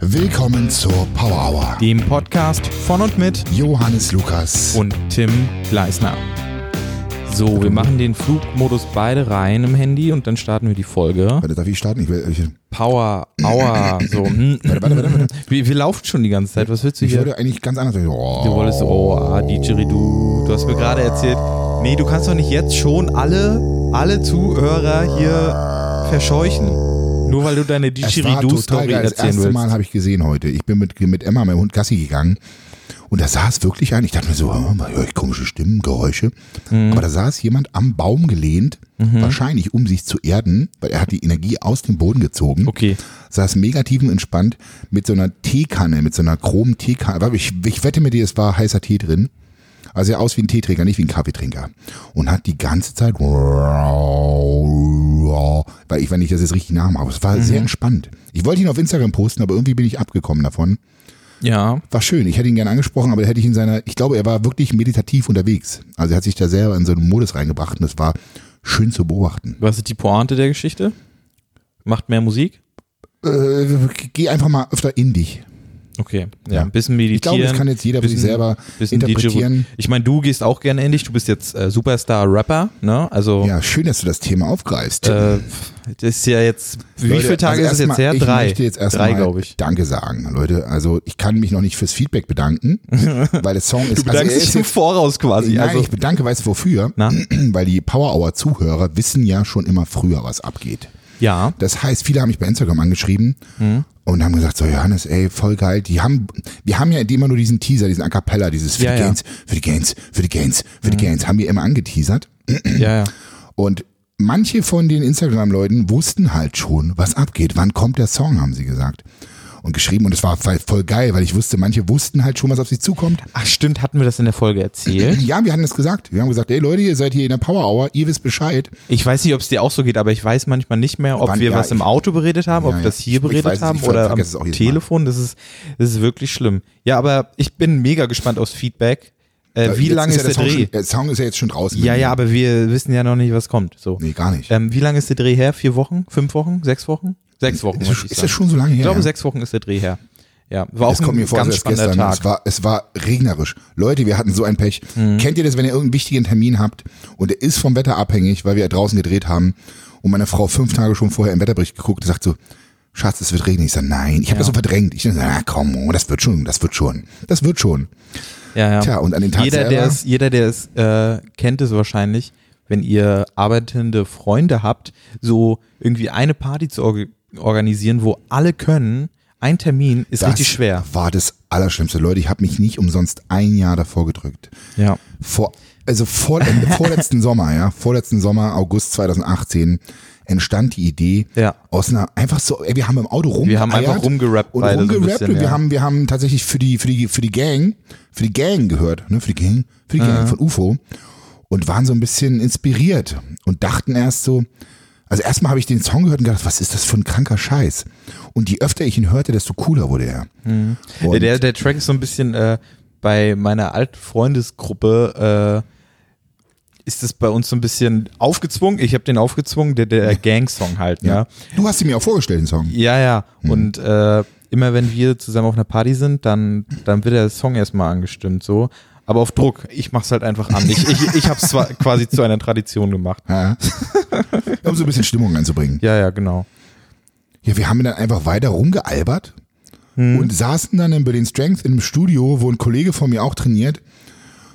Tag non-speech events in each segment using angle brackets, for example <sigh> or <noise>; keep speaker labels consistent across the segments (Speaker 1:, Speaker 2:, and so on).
Speaker 1: Willkommen zur Power Hour.
Speaker 2: dem Podcast von und mit
Speaker 1: Johannes Lukas.
Speaker 2: und Tim Gleisner. So, wir machen den Flugmodus beide rein im Handy und dann starten wir die Folge.
Speaker 1: Warte, darf ich starten? Ich will, ich,
Speaker 2: Power, Hour, so.
Speaker 1: warte, warte, warte.
Speaker 2: Wir, wir laufen schon die ganze Zeit. Was willst du
Speaker 1: hm. ich
Speaker 2: hier?
Speaker 1: wollte eigentlich ganz anders. Oh,
Speaker 2: Du wolltest, oh, ah, Didgeridoo. Du hast mir gerade erzählt, nee, du kannst doch nicht jetzt schon alle, alle Zuhörer hier verscheuchen. Nur weil du deine
Speaker 1: es war total
Speaker 2: Didgeridoo-Story
Speaker 1: geil. Das
Speaker 2: erzählen
Speaker 1: erste
Speaker 2: willst.
Speaker 1: Mal habe ich gesehen heute. Ich bin mit, mit Emma, meinem Hund, Gassi gegangen. Und da saß wirklich ein, ich dachte mir so, oh, da höre ich komische Stimmen, Geräusche.
Speaker 2: Mhm.
Speaker 1: Aber da saß jemand am Baum gelehnt, wahrscheinlich um sich zu erden, weil er hat die Energie aus dem Boden gezogen.
Speaker 2: Okay.
Speaker 1: saß mega tiefen entspannt mit so einer Teekanne, mit so einer chromen Teekanne. Aber Ich, ich wette mit dir, es war heißer Tee drin. Also er aus wie ein Teetrinker, nicht wie ein Kaffeetrinker. Und hat die ganze Zeit, weil ich, wenn ich das jetzt richtig Namen habe, es war sehr entspannt. Ich wollte ihn auf Instagram posten, aber irgendwie bin ich abgekommen davon.
Speaker 2: Ja.
Speaker 1: War schön, ich hätte ihn gerne angesprochen, aber hätte ich in seiner, ich glaube, er war wirklich meditativ unterwegs. Also er hat sich da selber in so einen Modus reingebracht und es war schön zu beobachten.
Speaker 2: Was ist die Pointe der Geschichte? Macht mehr Musik?
Speaker 1: Äh, geh einfach mal öfter in dich.
Speaker 2: Okay, ja,
Speaker 1: Ja.
Speaker 2: ein bisschen
Speaker 1: Ich
Speaker 2: meditieren.
Speaker 1: glaube, das kann jetzt jeder für sich
Speaker 2: bisschen-
Speaker 1: selber
Speaker 2: bisschen
Speaker 1: interpretieren.
Speaker 2: Didgeridoo. Ich meine, du gehst auch gerne in dich. Du bist jetzt äh, Superstar-Rapper, ne? Also,
Speaker 1: Ja, schön, dass du das Thema aufgreifst.
Speaker 2: äh, pf, das ist ja jetzt, wie
Speaker 1: Leute,
Speaker 2: viele Tage
Speaker 1: also
Speaker 2: ist es jetzt
Speaker 1: erstmal,
Speaker 2: her?
Speaker 1: Ich
Speaker 2: Drei.
Speaker 1: möchte jetzt
Speaker 2: Drei,
Speaker 1: erstmal Also
Speaker 2: glaube ich.
Speaker 1: Danke sagen, Leute. Also ich kann mich noch nicht fürs Feedback
Speaker 2: <laughs>
Speaker 1: bedanken, weil der Song ist.
Speaker 2: Du bedankst
Speaker 1: also, er ist
Speaker 2: dich im
Speaker 1: jetzt-
Speaker 2: Voraus quasi.
Speaker 1: Nein,
Speaker 2: also,
Speaker 1: ich bedanke, weißt du wofür?
Speaker 2: Na?
Speaker 1: <clears throat> Weil die Power Hour Zuhörer wissen ja schon immer früher, was abgeht.
Speaker 2: ja,
Speaker 1: Das heißt, viele haben mich bei Instagram angeschrieben
Speaker 2: Hm.
Speaker 1: und haben gesagt, so Johannes, ey, voll geil. Die haben, wir haben ja immer nur diesen Teaser, diesen A Cappella, dieses für
Speaker 2: Ja,
Speaker 1: die
Speaker 2: ja. Hm.
Speaker 1: Gains, für die Gains, für die Gains, für die Gains, haben wir immer angeteasert.
Speaker 2: ja, ja.
Speaker 1: Und manche von den Instagram-Leuten wussten halt schon, was abgeht. Wann kommt der Song, haben sie gesagt. Und geschrieben, und es war voll voll geil, weil ich wusste, manche wussten halt schon, was auf sie zukommt.
Speaker 2: Ach, stimmt, hatten wir das in der Folge erzählt?
Speaker 1: Ja, wir hatten es gesagt. Wir haben gesagt, ey Leute, ihr seid hier in der Power Hour, ihr wisst Bescheid.
Speaker 2: Ich weiß nicht, ob es dir auch so geht, aber ich weiß manchmal nicht mehr, ob
Speaker 1: Wann-
Speaker 2: wir
Speaker 1: ja,
Speaker 2: was im
Speaker 1: ich-
Speaker 2: Auto beredet haben, ob
Speaker 1: Ja, ja.
Speaker 2: wir das
Speaker 1: Ich-
Speaker 2: hier
Speaker 1: ich weiß
Speaker 2: beredet
Speaker 1: es
Speaker 2: haben
Speaker 1: nicht, ich
Speaker 2: oder am
Speaker 1: vergesse es auch jedes Mal.
Speaker 2: Telefon. Das ist, das ist wirklich schlimm. Ja, aber ich bin mega gespannt aufs Feedback. Äh, wie
Speaker 1: Jetzt
Speaker 2: lange ist
Speaker 1: ja
Speaker 2: der
Speaker 1: Song
Speaker 2: Dreh?
Speaker 1: Schon, der Song ist ja jetzt schon draußen.
Speaker 2: Ja, ja, aber wir wissen ja noch nicht, was kommt. So.
Speaker 1: Mhm. Nee, gar nicht.
Speaker 2: Ähm, wie lange ist der Dreh her? Vier Wochen? Fünf Wochen? Sechs Wochen? Sechs Wochen.
Speaker 1: ist
Speaker 2: möchte
Speaker 1: das,
Speaker 2: ich
Speaker 1: ist
Speaker 2: sagen.
Speaker 1: das schon so lange her?
Speaker 2: ich glaube,
Speaker 1: ja?
Speaker 2: sechs Wochen ist der Dreh her. Ja, war auch
Speaker 1: Es kommt
Speaker 2: ein
Speaker 1: mir vor,
Speaker 2: ganz
Speaker 1: als wäre es
Speaker 2: spannender
Speaker 1: gestern.
Speaker 2: Tag.
Speaker 1: Es war, es war regnerisch. Leute, wir hatten so ein Pech.
Speaker 2: Mhm.
Speaker 1: Kennt ihr das, wenn ihr irgendeinen wichtigen Termin habt und der ist vom Wetter abhängig, weil wir draußen gedreht haben und meine Frau fünf Tage schon vorher im Wetterbericht geguckt und sagt so, Schatz, es wird regnen. Ich sage, nein, ich habe das so verdrängt. Ich sage, na komm, oh, das wird schon, das wird schon, das wird schon.
Speaker 2: ja, ja.
Speaker 1: Tja, und an den Tag
Speaker 2: jeder, der
Speaker 1: selber-
Speaker 2: es, jeder, der es äh, kennt, es wahrscheinlich, wenn ihr arbeitende Freunde habt, so irgendwie eine Party zu org organisieren, wo alle können, ein Termin ist
Speaker 1: Das
Speaker 2: richtig schwer.
Speaker 1: war das Allerschlimmste. Leute, ich habe mich nicht umsonst ein Jahr davor gedrückt.
Speaker 2: Ja.
Speaker 1: vor, also vor, äh,
Speaker 2: <laughs>
Speaker 1: vorletzten Sommer, ja, vorletzten Sommer, August 2018, entstand die Idee
Speaker 2: Ja.
Speaker 1: aus einer, einfach so, ey, wir haben im Auto rum.
Speaker 2: Wir haben einfach rumgerappt
Speaker 1: und
Speaker 2: beide so ein
Speaker 1: rumgerappt
Speaker 2: bisschen,
Speaker 1: und wir
Speaker 2: ja.
Speaker 1: haben, wir haben tatsächlich für die, für die, für die Gang, für die Gang gehört, ne, für die Gang, für die
Speaker 2: Mhm.
Speaker 1: Gang von UFO und waren so ein bisschen inspiriert und dachten erst so, also erstmal habe ich den Song gehört und gedacht, was ist das für ein kranker Scheiß? Und je öfter ich ihn hörte, desto cooler wurde er. Und-
Speaker 2: Mhm. Der, der Track ist so ein bisschen äh, bei meiner alten Freundesgruppe äh, ist das bei uns so ein bisschen aufgezwungen. Ich habe den aufgezwungen, der, der Gang-Song halt, ja.
Speaker 1: ja. Du hast ihn mir auch vorgestellt, den Song.
Speaker 2: Ja, ja. Und äh, immer wenn wir zusammen auf einer Party sind, dann, dann wird der Song erstmal angestimmt, so. Aber auf Druck. Ich mach's halt einfach an. Ich, ich, ich hab's <laughs> zwar quasi zu einer Tradition gemacht.
Speaker 1: Ja. Um so ein bisschen Stimmung einzubringen.
Speaker 2: Ja, ja, genau.
Speaker 1: Ja, wir haben dann einfach weiter rumgealbert
Speaker 2: Hm.
Speaker 1: und saßen dann in Berlin Strength in einem Studio, wo ein Kollege von mir auch trainiert.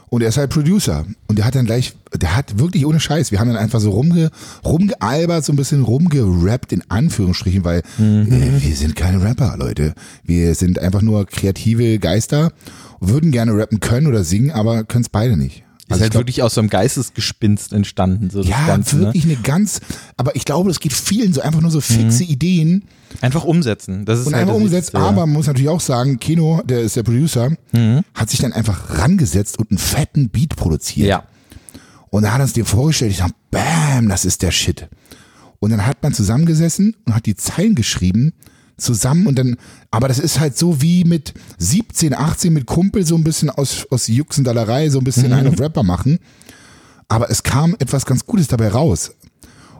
Speaker 1: Und er ist halt Producer. Und der hat dann gleich, der hat wirklich ohne Scheiß, wir haben dann einfach so rumge, rumgealbert, so ein bisschen rumgerappt in Anführungsstrichen, weil
Speaker 2: Mhm.
Speaker 1: äh, wir sind keine Rapper, Leute. Wir sind einfach nur kreative Geister, würden gerne rappen können oder singen, aber können es beide nicht.
Speaker 2: Ist
Speaker 1: Also ich
Speaker 2: halt
Speaker 1: glaub-
Speaker 2: wirklich aus so einem Geistesgespinst entstanden, so das
Speaker 1: ja,
Speaker 2: Ganze. Ne?
Speaker 1: wirklich eine ganz, aber ich glaube, das geht vielen so einfach nur so fixe
Speaker 2: Mhm.
Speaker 1: Ideen,
Speaker 2: Einfach umsetzen. Das ist
Speaker 1: Und
Speaker 2: halt
Speaker 1: einmal
Speaker 2: das
Speaker 1: umgesetzt,
Speaker 2: Wichtigste, ja.
Speaker 1: aber man muss natürlich auch sagen, Keno, der ist der Producer,
Speaker 2: Mhm.
Speaker 1: hat sich dann einfach rangesetzt und einen fetten Beat produziert.
Speaker 2: Ja.
Speaker 1: Und da hat er es dir vorgestellt, ich sag, bam, das ist der Shit. Und dann hat man zusammengesessen und hat die Zeilen geschrieben, zusammen und dann, aber das ist halt so wie mit 17, 18 mit Kumpel so ein bisschen aus, aus
Speaker 2: Mhm.
Speaker 1: Juxendallerei, so ein bisschen einen auf Rapper machen. Aber es kam etwas ganz Gutes dabei raus.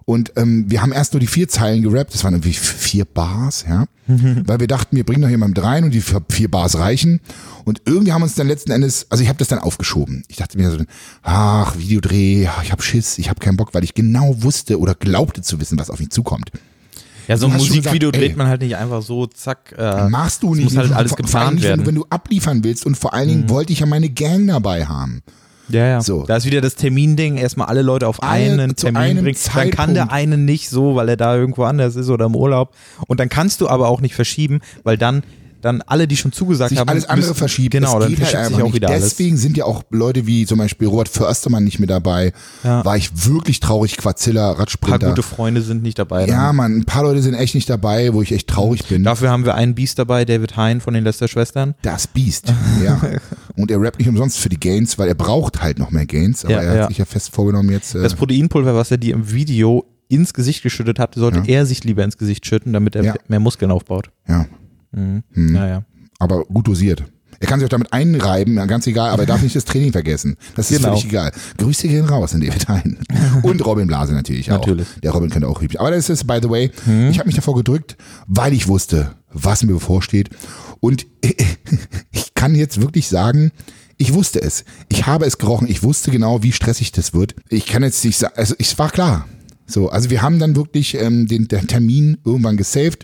Speaker 1: Und ähm, wir haben erst nur die vier Zeilen gerappt, das waren irgendwie vier Bars, ja.
Speaker 2: Mhm.
Speaker 1: Weil wir dachten, wir bringen noch jemand rein und die vier vier Bars reichen. Und irgendwie haben uns dann letzten Endes, also ich habe das dann aufgeschoben. Ich dachte mir so, ach, Videodreh, ach, ich habe Schiss, ich habe keinen Bock, weil ich genau wusste oder glaubte zu wissen, was auf mich zukommt.
Speaker 2: Ja, so ein
Speaker 1: Du hast schon
Speaker 2: Musikvideo
Speaker 1: gesagt, ey.
Speaker 2: dreht man halt nicht einfach so, zack. Äh,
Speaker 1: Machst du
Speaker 2: es
Speaker 1: nicht.
Speaker 2: Muss halt
Speaker 1: Vor-
Speaker 2: alles
Speaker 1: vor allem
Speaker 2: geplant
Speaker 1: nicht, wenn du-
Speaker 2: werden. Mhm.
Speaker 1: Wenn du abliefern willst und vor allen Dingen wollte ich ja meine Gang dabei haben.
Speaker 2: Ja, ja.
Speaker 1: So.
Speaker 2: Da ist wieder das Terminding, erstmal alle Leute auf
Speaker 1: Alle
Speaker 2: einen
Speaker 1: zu
Speaker 2: Termin
Speaker 1: einem
Speaker 2: bringen. Dann kann der
Speaker 1: Zeitpunkt.
Speaker 2: eine nicht so, weil er da irgendwo anders ist oder im Urlaub. Und dann kannst du aber auch nicht verschieben, weil dann, dann alle, die schon zugesagt
Speaker 1: sich
Speaker 2: haben,
Speaker 1: alles andere
Speaker 2: müssen-
Speaker 1: verschiebt.
Speaker 2: Genau,
Speaker 1: das
Speaker 2: dann
Speaker 1: geht
Speaker 2: verschiebt
Speaker 1: halt
Speaker 2: sich
Speaker 1: einfach
Speaker 2: auch wieder
Speaker 1: nicht.
Speaker 2: alles.
Speaker 1: Deswegen sind ja auch Leute wie zum Beispiel Robert Förstermann nicht mit dabei.
Speaker 2: Ja.
Speaker 1: War ich wirklich traurig, Quazilla,
Speaker 2: Ein paar
Speaker 1: Radsprinter.
Speaker 2: gute Freunde sind nicht dabei. dann.
Speaker 1: ja, Mann, ein paar Leute sind echt nicht dabei, wo ich echt traurig bin.
Speaker 2: Dafür haben wir einen Beast dabei, David Hein von den Lester-Schwestern.
Speaker 1: Das Biest.
Speaker 2: <laughs>
Speaker 1: Ja. Und er rappt nicht umsonst für die Gains, weil er braucht halt noch mehr Gains. Aber
Speaker 2: Ja,
Speaker 1: er hat
Speaker 2: ja.
Speaker 1: sich ja fest vorgenommen jetzt. Äh,
Speaker 2: Das Proteinpulver, was er dir im Video ins Gesicht geschüttet hat, sollte
Speaker 1: Ja.
Speaker 2: er sich lieber ins Gesicht schütten, damit er
Speaker 1: Ja.
Speaker 2: mehr Muskeln aufbaut.
Speaker 1: ja.
Speaker 2: Naja.
Speaker 1: aber gut dosiert. Er kann sich auch damit einreiben, ja, ganz egal, aber er darf nicht das Training vergessen. Das ist
Speaker 2: Genau.
Speaker 1: völlig egal. Grüße gehen raus an David Hein. Und Robin Blase natürlich auch.
Speaker 2: Natürlich.
Speaker 1: Der Robin könnte auch lieblich. Aber das ist, by the way, ich habe mich davor gedrückt, weil ich wusste, was mir bevorsteht. Und <laughs> ich kann jetzt wirklich sagen, ich wusste es. Ich habe es gerochen. Ich wusste genau, wie stressig das wird. Ich kann jetzt nicht sagen, also es war klar. So, also wir haben dann wirklich ähm, den, den Termin irgendwann gesaved.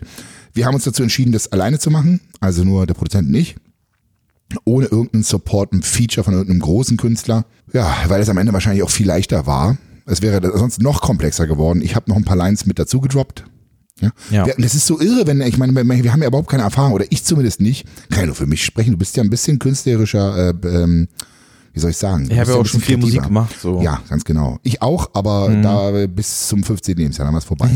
Speaker 1: Wir haben uns dazu entschieden, das alleine zu machen, also nur der Produzent und ich, ohne irgendeinen Support, ein Feature von irgendeinem großen Künstler. Ja, weil es am Ende wahrscheinlich auch viel leichter war. Es wäre sonst noch komplexer geworden. Ich habe noch ein paar Lines mit dazu gedroppt. Ja.
Speaker 2: Ja.
Speaker 1: Wir- Das ist so irre, wenn ich meine, wir haben ja überhaupt keine Erfahrung oder ich zumindest nicht. Kann ja nur für mich sprechen. Du bist ja ein bisschen künstlerischer, äh, ähm, wie soll ich sagen? Du
Speaker 2: Ich habe
Speaker 1: bist
Speaker 2: ja
Speaker 1: ein
Speaker 2: auch schon
Speaker 1: bisschen
Speaker 2: viel Musik
Speaker 1: kreativer.
Speaker 2: gemacht. So. Mhm.
Speaker 1: Ja, ganz genau. Ich auch, aber da bis zum 15. Lebensjahr, dann war es
Speaker 2: <laughs>
Speaker 1: vorbei.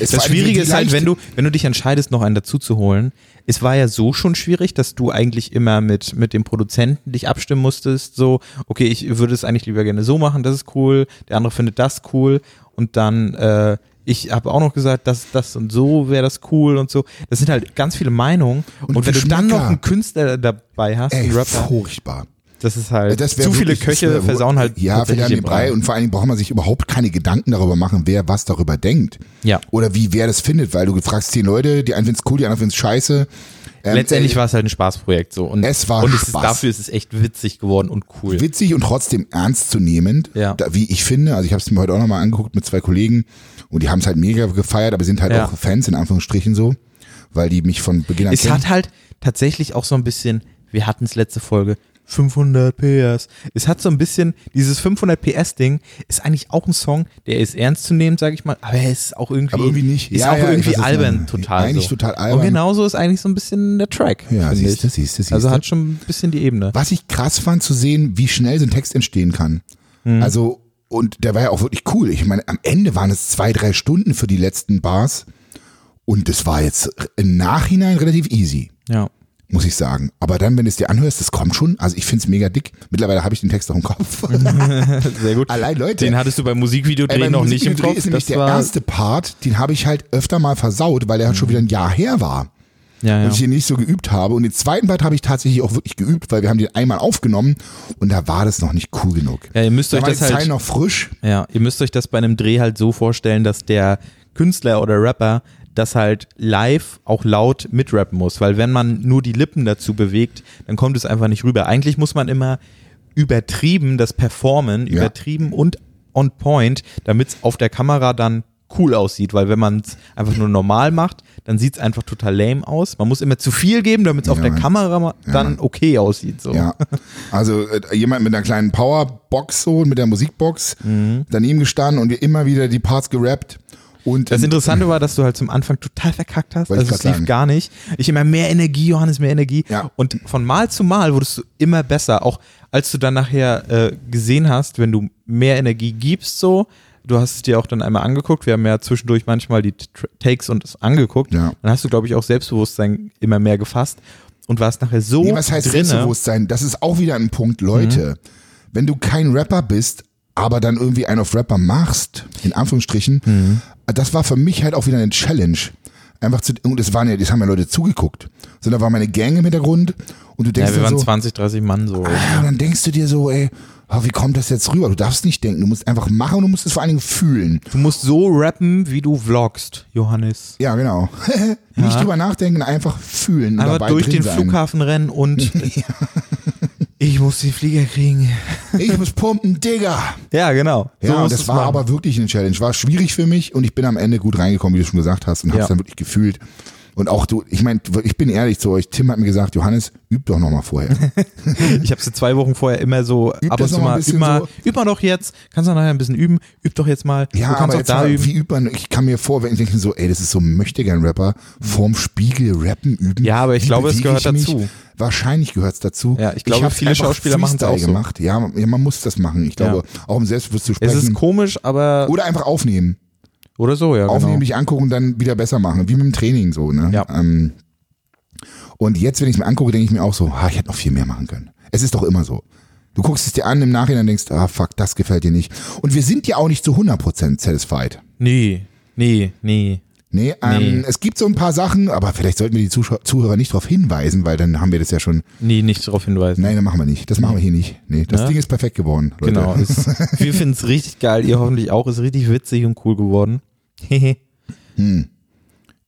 Speaker 1: Es
Speaker 2: Das
Speaker 1: war- also wie-
Speaker 2: Schwierige
Speaker 1: wie
Speaker 2: ist halt,
Speaker 1: leicht-
Speaker 2: wenn du, wenn du dich entscheidest, noch einen dazu zu holen. Es war ja so schon schwierig, dass du eigentlich immer mit, mit dem Produzenten dich abstimmen musstest. So, okay, ich würde es eigentlich lieber gerne so machen, das ist cool. Der andere findet das cool. Und dann, äh, ich habe auch noch gesagt, das, das und so wäre das cool und so. Das sind halt ganz viele Meinungen. Und,
Speaker 1: Und
Speaker 2: wenn du dann noch
Speaker 1: Geschmäcker.
Speaker 2: einen Künstler dabei hast,
Speaker 1: Ey,
Speaker 2: einen Rapper,
Speaker 1: furchtbar.
Speaker 2: das ist halt,
Speaker 1: Das wär
Speaker 2: zu viele
Speaker 1: wirklich- das
Speaker 2: Köche
Speaker 1: wär-
Speaker 2: versauen halt
Speaker 1: Ja,
Speaker 2: tatsächlich
Speaker 1: verlieren den Brei. Und vor allen Dingen braucht man sich überhaupt keine Gedanken darüber machen, wer was darüber denkt.
Speaker 2: Ja.
Speaker 1: Oder wie wer das findet, weil du fragst zehn Leute, die einen finden's cool, die anderen finden's scheiße. Ähm,
Speaker 2: Letztendlich
Speaker 1: äh,
Speaker 2: war es halt ein Spaßprojekt so und
Speaker 1: Es war
Speaker 2: und es ist,
Speaker 1: Spaß.
Speaker 2: dafür ist es echt witzig geworden und cool.
Speaker 1: witzig und trotzdem ernstzunehmend,
Speaker 2: Ja.
Speaker 1: da, wie ich finde. Also ich habe es mir heute auch nochmal angeguckt mit zwei Kollegen und die haben es halt mega gefeiert, aber sind halt
Speaker 2: Ja.
Speaker 1: auch Fans in Anführungsstrichen so, weil die mich von Beginn an
Speaker 2: Es
Speaker 1: kennen.
Speaker 2: hat halt tatsächlich auch so ein bisschen, wir hatten es letzte Folge, 500 PS. Es hat so ein bisschen, dieses 500 PS Ding ist eigentlich auch ein Song, der ist ernst zu nehmen, sag ich mal, aber er ist auch irgendwie,
Speaker 1: Aber irgendwie nicht.
Speaker 2: ist
Speaker 1: Ja,
Speaker 2: auch
Speaker 1: ja, ich
Speaker 2: irgendwie
Speaker 1: weiß, was du
Speaker 2: albern
Speaker 1: meinst.
Speaker 2: total.
Speaker 1: Eigentlich
Speaker 2: so.
Speaker 1: total albern.
Speaker 2: Und genauso ist eigentlich so ein bisschen der Track.
Speaker 1: Ja,
Speaker 2: finde
Speaker 1: siehst du,
Speaker 2: ich.
Speaker 1: siehst du, siehst
Speaker 2: Also
Speaker 1: du.
Speaker 2: hat schon ein bisschen die Ebene.
Speaker 1: Was ich krass fand zu sehen, wie schnell so ein Text entstehen kann.
Speaker 2: Mhm.
Speaker 1: Also, und der war ja auch wirklich cool. Ich meine, am Ende waren es zwei, drei Stunden für die letzten Bars. Und das war jetzt im Nachhinein relativ easy,
Speaker 2: Ja.
Speaker 1: muss ich sagen. Aber dann, wenn du es dir anhörst, das kommt schon. Also ich finde es mega dick. Mittlerweile habe ich den Text auch im Kopf.
Speaker 2: <laughs> <laughs>
Speaker 1: <laughs>
Speaker 2: Sehr gut.
Speaker 1: Allein Leute.
Speaker 2: Den hattest du beim
Speaker 1: Ey,
Speaker 2: Musikvideodreh
Speaker 1: beim
Speaker 2: noch nicht im
Speaker 1: Musikvideo
Speaker 2: Kopf.
Speaker 1: ist nämlich
Speaker 2: Das
Speaker 1: der
Speaker 2: war,
Speaker 1: erste Part, den habe ich halt öfter mal versaut, weil der halt
Speaker 2: Mhm.
Speaker 1: schon wieder ein Jahr her war
Speaker 2: ja, ja.
Speaker 1: und ich ihn nicht so geübt habe. Und den zweiten Part habe ich tatsächlich auch wirklich geübt, weil wir haben den einmal aufgenommen und da war das noch nicht cool genug.
Speaker 2: ja, ihr müsst euch
Speaker 1: da war die
Speaker 2: das halt
Speaker 1: Zeilen noch frisch.
Speaker 2: Ja, ihr müsst euch das bei einem Dreh halt so vorstellen, dass der Künstler oder Rapper das halt live auch laut mitrappen muss, weil wenn man nur die Lippen dazu bewegt, dann kommt es einfach nicht rüber. Eigentlich muss man immer übertrieben das Performen,
Speaker 1: Ja.
Speaker 2: übertrieben und on point, damit es auf der Kamera dann cool aussieht, weil wenn man es einfach nur normal macht, dann sieht es einfach total lame aus. Man muss immer zu viel geben, damit es auf
Speaker 1: Ja,
Speaker 2: der
Speaker 1: Mann.
Speaker 2: Kamera ma- dann okay aussieht. So.
Speaker 1: Ja. Also äh, jemand mit einer kleinen Powerbox so, mit der Musikbox
Speaker 2: Mhm.
Speaker 1: daneben gestanden und wir immer wieder die Parts gerappt. Und
Speaker 2: Das
Speaker 1: ähm,
Speaker 2: Interessante war, dass du halt zum Anfang total verkackt hast.
Speaker 1: Wollte ich
Speaker 2: Also es
Speaker 1: grad
Speaker 2: lief
Speaker 1: sagen.
Speaker 2: gar nicht. Ich immer mehr Energie, Johannes, mehr Energie.
Speaker 1: Ja.
Speaker 2: Und von Mal zu Mal wurdest du immer besser. Auch als du dann nachher äh, gesehen hast, wenn du mehr Energie gibst, so. Du hast es dir auch dann einmal angeguckt. Wir haben ja zwischendurch manchmal die Tr- Takes und es angeguckt.
Speaker 1: Ja.
Speaker 2: Dann hast du, glaube ich, auch Selbstbewusstsein immer mehr gefasst und warst nachher so.
Speaker 1: Nee, was heißt
Speaker 2: drinne. Mhm.
Speaker 1: Selbstbewusstsein? Das ist auch wieder ein Punkt, Leute. Wenn du kein Rapper bist, aber dann irgendwie einen auf Rapper machst, in Anführungsstrichen,
Speaker 2: Mhm.
Speaker 1: das war für mich halt auch wieder eine Challenge. Einfach zu, und es waren ja, das haben ja Leute zugeguckt. So, da war meine Gang im Hintergrund und du denkst
Speaker 2: Ja, wir
Speaker 1: dir
Speaker 2: waren
Speaker 1: so,
Speaker 2: 20, 30 Mann so.
Speaker 1: ah, und dann denkst du dir so, ey, "Ah, wie kommt das jetzt rüber? Du darfst nicht denken, du musst einfach machen und du musst es vor allen Dingen fühlen.
Speaker 2: Du musst so rappen, wie du vloggst, Johannes.
Speaker 1: Ja, genau. <laughs> nicht drüber nachdenken, einfach fühlen. und
Speaker 2: Einmal
Speaker 1: dabei
Speaker 2: durch
Speaker 1: drin
Speaker 2: den
Speaker 1: sein.
Speaker 2: Flughafen
Speaker 1: <laughs>
Speaker 2: rennen und ich muss die Flieger kriegen.
Speaker 1: Ich muss pumpen, Digga.
Speaker 2: Ja, genau.
Speaker 1: Ja,
Speaker 2: musst
Speaker 1: das
Speaker 2: du's
Speaker 1: war
Speaker 2: machen.
Speaker 1: aber wirklich eine Challenge. War schwierig für mich und ich bin am Ende gut reingekommen, wie du schon gesagt hast, und hab's
Speaker 2: Ja.
Speaker 1: dann wirklich gefühlt. Und auch du, ich meine, ich bin ehrlich zu euch, Tim hat mir gesagt, Johannes, üb doch nochmal
Speaker 2: <laughs>
Speaker 1: vorher.
Speaker 2: Ich habe sie zwei Wochen vorher immer so ab und
Speaker 1: das
Speaker 2: zu
Speaker 1: noch mal ein
Speaker 2: mal,
Speaker 1: bisschen
Speaker 2: immer,
Speaker 1: so.
Speaker 2: üb mal doch jetzt, kannst du nachher ein bisschen üben, üb doch jetzt mal,
Speaker 1: Ja,
Speaker 2: du kannst
Speaker 1: aber
Speaker 2: auch
Speaker 1: jetzt
Speaker 2: da
Speaker 1: mal,
Speaker 2: üben.
Speaker 1: wie übt man, ich kann mir vor, wenn ich denke so, ey, das ist so ein Möchtegern-Rapper, vorm Spiegel rappen üben.
Speaker 2: Ja, aber ich
Speaker 1: Wie
Speaker 2: glaube, es
Speaker 1: bewege
Speaker 2: gehört
Speaker 1: ich
Speaker 2: dazu.
Speaker 1: Wahrscheinlich gehört's dazu.
Speaker 2: Ja, ich glaube,
Speaker 1: hab's
Speaker 2: viele
Speaker 1: einfach
Speaker 2: Schauspieler machen's
Speaker 1: Freestyle
Speaker 2: auch so.
Speaker 1: gemacht. Ja, man- ja, man muss das machen. Ich glaube, auch um selbstbewusst zu
Speaker 2: Es ist
Speaker 1: sprechen.
Speaker 2: komisch, aber
Speaker 1: Oder einfach aufnehmen.
Speaker 2: oder so, ja.
Speaker 1: aufnehmen,
Speaker 2: Genau.
Speaker 1: dich angucken, dann wieder besser machen, wie mit dem Training so. Ne?
Speaker 2: Ja.
Speaker 1: Ähm, und jetzt, wenn ich es mir angucke, denke ich mir auch so, ha, ich hätte noch viel mehr machen können. Es ist doch immer so. Du guckst es dir an, im Nachhinein denkst, ah fuck, das gefällt dir nicht. Und wir sind ja auch nicht zu 100% satisfied.
Speaker 2: Nee, nee, nee.
Speaker 1: Nee, ähm,
Speaker 2: Nee.
Speaker 1: es gibt so ein paar Sachen, aber vielleicht sollten wir die Zuschau Zuhörer nicht darauf hinweisen, weil dann haben wir das ja schon.
Speaker 2: Nee, nicht darauf hinweisen.
Speaker 1: Nein, das machen wir nicht. Das machen wir hier nicht. Nee, das
Speaker 2: Ja.
Speaker 1: Ding ist perfekt geworden. Leute.
Speaker 2: Ne?
Speaker 1: <laughs>
Speaker 2: Genau. Ist, wir finden es richtig geil, ihr hoffentlich auch. Ist richtig witzig und cool geworden. <laughs>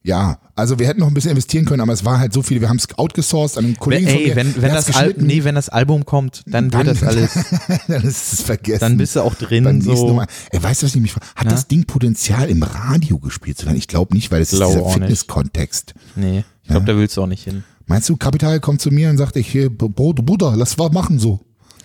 Speaker 1: Ja, also wir hätten noch ein bisschen investieren können, aber es war halt so viel. Wir haben es outgesourced an einen Kollegen von
Speaker 2: Ey,
Speaker 1: mir.
Speaker 2: wenn,
Speaker 1: der
Speaker 2: wenn,
Speaker 1: hat's
Speaker 2: das Al
Speaker 1: geschnitten. <laughs>
Speaker 2: nee, wenn das Album kommt, dann,
Speaker 1: Dann- <laughs>
Speaker 2: wird das alles,
Speaker 1: dann ist es vergessen.
Speaker 2: dann bist du auch
Speaker 1: Beim
Speaker 2: drin.
Speaker 1: nächsten
Speaker 2: So.
Speaker 1: Mal. Ey, weißt du, was ich mich frage? Hat das Ding Potenzial im Radio gespielt zu werden? Ich glaube nicht, weil das ist
Speaker 2: Glaube
Speaker 1: dieser
Speaker 2: auch nicht.
Speaker 1: Fitness-Kontext.
Speaker 2: Nee, ich glaube, da willst du auch nicht hin.
Speaker 1: Meinst du, Kapital kommt zu mir und sagt, ich, Bruder, Bruder, lass was machen so.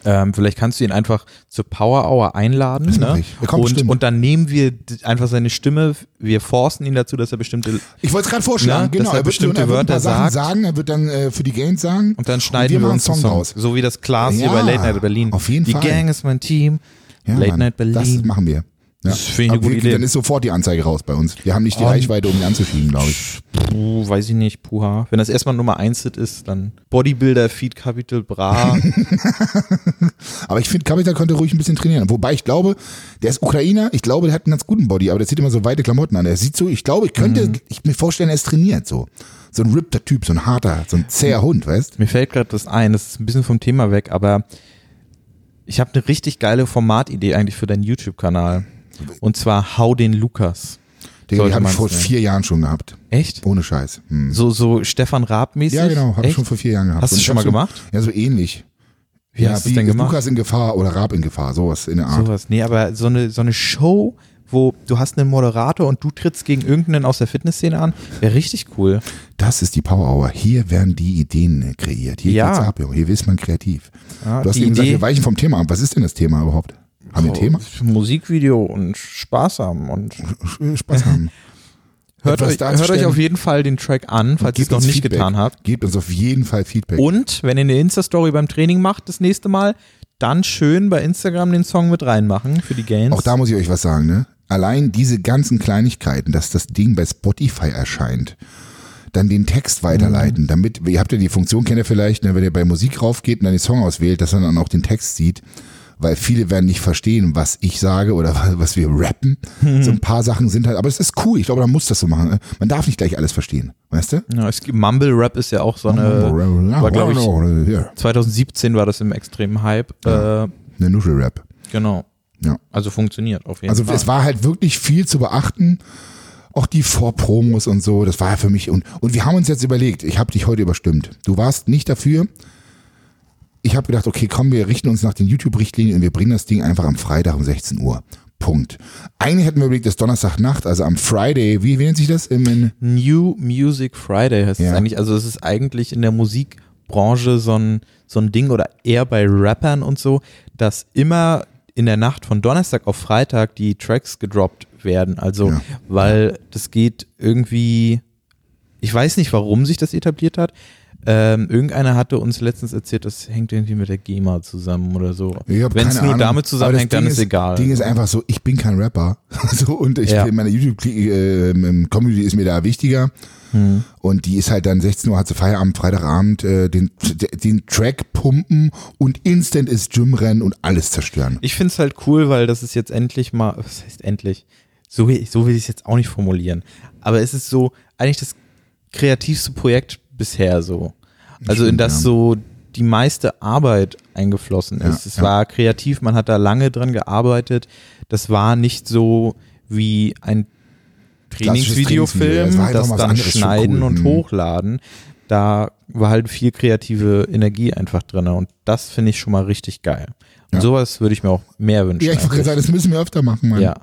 Speaker 2: Ähm, vielleicht kannst du ihn einfach zur Power Hour einladen.
Speaker 1: mach
Speaker 2: Ne?
Speaker 1: ich. Er kommt
Speaker 2: Und,
Speaker 1: bestimmt.
Speaker 2: und dann nehmen wir d- einfach seine Stimme, wir forcen ihn dazu, dass er bestimmte.
Speaker 1: Ich wollte es gerade vorschlagen,
Speaker 2: Ja,
Speaker 1: genau.
Speaker 2: dass er
Speaker 1: Er wird,
Speaker 2: bestimmte
Speaker 1: er wird ein paar
Speaker 2: Wörter
Speaker 1: Sachen
Speaker 2: sagt.
Speaker 1: sagen, er wird dann äh, für die Gains sagen.
Speaker 2: Und dann schneiden wir,
Speaker 1: machen
Speaker 2: uns einen Song raus. So wie das Klaas hier
Speaker 1: Ja,
Speaker 2: bei Late Night Berlin.
Speaker 1: auf jeden
Speaker 2: Die
Speaker 1: Fall.
Speaker 2: Gang ist mein Team.
Speaker 1: Ja,
Speaker 2: Late
Speaker 1: Mann,
Speaker 2: Night
Speaker 1: Das
Speaker 2: Berlin.
Speaker 1: machen wir. Ja.
Speaker 2: Das finde ich eine
Speaker 1: Aber
Speaker 2: gute
Speaker 1: wir-
Speaker 2: Idee.
Speaker 1: Dann ist sofort die Anzeige raus bei uns. Wir haben nicht die
Speaker 2: Und-
Speaker 1: Reichweite, um die anzuschieben, glaube ich.
Speaker 2: Puh, weiß ich nicht, puha. Wenn das erstmal Nummer 1 Hit ist, dann Bodybuilder, Feed Capital, Bra.
Speaker 1: Aber ich finde, Kapital könnte ruhig ein bisschen trainieren. Wobei ich glaube, der ist Ukrainer, ich glaube, der hat einen ganz guten Body, aber der zieht immer so weite Klamotten an. Er sieht so, ich glaube, ich könnte
Speaker 2: Mhm.
Speaker 1: ich mir vorstellen, er ist trainiert so. So ein rippter Typ, so ein harter, so ein zäher Hund, weißt?
Speaker 2: Mir fällt gerade was ein, das ist ein bisschen vom Thema weg, aber ich habe eine richtig geile Formatidee eigentlich für deinen YouTube-Kanal. Und zwar Hau den Lukas.
Speaker 1: Den
Speaker 2: Sollte
Speaker 1: habe ich
Speaker 2: man's
Speaker 1: vor
Speaker 2: nehmen.
Speaker 1: vier Jahren schon gehabt.
Speaker 2: Echt?
Speaker 1: Ohne Scheiß. Hm.
Speaker 2: So, so Stefan Raab-mäßig?
Speaker 1: Ja, genau, habe ich
Speaker 2: Echt?
Speaker 1: schon vor vier Jahren gehabt.
Speaker 2: Hast du
Speaker 1: Und ich
Speaker 2: schon mal
Speaker 1: hab so-
Speaker 2: gemacht?
Speaker 1: Ja, so ähnlich.
Speaker 2: Wie
Speaker 1: ja,
Speaker 2: hast du
Speaker 1: wie
Speaker 2: es denn
Speaker 1: ist
Speaker 2: gemacht?
Speaker 1: Lukas in Gefahr oder Raab in Gefahr, sowas in der Art.
Speaker 2: Sowas. Nee, aber so eine, so eine Show, wo du hast einen Moderator und du trittst gegen irgendeinen aus der Fitnessszene an, wäre richtig cool.
Speaker 1: Das ist die Power Hour. Hier werden die Ideen äh, kreiert. Hier
Speaker 2: Ja.
Speaker 1: geht's ab, Junge. Hier ist man kreativ.
Speaker 2: Ja,
Speaker 1: du hast
Speaker 2: die
Speaker 1: eben gesagt,
Speaker 2: Idee- Oh.
Speaker 1: wir weichen vom Thema ab. Was ist denn das Thema überhaupt? Haben wir ein Thema?
Speaker 2: Musikvideo und Spaß haben und
Speaker 1: Spaß haben.
Speaker 2: Hört
Speaker 1: etwas
Speaker 2: euch, hört
Speaker 1: darzustellen.
Speaker 2: euch auf jeden Fall den Track an, falls ihr es
Speaker 1: Gebt
Speaker 2: noch
Speaker 1: uns
Speaker 2: nicht
Speaker 1: Feedback.
Speaker 2: getan habt.
Speaker 1: Gebt uns auf jeden Fall Feedback.
Speaker 2: Und wenn ihr eine Insta-Story beim Training macht, das nächste Mal, dann schön bei Instagram den Song mit reinmachen für die Gains.
Speaker 1: Auch da muss ich euch was sagen, ne? Allein diese ganzen Kleinigkeiten, dass das Ding bei Spotify erscheint, dann den Text weiterleiten, damit, ihr habt ja die Funktion, kennt ihr vielleicht, ne, wenn ihr bei Musik raufgeht und dann den Song auswählt, dass er dann auch den Text sieht, weil viele werden nicht verstehen, was ich sage oder was- was wir rappen. So ein paar Sachen sind halt, aber es ist cool, ich glaube, man muss das so machen. ne? Man darf nicht gleich alles verstehen, weißt du?
Speaker 2: ja, es gibt, Mumble Rap ist ja auch so eine.
Speaker 1: war,
Speaker 2: glaub ich-
Speaker 1: ja,
Speaker 2: 2017 war das im extremen Hype. Äh,
Speaker 1: eine Nuschel-Rap.
Speaker 2: genau.
Speaker 1: Ja.
Speaker 2: Also funktioniert auf jeden
Speaker 1: Also
Speaker 2: Fall.
Speaker 1: es war halt wirklich viel zu beachten. Auch die Vorpromos und so, das war ja für mich. Und, und wir haben uns jetzt überlegt, ich habe dich heute überstimmt. Du warst nicht dafür. Ich habe gedacht, okay, komm, wir richten uns nach den YouTube-Richtlinien und wir bringen das Ding einfach am Freitag um 16 Uhr. Punkt. Eigentlich hätten wir überlegt, das Donnerstagnacht, also am Friday, wie, wie nennt sich das? Im, in,
Speaker 2: New Music Friday heißt
Speaker 1: Ja.
Speaker 2: es eigentlich. Also es ist eigentlich in der Musikbranche so ein, so ein Ding oder eher bei Rappern und so, dass immer in der Nacht von Donnerstag auf Freitag die Tracks gedroppt werden. Also
Speaker 1: Ja.
Speaker 2: weil das geht irgendwie, ich weiß nicht, warum sich das etabliert hat. Ähm, irgendeiner hatte uns letztens erzählt, das hängt irgendwie mit der GEMA zusammen oder so.
Speaker 1: Ich hab
Speaker 2: Wenn es
Speaker 1: keine
Speaker 2: nur
Speaker 1: Ahnung.
Speaker 2: damit zusammenhängt,
Speaker 1: Aber das
Speaker 2: dann
Speaker 1: Ding
Speaker 2: ist, egal.
Speaker 1: Ding ist einfach so, ich bin kein Rapper. <laughs> So, und ich
Speaker 2: Ja.
Speaker 1: bin meine YouTube-Community ist mir da wichtiger.
Speaker 2: Hm.
Speaker 1: Und die ist halt dann 16 Uhr hat sie Feierabend, Freitagabend, äh, den, den Track pumpen und instant ist Gymrennen und alles zerstören.
Speaker 2: Ich finde es halt cool, weil das ist jetzt endlich mal, was heißt endlich? So, will- so will ich es jetzt auch nicht formulieren. Aber es ist so eigentlich das kreativste Projekt bisher so. Also in
Speaker 1: Stimmt,
Speaker 2: das
Speaker 1: ja.
Speaker 2: so die meiste Arbeit eingeflossen ist.
Speaker 1: Ja,
Speaker 2: es
Speaker 1: ja.
Speaker 2: war kreativ, man hat da lange dran gearbeitet. Das war nicht so wie ein
Speaker 1: Klassisches Trainingsvideo,
Speaker 2: Trainingsvideofilm,
Speaker 1: das war einfach
Speaker 2: das
Speaker 1: mal was
Speaker 2: dann
Speaker 1: anderes, schon
Speaker 2: schneiden
Speaker 1: cool,
Speaker 2: und
Speaker 1: mhm.
Speaker 2: hochladen. Da war halt viel kreative Energie einfach drin und das finde ich schon mal richtig geil. Und
Speaker 1: Ja.
Speaker 2: sowas würde ich mir auch mehr wünschen.
Speaker 1: Ja, ich wollte gerade sagen,
Speaker 2: eigentlich.
Speaker 1: das müssen wir öfter machen, Mann.
Speaker 2: ja.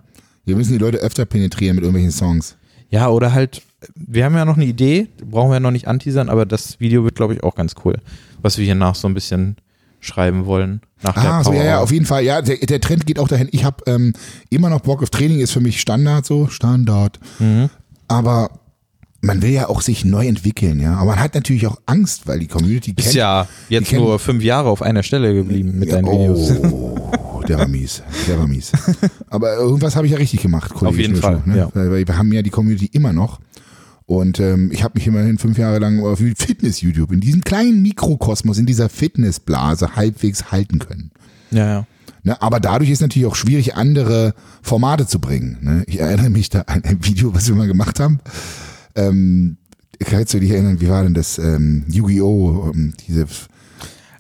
Speaker 1: Wir müssen die Leute öfter penetrieren mit irgendwelchen Songs.
Speaker 2: Ja, oder halt, wir haben ja noch eine Idee, brauchen wir ja noch nicht anteasern, aber das Video wird, glaube ich, auch ganz cool, was wir hier nach so ein bisschen schreiben wollen. Nach der
Speaker 1: Ah, so, ja,
Speaker 2: Power
Speaker 1: ja,
Speaker 2: Hour.
Speaker 1: auf jeden Fall. Ja, der, der Trend geht auch dahin. Ich habe ähm, immer noch Bock auf Training, ist für mich Standard so, Standard.
Speaker 2: Mhm.
Speaker 1: Aber man will ja auch sich neu entwickeln, ja. Aber man hat natürlich auch Angst, weil die Community
Speaker 2: Bist
Speaker 1: kennt.
Speaker 2: ja jetzt
Speaker 1: die kennen-
Speaker 2: nur fünf Jahre auf einer Stelle geblieben mit deinen Videos.
Speaker 1: Oh, <laughs> der war mies. Der war mies. Aber irgendwas habe ich ja richtig gemacht, Kollege.
Speaker 2: Auf jeden
Speaker 1: Schnürschnuck,
Speaker 2: Fall, ja.
Speaker 1: Weil wir- wir haben ja die Community immer noch. Und ähm, ich habe mich immerhin fünf Jahre lang auf Fitness-YouTube, in diesem kleinen Mikrokosmos, in dieser Fitnessblase halbwegs halten können.
Speaker 2: Ja, ja.
Speaker 1: Ne? Aber dadurch ist natürlich auch schwierig, andere Formate zu bringen. Ne? Ich erinnere mich da an ein Video, was wir mal gemacht haben. Ähm, kannst du dich erinnern, wie war denn das ähm, Yu-Gi-Oh! ähm, Diese,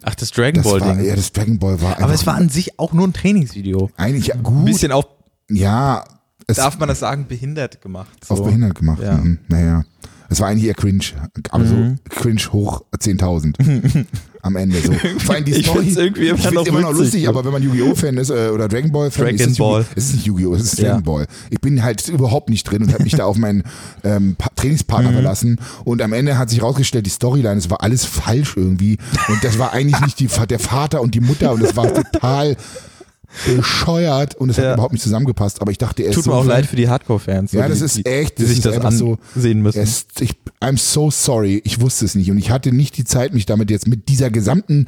Speaker 2: Ach, das Dragon
Speaker 1: das
Speaker 2: Ball
Speaker 1: war,
Speaker 2: Ding.
Speaker 1: ja, das Dragon Ball war
Speaker 2: aber
Speaker 1: einfach
Speaker 2: es war an sich auch nur ein Trainingsvideo.
Speaker 1: eigentlich ja,
Speaker 2: Ein
Speaker 1: gut.
Speaker 2: bisschen auf,
Speaker 1: Ja, es
Speaker 2: darf man das sagen, behindert gemacht. So.
Speaker 1: auf behindert gemacht.
Speaker 2: Ja. Mhm.
Speaker 1: Mhm. Naja. Es war eigentlich eher cringe, aber so cringe hoch
Speaker 2: <laughs>
Speaker 1: 10.000 am Ende. So. Vor allem die
Speaker 2: Ich
Speaker 1: Story,
Speaker 2: find's irgendwie immer
Speaker 1: ich find's
Speaker 2: noch
Speaker 1: immer noch
Speaker 2: witzig.
Speaker 1: lustig, aber wenn man Yu-Gi-Oh!-Fan ist äh, oder Dragon Ball-Fan,
Speaker 2: Dragon
Speaker 1: ist es,
Speaker 2: Ball.
Speaker 1: Yu es ist nicht Yu-Gi-Oh!, es ist
Speaker 2: Ja.
Speaker 1: Dragon Ball. Ich bin halt überhaupt nicht drin und habe mich da auf meinen ähm, Pa- Trainingspartner
Speaker 2: Mhm.
Speaker 1: verlassen und am Ende hat sich rausgestellt, die Storyline, es war alles falsch irgendwie und das war eigentlich nicht die, Fa- der Vater und die Mutter und das war
Speaker 2: <laughs>
Speaker 1: total bescheuert und es
Speaker 2: Ja.
Speaker 1: hat überhaupt nicht zusammengepasst, aber ich dachte, er ist
Speaker 2: Tut
Speaker 1: so
Speaker 2: mir auch
Speaker 1: weit-
Speaker 2: leid für die Hardcore-Fans.
Speaker 1: Ja,
Speaker 2: so,
Speaker 1: das
Speaker 2: die-
Speaker 1: ist
Speaker 2: die-
Speaker 1: echt,
Speaker 2: Die
Speaker 1: das
Speaker 2: sich
Speaker 1: ist
Speaker 2: das
Speaker 1: einfach so-
Speaker 2: ansehen müssen.
Speaker 1: ja, es- ich, I'm so sorry, ich wusste es nicht und ich hatte nicht die Zeit, mich damit jetzt mit dieser gesamten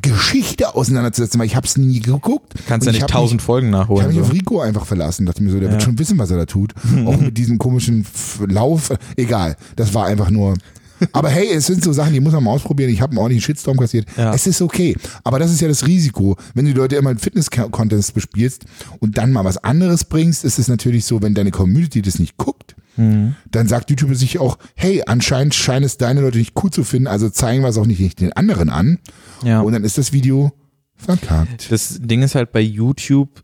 Speaker 1: Geschichte auseinanderzusetzen, weil ich habe es nie geguckt.
Speaker 2: Kannst ja
Speaker 1: Und ich
Speaker 2: nicht
Speaker 1: hab
Speaker 2: tausend Folgen
Speaker 1: Mich, ich habe
Speaker 2: nachholen.
Speaker 1: mich
Speaker 2: So.
Speaker 1: auf Rico einfach verlassen, dachte mir so, der wird
Speaker 2: Also. Ja.
Speaker 1: schon wissen, was er da tut. Auch mit diesem komischen F- Lauf, egal, das war einfach nur... Aber hey, es sind so Sachen, die muss man mal ausprobieren. Ich habe einen ordentlichen Shitstorm kassiert.
Speaker 2: Ja.
Speaker 1: Es ist okay. Aber das ist ja das Risiko. Wenn du die Leute immer in Fitness-Contents bespielst und dann mal was anderes bringst, ist es natürlich so, wenn deine Community das nicht guckt,
Speaker 2: Mhm.
Speaker 1: dann sagt YouTube sich auch, hey, anscheinend scheinen es deine Leute nicht cool zu finden, also zeigen wir es auch nicht, nicht den anderen an.
Speaker 2: Ja.
Speaker 1: Und dann ist das Video verkackt.
Speaker 2: <laughs> Das Ding ist halt bei YouTube,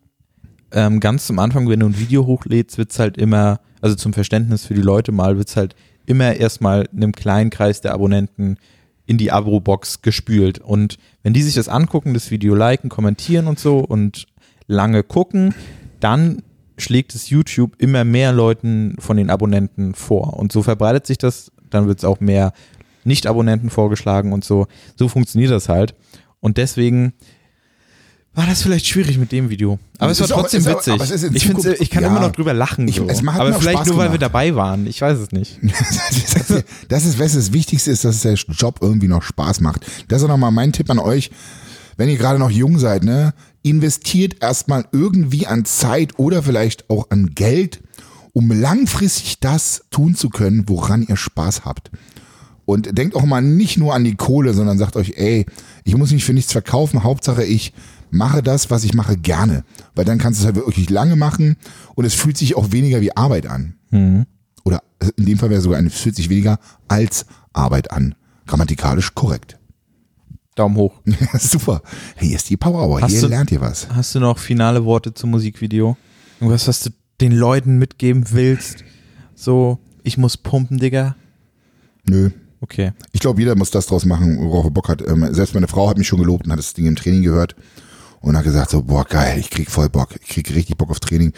Speaker 2: ähm, ganz zum Anfang, wenn du ein Video hochlädst, wird's halt immer, also zum Verständnis für die Leute mal, wird's halt immer erstmal einem kleinen Kreis der Abonnenten in die Abo-Box gespült. Und wenn die sich das angucken, das Video liken, kommentieren und so und lange gucken, dann schlägt es YouTube immer mehr Leuten von den Abonnenten vor. Und so verbreitet sich das, dann wird's auch mehr Nicht-Abonnenten vorgeschlagen und so. So funktioniert das halt. Und deswegen war das vielleicht schwierig mit dem Video. Aber es war
Speaker 1: Ist auch-
Speaker 2: trotzdem
Speaker 1: ist aber-
Speaker 2: witzig.
Speaker 1: aber es ist in
Speaker 2: ich, find's,
Speaker 1: Zukunft-
Speaker 2: ich kann
Speaker 1: ja.
Speaker 2: immer noch drüber lachen.
Speaker 1: Ich-
Speaker 2: so.
Speaker 1: es macht mir
Speaker 2: aber
Speaker 1: auch
Speaker 2: vielleicht
Speaker 1: Spaß
Speaker 2: nur, weil wir
Speaker 1: gemacht.
Speaker 2: dabei waren. Ich weiß es nicht.
Speaker 1: <laughs> das ist, was das Wichtigste ist, dass der Job irgendwie noch Spaß macht. Das ist nochmal mein Tipp an euch. Wenn ihr gerade noch jung seid, ne, investiert erstmal irgendwie an Zeit oder vielleicht auch an Geld, um langfristig das tun zu können, woran ihr Spaß habt. Und denkt auch mal nicht nur an die Kohle, sondern sagt euch, ey, ich muss mich für nichts verkaufen, Hauptsache ich mache das, was ich mache, gerne. Weil dann kannst du es halt wirklich lange machen und es fühlt sich auch weniger wie Arbeit an oder äh, in dem Fall wäre sogar eine 40 weniger als Arbeit an. Grammatikalisch korrekt. <laughs>
Speaker 2: Daumen hoch.
Speaker 1: Super. Hier ist die Power Hour.
Speaker 2: Hast
Speaker 1: Hier
Speaker 2: du-
Speaker 1: lernt ihr was.
Speaker 2: Hast du noch finale Worte zum Musikvideo? Irgendwas, was du den Leuten mitgeben willst? So, ich muss pumpen, Digga.
Speaker 1: Nö.
Speaker 2: Okay.
Speaker 1: Ich glaube, jeder muss das draus machen, worauf er Bock hat. Ähm, Selbst meine Frau hat mich schon gelobt und hat das Ding im Training gehört und hat gesagt so, boah, geil, ich krieg voll Bock. Ich krieg richtig Bock auf Training.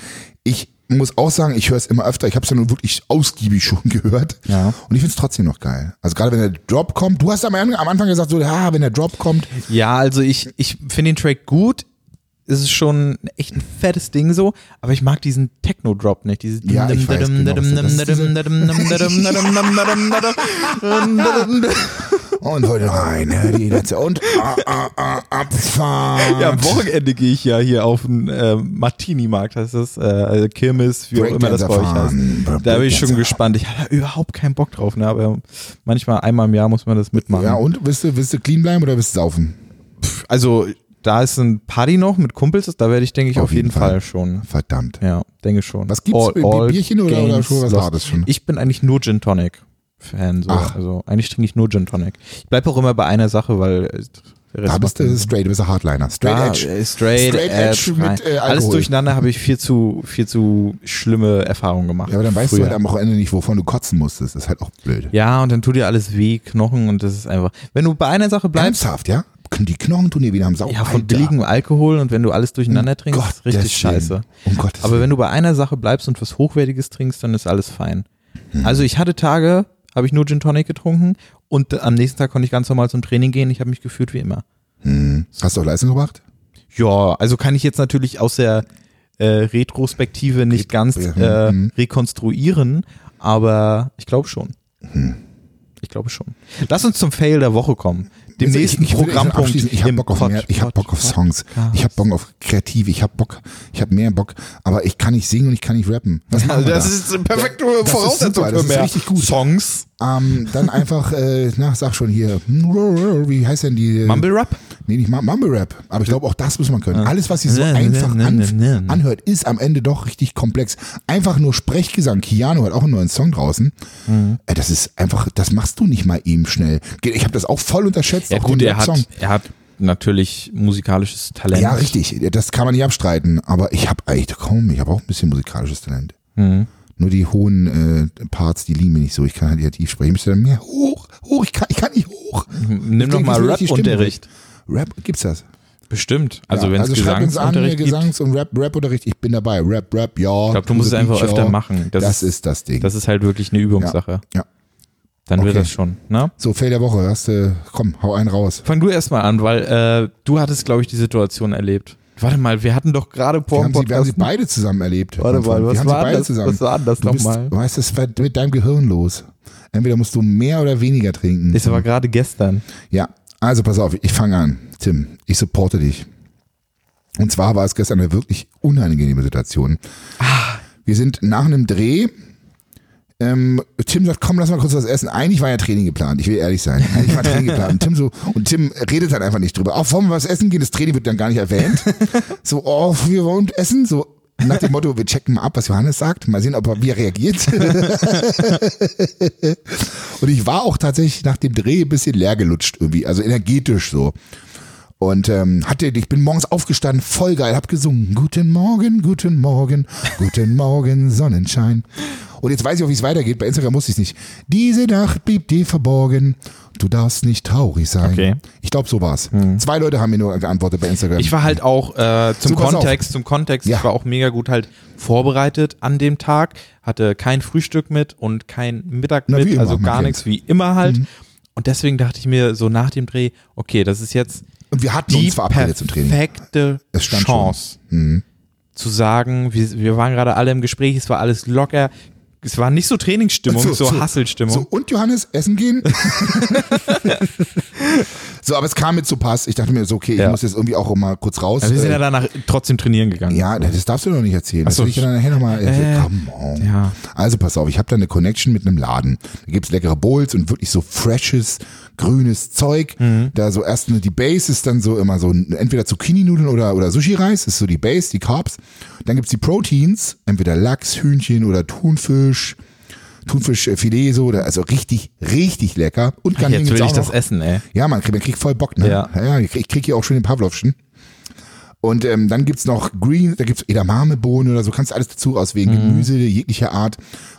Speaker 1: Ich muss auch sagen, ich höre es immer öfter. Ich habe es ja nun wirklich ausgiebig <laughs> schon gehört.
Speaker 2: Ja.
Speaker 1: Und ich finde es trotzdem noch geil. Also gerade wenn der Drop kommt. Du hast am Anfang am Anfang gesagt so, ja, wenn der Drop kommt,
Speaker 2: Ja, also ich, ich finde den Track gut. Es ist schon echt ein fettes Ding so, aber ich mag diesen Techno-Drop nicht. Dieses
Speaker 1: Ja, ich weiß genau, was das ist. Und heute noch eine, die letzte. Und ah, ah, ah, Abfahrt.
Speaker 2: Ja, am Wochenende gehe ich ja hier auf den äh, Martini-Markt, heißt das, äh, also Kirmes, wie auch immer das bei euch heißt.
Speaker 1: Breakdancer fahren.
Speaker 2: Da bin ich schon
Speaker 1: Breakdancer.
Speaker 2: gespannt. Ich habe da überhaupt keinen Bock drauf, ne? aber manchmal einmal im Jahr muss man das mitmachen.
Speaker 1: Ja, und willst du, willst du clean bleiben oder willst du saufen?
Speaker 2: also da ist ein Party noch mit Kumpels, da werde ich, denke ich, auf, jeden, Fall. schon.
Speaker 1: Verdammt.
Speaker 2: Ja, denke schon.
Speaker 1: Was gibt's? Bierchen oder- oder
Speaker 2: games
Speaker 1: schon was
Speaker 2: lost.
Speaker 1: war das schon?
Speaker 2: Ich bin eigentlich nur Gin Tonic. Fan. So.
Speaker 1: Ach.
Speaker 2: Also eigentlich trinke ich nur Gin Tonic. Ich bleibe auch immer bei einer Sache, weil äh, der Rest
Speaker 1: Da bist
Speaker 2: macht
Speaker 1: du straight, du bist ein Hardliner. Straight
Speaker 2: Da,
Speaker 1: Edge.
Speaker 2: äh, Straight,
Speaker 1: Straight Edge
Speaker 2: nein.
Speaker 1: mit, äh,
Speaker 2: Alles
Speaker 1: Alkohol.
Speaker 2: durcheinander habe ich viel zu, viel zu schlimme Erfahrungen gemacht.
Speaker 1: Ja, aber dann weißt
Speaker 2: früher.
Speaker 1: du halt am Wochenende nicht, wovon du kotzen musstest. Das ist halt auch blöd.
Speaker 2: Ja, und dann tut dir alles weh, Knochen und das ist einfach. Wenn du bei einer Sache bleibst,
Speaker 1: Ernsthaft, ja? Die Knochen tun dir wieder am Saufen.
Speaker 2: ja, von billigem Alkohol und wenn du alles
Speaker 1: Hm,
Speaker 2: durcheinander trinkst, ist richtig scheiße.
Speaker 1: Um Gottes
Speaker 2: Aber
Speaker 1: Willen.
Speaker 2: wenn du bei einer Sache bleibst und was Hochwertiges trinkst, dann ist alles fein.
Speaker 1: Hm.
Speaker 2: Also ich hatte Tage, habe ich nur Gin Tonic getrunken und am nächsten Tag konnte ich ganz normal zum Training gehen. Ich habe mich gefühlt wie immer.
Speaker 1: Hm. Hast du auch Leistung gebracht?
Speaker 2: Ja, also kann ich jetzt natürlich aus der äh, Retrospektive nicht ganz äh,
Speaker 1: mhm.
Speaker 2: rekonstruieren, aber ich glaube schon.
Speaker 1: Hm.
Speaker 2: Ich glaube schon. Lass uns zum Fail der Woche kommen. Dem
Speaker 1: Also
Speaker 2: nächsten
Speaker 1: ich, ich will jetzt noch
Speaker 2: Programmpunkt.
Speaker 1: abschließen. Ich habe
Speaker 2: im
Speaker 1: Bock auf
Speaker 2: Pod-
Speaker 1: mehr. Ich habe
Speaker 2: Pod-
Speaker 1: Bock auf Songs. Ich habe Bock auf kreativ. Ich habe Bock. Ich habe mehr Bock. Aber ich kann nicht singen und ich kann nicht rappen. Was machen wir
Speaker 2: Also Das
Speaker 1: da?
Speaker 2: ist eine perfekte
Speaker 1: Das ist
Speaker 2: Voraussetzung
Speaker 1: super, das
Speaker 2: für
Speaker 1: ist
Speaker 2: mehr
Speaker 1: richtig gut.
Speaker 2: Songs.
Speaker 1: Ähm, dann einfach, äh, na, sag schon hier. Wie heißt denn die? äh,
Speaker 2: Mumble Rap.
Speaker 1: Nee, nicht mal Mumble Rap. Aber ich glaube, auch das muss man können. Alles, was sich so
Speaker 2: Ne, ne,
Speaker 1: einfach
Speaker 2: ne, ne, ne,
Speaker 1: an,
Speaker 2: ne.
Speaker 1: anhört, ist am Ende doch richtig komplex. Einfach nur Sprechgesang. Keanu hat auch einen neuen Song draußen.
Speaker 2: Mhm.
Speaker 1: Äh, Das ist einfach, das machst du nicht mal eben schnell. Ich habe das auch voll unterschätzt.
Speaker 2: Ja
Speaker 1: auch
Speaker 2: gut,
Speaker 1: den
Speaker 2: er
Speaker 1: Song.
Speaker 2: hat, er hat natürlich musikalisches Talent.
Speaker 1: Ja, richtig. Das kann man nicht abstreiten. Aber ich habe eigentlich, komm, ich habe auch ein bisschen musikalisches Talent.
Speaker 2: Mhm.
Speaker 1: Nur die hohen äh, Parts, die liegen mir nicht so. Ich kann halt eher tief sprechen. Ich müsste dann mehr hoch, hoch, ich kann, ich kann nicht hoch.
Speaker 2: Nimm
Speaker 1: Ich
Speaker 2: doch
Speaker 1: denk,
Speaker 2: mal
Speaker 1: das will ich die Stimme
Speaker 2: Rap-Unterricht.
Speaker 1: Rap, gibt's das?
Speaker 2: Bestimmt. Also
Speaker 1: Ja,
Speaker 2: wenn es
Speaker 1: also schreibt uns an,
Speaker 2: Gesangsunterricht
Speaker 1: hier
Speaker 2: gibt.
Speaker 1: Gesangs- und Rap, Rap-Unterricht. Ich bin dabei. Rap, Rap, ja. Ich
Speaker 2: glaube, du musst es einfach öfter machen. Das
Speaker 1: Das,
Speaker 2: ist-
Speaker 1: ist das Ding.
Speaker 2: Das ist halt wirklich eine Übungssache.
Speaker 1: ja.
Speaker 2: Dann wird
Speaker 1: Okay.
Speaker 2: das schon. Ne?
Speaker 1: So, Fail der Woche. Hast, äh, komm, hau einen raus.
Speaker 2: Fang du erstmal an, weil äh, du hattest, glaube ich, die Situation erlebt. Warte mal, wir hatten doch gerade
Speaker 1: Wir
Speaker 2: vor
Speaker 1: haben, sie, wir haben sie beide zusammen erlebt.
Speaker 2: ne? Warte mal, was
Speaker 1: wir haben sie
Speaker 2: war
Speaker 1: beide
Speaker 2: das?
Speaker 1: zusammen.
Speaker 2: Was war das
Speaker 1: du bist,
Speaker 2: nochmal?
Speaker 1: du weißt, das war mit deinem Gehirn los. Entweder musst du mehr oder weniger trinken.
Speaker 2: Ist aber gerade gestern.
Speaker 1: Ja, also pass auf, ich fange an. Tim, ich supporte dich. Und zwar war es gestern eine wirklich unangenehme Situation. Wir sind nach einem Dreh. Ähm, Tim sagt, komm, lass mal kurz was essen. Eigentlich war ja Training geplant, ich will ehrlich sein. Eigentlich war Training geplant. Und Tim so, und Tim redet halt einfach nicht drüber. Auch wollen wir was essen gehen, das Training wird dann gar nicht erwähnt. So, oh, wir wollen essen. So, nach dem Motto, wir checken mal ab, was Johannes sagt. Mal sehen, ob er wie er reagiert. <laughs> Und ich war auch tatsächlich nach dem Dreh ein bisschen leer gelutscht irgendwie, also energetisch so. Und ähm, hatte, ich bin morgens aufgestanden, voll geil, hab gesungen, guten Morgen, guten Morgen, guten Morgen, Sonnenschein. Und jetzt weiß ich auch, wie es weitergeht, bei Instagram muss ich nicht. Diese Nacht blieb dir verborgen, du darfst nicht traurig sein.
Speaker 2: Okay. Hm.
Speaker 1: Ich glaube, so war's. Zwei Leute haben mir nur geantwortet bei Instagram.
Speaker 2: Ich war halt auch äh, zum
Speaker 1: So, pass auf.
Speaker 2: Kontext, zum Kontext,
Speaker 1: Ja.
Speaker 2: ich war auch mega gut halt vorbereitet an dem Tag, hatte kein Frühstück mit und kein Mittag
Speaker 1: Na, wie
Speaker 2: mit,
Speaker 1: immer, Mhm.
Speaker 2: also
Speaker 1: man
Speaker 2: gar
Speaker 1: kennt's.
Speaker 2: nichts wie immer halt. Und deswegen dachte ich mir so nach dem Dreh, okay, das ist jetzt
Speaker 1: Und wir hatten
Speaker 2: die
Speaker 1: uns verabredet zum Training.
Speaker 2: perfekte
Speaker 1: Es Mhm. stand
Speaker 2: Chance zu sagen, wir, wir waren gerade alle im Gespräch, es war alles locker, es war nicht so Trainingsstimmung, so, Hasselstimmung.
Speaker 1: Also So, und Johannes, essen
Speaker 2: <laughs>
Speaker 1: gehen? so, aber es kam mir zu Pass. Ich dachte mir so, okay, ich
Speaker 2: Ja.
Speaker 1: muss jetzt irgendwie auch mal kurz raus.
Speaker 2: Aber wir sind
Speaker 1: Äh,
Speaker 2: ja danach trotzdem trainieren gegangen.
Speaker 1: ja, das darfst du doch nicht erzählen. Das
Speaker 2: so. Äh,
Speaker 1: will ich dir dann nachher nochmal erzählen. Come on.
Speaker 2: ja.
Speaker 1: Also pass auf, ich habe da eine Connection mit einem Laden. Da gibt's leckere Bowls und wirklich so freshes, grünes Zeug.
Speaker 2: Mhm.
Speaker 1: Da so erst eine- die Base ist dann so immer so n- entweder Zucchini-Nudeln oder, oder Sushi-Reis, ist so die Base, die Carbs. Dann gibt's die Proteins, entweder Lachs, Hühnchen oder Thunfisch. Thunfischfilet so, oder, also richtig, richtig lecker. Und dann
Speaker 2: Jetzt
Speaker 1: gibt's
Speaker 2: will
Speaker 1: auch
Speaker 2: ich das
Speaker 1: noch-
Speaker 2: essen, ey.
Speaker 1: ja, man kriegt, man kriegt voll Bock, ne?
Speaker 2: Ja.
Speaker 1: ja ich, krieg, ich krieg hier auch schon den Pavlovschen. Und ähm, dann gibt's noch Green, da gibt's Edamamebohnen oder so, kannst alles dazu auswählen,
Speaker 2: Mhm.
Speaker 1: Gemüse jeglicher Art.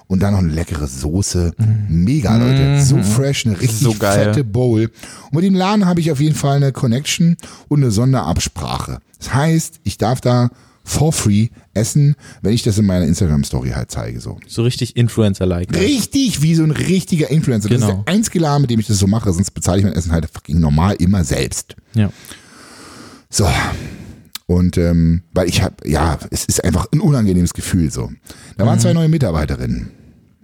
Speaker 1: Und dann noch eine leckere Soße. Mega, Leute. So fresh, eine richtig
Speaker 2: Mhm. So geil.
Speaker 1: fette Bowl. Und mit dem Laden habe ich auf jeden Fall eine Connection und eine Sonderabsprache. Das heißt, ich darf da for free essen, wenn ich das in meiner Instagram-Story halt zeige. so.
Speaker 2: So richtig Influencer-like.
Speaker 1: Richtig wie so ein richtiger Influencer. Das
Speaker 2: Genau.
Speaker 1: ist der einzige Laden, mit dem ich das so mache, sonst bezahle ich mein Essen halt fucking normal immer selbst.
Speaker 2: Ja.
Speaker 1: So. Und ähm, weil ich habe, ja, es ist einfach ein unangenehmes Gefühl so. Da waren zwei neue Mitarbeiterinnen.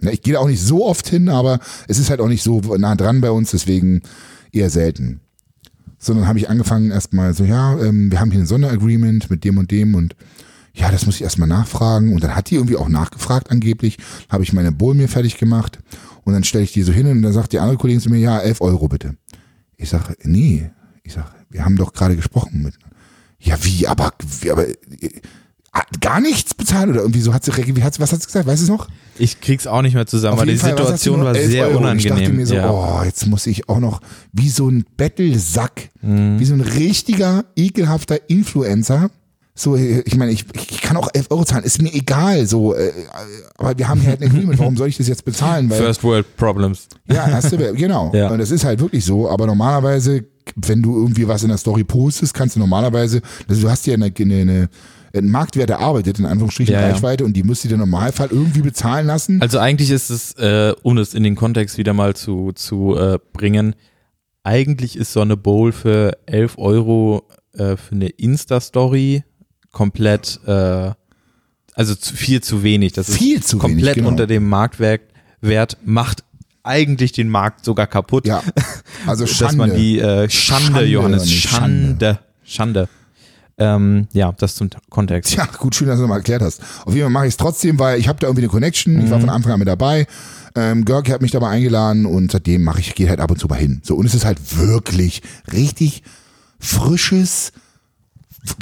Speaker 1: Na, ich gehe da auch nicht so oft hin, aber es ist halt auch nicht so nah dran bei uns, deswegen eher selten. Sondern habe ich angefangen erstmal so, ja, ähm, wir haben hier ein Sonderagreement mit dem und dem und ja, das muss ich erstmal nachfragen. Und dann hat die irgendwie auch nachgefragt angeblich, habe ich meine Bowl mir fertig gemacht und dann stelle ich die so hin und dann sagt die andere Kollegin zu mir, ja, 11 Euro bitte. Ich sage, nee. Ich sage, wir haben doch gerade gesprochen mit. Ja, wie, äh, aber, wie, aber äh, gar nichts bezahlt oder irgendwie so hat sie, reagiert. wie hat, sie- was hat sie gesagt? Weißt du es noch?
Speaker 2: Ich krieg's auch nicht mehr zusammen,
Speaker 1: Auf
Speaker 2: weil die
Speaker 1: jeden Fall, was hast du
Speaker 2: Situation
Speaker 1: nur?
Speaker 2: war
Speaker 1: 11
Speaker 2: sehr
Speaker 1: Euro.
Speaker 2: unangenehm.
Speaker 1: Ich dachte mir so,
Speaker 2: ja.
Speaker 1: oh, jetzt muss ich auch noch wie so ein Bettelsack,
Speaker 2: Mhm.
Speaker 1: wie so ein richtiger, ekelhafter Influencer. So, äh, ich meine, ich, ich kann auch 11 Euro zahlen, ist mir egal, so, äh, aber wir haben hier halt ein Agreement, warum soll ich das jetzt bezahlen?
Speaker 2: <laughs>
Speaker 1: Weil,
Speaker 2: First World Problems.
Speaker 1: ja, hast du, genau.
Speaker 2: Ja.
Speaker 1: Und das ist halt wirklich so, aber normalerweise, wenn du irgendwie was in der Story postest, kannst du normalerweise, also du hast ja eine, eine, eine einen Marktwert erarbeitet, in Anführungsstrichen
Speaker 2: Ja, ja.
Speaker 1: Reichweite, und die musst du dir im Normalfall irgendwie bezahlen lassen.
Speaker 2: Also eigentlich ist es, äh, um es in den Kontext wieder mal zu, zu äh, bringen, eigentlich ist so eine Bowl für 11 Euro äh, für eine Insta-Story komplett, äh, also zu, viel zu wenig. Das ist
Speaker 1: Viel zu
Speaker 2: komplett
Speaker 1: wenig, genau.
Speaker 2: unter dem Marktwert, Wert, macht eigentlich den Markt sogar kaputt. <laughs>
Speaker 1: Ja, also Schande.
Speaker 2: dass man die äh, Schande,
Speaker 1: Schande,
Speaker 2: Johannes,
Speaker 1: nicht
Speaker 2: Schande,
Speaker 1: Schande.
Speaker 2: Schande. Ähm, ja, das zum
Speaker 1: <laughs>
Speaker 2: Kontext.
Speaker 1: Tja, gut, schön, dass du nochmal erklärt hast. Auf jeden Fall mache ich es trotzdem, weil ich habe da irgendwie eine Connection. Ich
Speaker 2: Mhm.
Speaker 1: war von Anfang an mit dabei. Ähm, Görg hat mich dabei eingeladen und seitdem mache ich, gehe halt ab und zu mal hin. So, und es ist halt wirklich richtig frisches,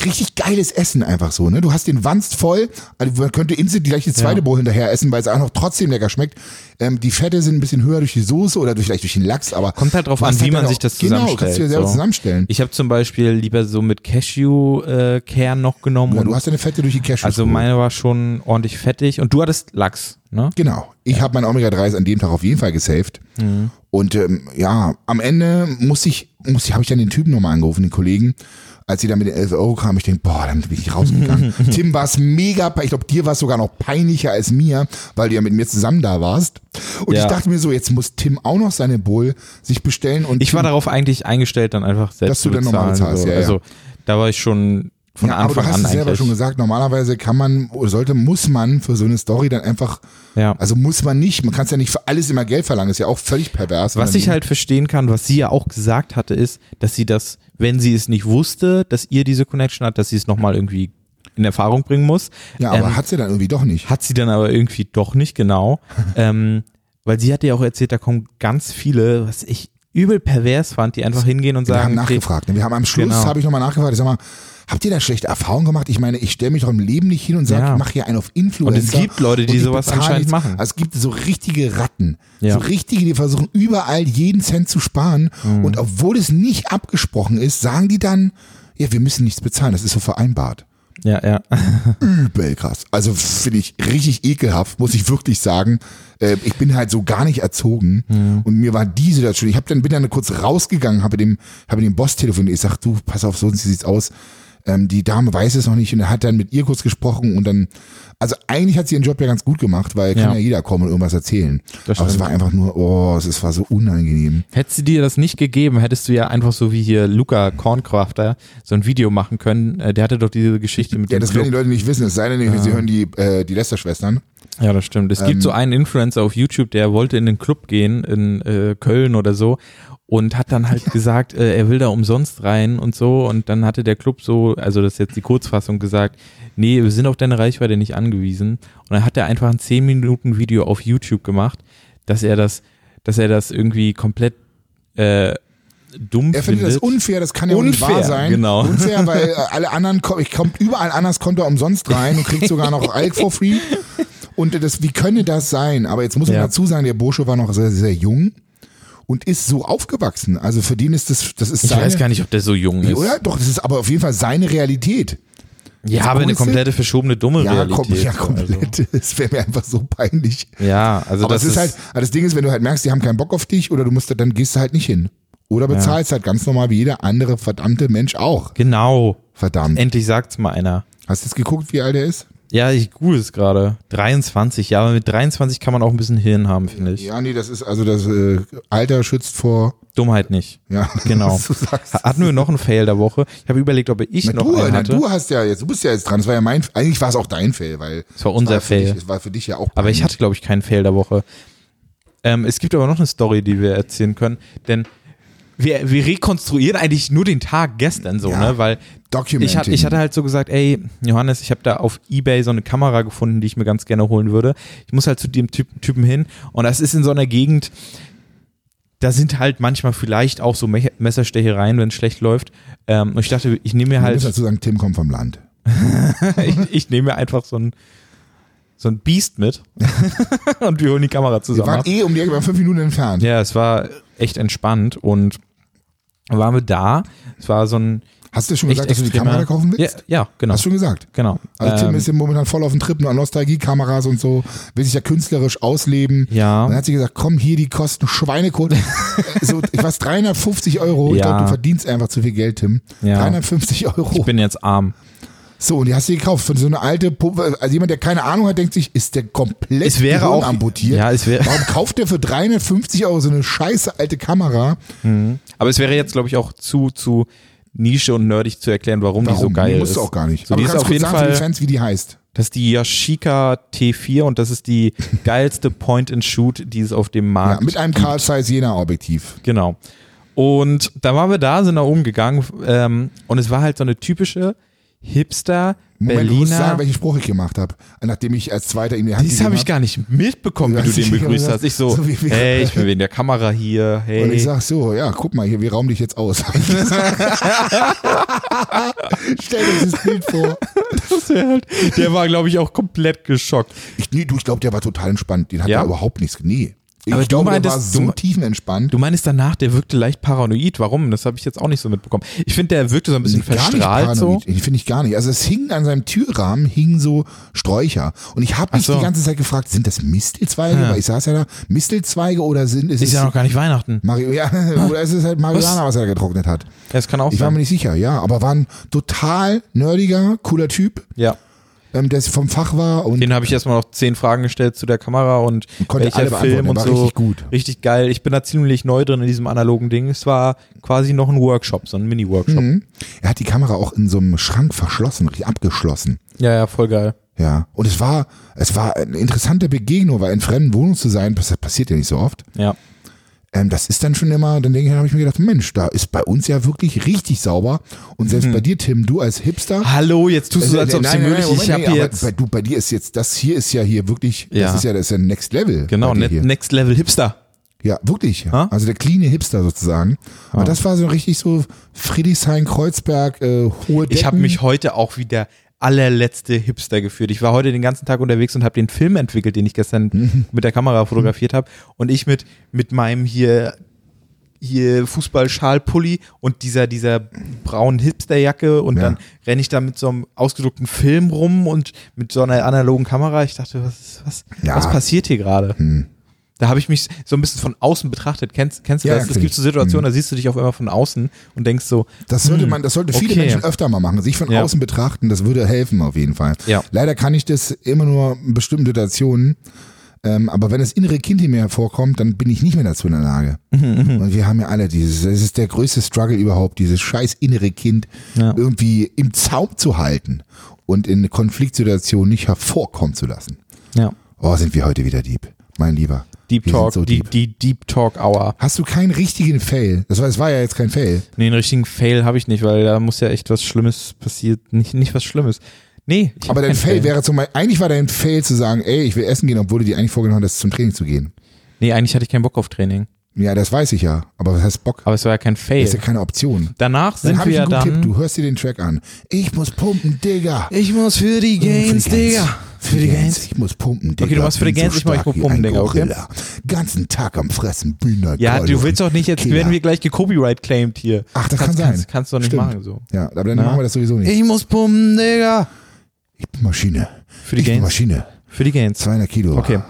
Speaker 1: richtig geiles Essen einfach so. Ne? Du hast den Wanst voll, also man könnte instant gleich die zweite
Speaker 2: Ja.
Speaker 1: Bowl hinterher essen, weil es auch noch trotzdem lecker schmeckt. Ähm, die Fette sind ein bisschen höher durch die Soße oder durch, vielleicht durch den Lachs, aber
Speaker 2: Kommt halt drauf
Speaker 1: du hast
Speaker 2: an, wie man
Speaker 1: dann
Speaker 2: sich
Speaker 1: auch-
Speaker 2: das
Speaker 1: Genau, kannst du dir
Speaker 2: zusammenstellt,
Speaker 1: selber
Speaker 2: so.
Speaker 1: zusammenstellen.
Speaker 2: Ich habe zum Beispiel lieber so mit Cashew-Kern noch genommen.
Speaker 1: Ja,
Speaker 2: und-
Speaker 1: du hast deine Fette durch die Cashews.
Speaker 2: also
Speaker 1: geholt.
Speaker 2: meine war schon ordentlich fettig und du hattest Lachs, ne?
Speaker 1: Genau. Ich habe mein Omega-3 an dem Tag auf jeden Fall gesaved.
Speaker 2: Mhm.
Speaker 1: Und ähm, ja, am Ende muss ich, muss ich, habe ich dann den Typen nochmal angerufen, den Kollegen. Als sie dann mit den 11 Euro kamen, ich denke, boah, dann bin ich
Speaker 2: <laughs>
Speaker 1: rausgegangen. Tim war es mega, pe- ich glaube, dir war es sogar noch peinlicher als mir, weil du ja mit mir zusammen da warst. Und
Speaker 2: Ja.
Speaker 1: ich dachte mir so, jetzt muss Tim auch noch seine Bowl sich bestellen. Und
Speaker 2: Ich war
Speaker 1: Tim-
Speaker 2: darauf eigentlich eingestellt, dann einfach selbst
Speaker 1: Hm. Dass du
Speaker 2: zu
Speaker 1: dann normal
Speaker 2: bezahlen.
Speaker 1: bezahlst,
Speaker 2: so.
Speaker 1: ja, ja.
Speaker 2: Also da war ich schon von
Speaker 1: ja,
Speaker 2: Anfang
Speaker 1: aber du hast
Speaker 2: an
Speaker 1: es selber
Speaker 2: eigentlich.
Speaker 1: schon gesagt, normalerweise kann man, oder sollte, muss man für so eine Story dann einfach,
Speaker 2: ja.
Speaker 1: also muss man nicht, man kann es ja nicht für alles immer Geld verlangen, ist ja auch völlig pervers.
Speaker 2: Was ich halt verstehen kann, was sie ja auch gesagt hatte, ist, dass sie das, wenn sie es nicht wusste, dass ihr diese Connection hat, dass sie es nochmal irgendwie in Erfahrung bringen muss.
Speaker 1: Ja, aber
Speaker 2: ähm,
Speaker 1: hat sie dann irgendwie doch nicht.
Speaker 2: Hat sie dann aber irgendwie doch
Speaker 1: <laughs>
Speaker 2: nicht genau. ähm, weil sie hat ja auch erzählt, da kommen ganz viele, was ich übel pervers fand, die einfach hingehen und
Speaker 1: wir haben
Speaker 2: sagen, okay,
Speaker 1: nachgefragt. ne? Wir haben am Schluss,
Speaker 2: Genau.
Speaker 1: habe ich nochmal nachgefragt, ich sag mal, habt ihr da schlechte Erfahrungen gemacht? Ich meine, ich stelle mich doch im Leben nicht hin und sage,
Speaker 2: Ja.
Speaker 1: ich mache hier einen auf Influencer.
Speaker 2: Und es gibt Leute, die
Speaker 1: und ich
Speaker 2: sowas
Speaker 1: bezahle
Speaker 2: anscheinend
Speaker 1: nichts.
Speaker 2: machen.
Speaker 1: Also es gibt so richtige Ratten.
Speaker 2: Ja.
Speaker 1: So richtige, die versuchen überall jeden Cent zu sparen.
Speaker 2: Mhm.
Speaker 1: Und obwohl es nicht abgesprochen ist, sagen die dann, ja, wir müssen nichts bezahlen. Das ist so vereinbart.
Speaker 2: ja, ja.
Speaker 1: übel krass. Also finde ich richtig ekelhaft, muss ich wirklich sagen. Äh, ich bin halt so gar nicht erzogen und mir war die Situation. Ich habe dann bin dann kurz rausgegangen, habe dem habe dem Boss telefoniert. Ich sag, du pass auf, so sieht's aus. Ähm, die Dame weiß es noch nicht und er hat dann mit ihr kurz gesprochen und dann, also eigentlich hat sie ihren Job ja ganz gut gemacht, weil
Speaker 2: Ja.
Speaker 1: kann ja jeder kommen und irgendwas erzählen.
Speaker 2: Das
Speaker 1: Aber es
Speaker 2: stimmt.
Speaker 1: war einfach nur, oh, es ist- war so unangenehm.
Speaker 2: <laughs> Hättest du dir das nicht gegeben, hättest du ja einfach so wie hier Luca Kornkrafter so ein Video machen können. Äh, Der hatte doch diese Geschichte mit
Speaker 1: Ja,
Speaker 2: dem
Speaker 1: das
Speaker 2: Club.
Speaker 1: werden die Leute nicht wissen, es sei denn, sie hören die, äh, die Lester-Schwestern.
Speaker 2: Ja, das stimmt. Es
Speaker 1: Ähm.
Speaker 2: gibt so einen Influencer auf YouTube, der wollte in den Club gehen, in äh, Köln oder so, und
Speaker 1: <laughs>
Speaker 2: hat dann halt gesagt, äh, er will da umsonst rein und so. Und dann hatte der Club so, also das ist jetzt die Kurzfassung gesagt, nee, wir sind auf deine Reichweite nicht angewiesen. Und dann hat er einfach ein 10-Minuten-Video auf YouTube gemacht, dass er das, dass er das irgendwie komplett äh, dumm
Speaker 1: Er findet
Speaker 2: findet.
Speaker 1: das unfair, das kann ja
Speaker 2: Unfair,
Speaker 1: auch nicht wahr sein.
Speaker 2: genau.
Speaker 1: Unfair,
Speaker 2: <laughs>
Speaker 1: weil äh, alle anderen, ko- ich kommt überall anders, kommt er umsonst rein und kriegt sogar noch Alk for free. Und äh, das, wie könne das sein? Aber jetzt muss man
Speaker 2: Ja.
Speaker 1: dazu sagen, der Bursche war noch sehr, sehr jung und ist so aufgewachsen. Also für den ist das, das ist
Speaker 2: ich
Speaker 1: seine,
Speaker 2: weiß gar nicht, ob der so jung ist.
Speaker 1: oder? Doch, das ist aber auf jeden Fall seine Realität.
Speaker 2: Ja, aber eine
Speaker 1: Größe?
Speaker 2: komplette verschobene dumme
Speaker 1: Ja,
Speaker 2: Realität.
Speaker 1: kom ja komplett. Es wäre mir einfach so peinlich.
Speaker 2: Also, ja, also
Speaker 1: Aber
Speaker 2: das
Speaker 1: es ist halt, also das Ding ist, wenn du halt merkst, die haben keinen Bock auf dich oder du musst, da- dann gehst du halt nicht hin. Oder bezahlst halt ganz normal wie jeder andere verdammte Mensch auch.
Speaker 2: genau.
Speaker 1: Verdammt.
Speaker 2: Endlich sagt's mal einer.
Speaker 1: Hast du jetzt geguckt, wie alt er ist?
Speaker 2: Ja, ich google es gerade. 23, ja, aber mit 23 kann man auch ein bisschen Hirn haben, finde ich.
Speaker 1: Ja, nee, das ist also das äh, Alter schützt vor.
Speaker 2: Dummheit nicht.
Speaker 1: Ja,
Speaker 2: <laughs> Genau.
Speaker 1: was <laughs> du sagst.
Speaker 2: Ha- Hatten wir noch einen Fail der Woche? Ich habe überlegt, ob ich
Speaker 1: Na,
Speaker 2: noch
Speaker 1: du,
Speaker 2: einen
Speaker 1: na,
Speaker 2: hatte.
Speaker 1: du hast ja jetzt, du bist ja jetzt dran. Das war ja mein, eigentlich war es auch dein Fail, weil
Speaker 2: Es war unser
Speaker 1: für dich-
Speaker 2: Fail.
Speaker 1: Es war für dich ja auch.
Speaker 2: aber ich
Speaker 1: peinlich.
Speaker 2: hatte, glaube ich, keinen Fail der Woche. Ähm, es gibt aber noch eine Story, die wir erzählen können, denn wir, wir rekonstruieren eigentlich nur den Tag gestern so,
Speaker 1: Ja.
Speaker 2: ne? Weil
Speaker 1: Documenting.
Speaker 2: ich, hat, ich hatte halt so gesagt, ey, Johannes, ich habe da auf Ebay so eine Kamera gefunden, die ich mir ganz gerne holen würde. Ich muss halt zu dem Typen, Typen hin und das ist in so einer Gegend, da sind halt manchmal vielleicht auch so Me Messerstechereien, wenn es schlecht läuft. Ähm, und ich dachte,
Speaker 1: <laughs>
Speaker 2: ich nehme mir
Speaker 1: Man muss
Speaker 2: halt,
Speaker 1: dazu sagen, Tim kommt vom Land.
Speaker 2: ich, ich nehme mir einfach so ein so ein Biest mit <laughs> und wir holen die Kamera
Speaker 1: Wir
Speaker 2: zusammen.
Speaker 1: waren
Speaker 2: ab.
Speaker 1: eh um die Ecke, wir waren fünf Minuten entfernt.
Speaker 2: Ja, es war echt entspannt und dann waren wir da. Es war so ein
Speaker 1: Hast du schon
Speaker 2: echt
Speaker 1: gesagt, dass du die
Speaker 2: extremer-
Speaker 1: Kamera kaufen willst?
Speaker 2: Ja, ja genau.
Speaker 1: Hast du schon gesagt.
Speaker 2: genau.
Speaker 1: Also Tim
Speaker 2: Ähm,
Speaker 1: ist ja momentan voll auf dem Trip, nur an Nostalgie-Kameras und so, will sich ja künstlerisch ausleben.
Speaker 2: Ja.
Speaker 1: Und dann hat sie gesagt, komm hier, die kosten
Speaker 2: <laughs>
Speaker 1: Schweinekohle. so, ich weiß, 350 Euro. Ich
Speaker 2: Ja.
Speaker 1: glaube, du verdienst einfach zu viel Geld, Tim.
Speaker 2: Ja.
Speaker 1: 350 Euro.
Speaker 2: ich bin jetzt arm.
Speaker 1: so, und die hast du gekauft. Von so einer alte Puppe, also jemand, der keine Ahnung hat, denkt sich, ist der komplett
Speaker 2: Es wäre auch-
Speaker 1: amputiert.
Speaker 2: Ja, es wäre-
Speaker 1: Warum kauft der für 350 Euro so eine scheiße alte Kamera?
Speaker 2: Aber es wäre jetzt, glaube ich, auch zu, zu Nische und nerdig zu erklären, warum,
Speaker 1: Warum?
Speaker 2: die so geil
Speaker 1: Musst
Speaker 2: ist.
Speaker 1: du auch gar nicht.
Speaker 2: So,
Speaker 1: Aber
Speaker 2: die
Speaker 1: du
Speaker 2: ist
Speaker 1: kannst
Speaker 2: auf
Speaker 1: kurz
Speaker 2: jeden
Speaker 1: sagen für die
Speaker 2: Fall,
Speaker 1: Fans, wie die heißt.
Speaker 2: das ist die Yashica T4 und das
Speaker 1: <laughs>
Speaker 2: ist die geilste Point-and-Shoot, die es auf dem
Speaker 1: Ja,
Speaker 2: Markt
Speaker 1: mit einem Carl Zeiss Jena Objektiv.
Speaker 2: Genau. Und da waren wir da, sind nach oben gegangen ähm, und es war halt so eine typische Hipster
Speaker 1: Moment, du musst
Speaker 2: Berliner.
Speaker 1: sagen, welchen Spruch ich gemacht habe, nachdem ich als Zweiter ihm die Hand
Speaker 2: das
Speaker 1: gegeben
Speaker 2: habe ich
Speaker 1: hab.
Speaker 2: gar nicht mitbekommen, wie
Speaker 1: Du
Speaker 2: du
Speaker 1: hast <laughs>
Speaker 2: den
Speaker 1: dich
Speaker 2: begrüßt
Speaker 1: immer
Speaker 2: hast. Ich so,
Speaker 1: so wie wir-
Speaker 2: hey, ich bin wegen der Kamera hier, hey.
Speaker 1: Und ich sag so, ja, guck mal hier, wir rauben dich jetzt aus. Stell dir dieses Bild vor.
Speaker 2: <laughs> Das wär halt, der war, glaube ich, auch komplett geschockt.
Speaker 1: Ich, nee, du, ich glaube, der war total entspannt. Den hat
Speaker 2: Ja?
Speaker 1: er überhaupt nichts. Nee. Ich
Speaker 2: Aber du
Speaker 1: glaube, der
Speaker 2: meintest,
Speaker 1: war
Speaker 2: du
Speaker 1: so
Speaker 2: me-
Speaker 1: tiefenentspannt.
Speaker 2: Du meinst danach, der wirkte leicht paranoid. Warum? Das habe ich jetzt auch nicht so mitbekommen. Ich finde, der wirkte so ein bisschen verstrahlt so.
Speaker 1: paranoid. Finde ich gar nicht. Also es hing an seinem Türrahmen, hingen so Sträucher. Und ich habe mich
Speaker 2: Ach so.
Speaker 1: die ganze Zeit gefragt, sind das Mistelzweige?
Speaker 2: Ja.
Speaker 1: Weil ich saß ja da, Mistelzweige oder sind es
Speaker 2: Ist ja noch gar nicht Weihnachten.
Speaker 1: Mario, ja, <laughs> oder ist es halt Marihuana, was? er getrocknet hat?
Speaker 2: Das kann auch
Speaker 1: Ich war mir
Speaker 2: sein.
Speaker 1: nicht sicher, ja, aber war ein total nerdiger, cooler Typ,
Speaker 2: Ja.
Speaker 1: ähm, der vom Fach war und
Speaker 2: Den habe ich erstmal noch zehn Fragen gestellt zu der Kamera und
Speaker 1: konnte
Speaker 2: welcher
Speaker 1: alle beantworten.
Speaker 2: Film
Speaker 1: Der
Speaker 2: und
Speaker 1: war
Speaker 2: so.
Speaker 1: richtig gut.
Speaker 2: Richtig geil. Ich bin da ziemlich neu drin in diesem analogen Ding. Es war quasi noch ein Workshop, so ein Mini-Workshop.
Speaker 1: Mhm. er hat die Kamera auch in so einem Schrank verschlossen, richtig abgeschlossen.
Speaker 2: Ja, ja, voll geil.
Speaker 1: Ja, und es war, es war eine interessante Begegnung, weil in fremden Wohnungen zu sein, das passiert ja nicht so oft.
Speaker 2: Ja.
Speaker 1: Ähm, das ist dann schon immer, dann denke ich, habe ich mir gedacht, Mensch, da ist bei uns ja wirklich richtig sauber. Und selbst bei dir, Tim, du als Hipster,
Speaker 2: Hallo, jetzt tust Mhm. du so, als ob es dir
Speaker 1: Äh, Nein, nein,
Speaker 2: möglich
Speaker 1: nein,
Speaker 2: ist. Ich
Speaker 1: Moment,
Speaker 2: habe
Speaker 1: nee, aber
Speaker 2: jetzt.
Speaker 1: Bei, du, bei dir ist jetzt, das hier ist ja hier wirklich,
Speaker 2: Ja.
Speaker 1: das ist ja das ist ja Next Level.
Speaker 2: Genau,
Speaker 1: bei dir
Speaker 2: ne,
Speaker 1: hier.
Speaker 2: Next Level Hipster.
Speaker 1: Ja, wirklich.
Speaker 2: Ha? Ah.
Speaker 1: Also der cleane Hipster sozusagen. Aber das war so richtig so Friedrichshain, Kreuzberg, äh, hohe Decken.
Speaker 2: Ich habe mich heute auch wie der allerletzte Hipster gefühlt. Ich war heute den ganzen Tag unterwegs und habe den Film entwickelt, den
Speaker 1: <laughs>
Speaker 2: ich gestern
Speaker 1: Mhm.
Speaker 2: mit der Kamera fotografiert habe. Und ich mit, mit meinem hier, hier Fußballschalpulli und dieser, dieser braunen Hipsterjacke und
Speaker 1: Ja.
Speaker 2: dann renne ich da mit so einem ausgedruckten Film rum und mit so einer analogen Kamera. Ich dachte, was, ist- was,
Speaker 1: Ja. Hm.
Speaker 2: was passiert hier gerade? Da habe ich mich so ein bisschen von außen betrachtet. Kennst, kennst du
Speaker 1: Ja, Hm.
Speaker 2: das?
Speaker 1: ja,
Speaker 2: Es
Speaker 1: kenn
Speaker 2: gibt so Situationen, da siehst du dich auf einmal von außen und denkst so,
Speaker 1: das sollte man, das sollte viele
Speaker 2: Hm. okay.
Speaker 1: Menschen öfter mal machen. Sich von
Speaker 2: Ja.
Speaker 1: außen betrachten, das würde helfen auf jeden Fall.
Speaker 2: Ja.
Speaker 1: Leider kann ich das immer nur in bestimmten Situationen. Ähm, aber wenn das innere Kind in mir hervorkommt, dann bin ich nicht mehr dazu in der Lage.
Speaker 2: Mhm.
Speaker 1: Und wir haben ja alle dieses, es ist der größte Struggle überhaupt, dieses scheiß innere Kind
Speaker 2: Ja.
Speaker 1: irgendwie im Zaum zu halten und in Konfliktsituationen nicht hervorkommen zu lassen.
Speaker 2: ja.
Speaker 1: Oh, sind wir heute wieder deep, mein Lieber.
Speaker 2: Deep
Speaker 1: wir
Speaker 2: Talk,
Speaker 1: Sind so
Speaker 2: die,
Speaker 1: deep.
Speaker 2: die Deep Talk Hour.
Speaker 1: Hast du keinen richtigen Fail? Das war, es war ja jetzt kein Fail.
Speaker 2: Nee, einen richtigen Fail habe ich nicht, weil da muss ja echt was Schlimmes passiert. Nicht, nicht was Schlimmes. Nee, ich hab
Speaker 1: Aber dein
Speaker 2: keinen
Speaker 1: Fail, wäre zum Beispiel, eigentlich war dein Fail zu sagen, ey, ich will essen gehen, obwohl du dir eigentlich vorgenommen hast, zum Training zu gehen.
Speaker 2: Nee, eigentlich hatte ich keinen Bock auf Training.
Speaker 1: Ja, das weiß ich ja. Aber was heißt Bock?
Speaker 2: Aber es war ja kein
Speaker 1: Das ist ja
Speaker 2: Fail.
Speaker 1: keine Option.
Speaker 2: Danach
Speaker 1: Dann
Speaker 2: sind
Speaker 1: hab
Speaker 2: wir
Speaker 1: ich
Speaker 2: ja
Speaker 1: einen guten Tipp.
Speaker 2: dann.
Speaker 1: Du hörst dir den Track an. Ich muss pumpen, Digga.
Speaker 2: Ich muss für die Gains,
Speaker 1: Für die Gains.
Speaker 2: Digga.
Speaker 1: Für die Gains. Ich muss pumpen, Digga.
Speaker 2: du machst für die
Speaker 1: Bin
Speaker 2: Gains, ich mach- ich
Speaker 1: stark
Speaker 2: muss
Speaker 1: wie
Speaker 2: pumpen,
Speaker 1: ein
Speaker 2: Digga, okay?
Speaker 1: Gorilla. Ganzen Tag am Fressen, Bühne.
Speaker 2: Ja, du willst doch nicht, jetzt
Speaker 1: Killer.
Speaker 2: werden wir gleich gecopyright claimed hier.
Speaker 1: Ach, das
Speaker 2: kannst,
Speaker 1: kann sein.
Speaker 2: Kannst, kannst du doch nicht
Speaker 1: Stimmt.
Speaker 2: machen so.
Speaker 1: Ja, aber dann
Speaker 2: Na?
Speaker 1: machen wir das sowieso nicht.
Speaker 2: Ich muss pumpen, Digga.
Speaker 1: Ich bin Maschine.
Speaker 2: Für die
Speaker 1: ich bin
Speaker 2: Gains.
Speaker 1: Maschine.
Speaker 2: Für die Gains.
Speaker 1: 200 Kilo.
Speaker 2: Okay.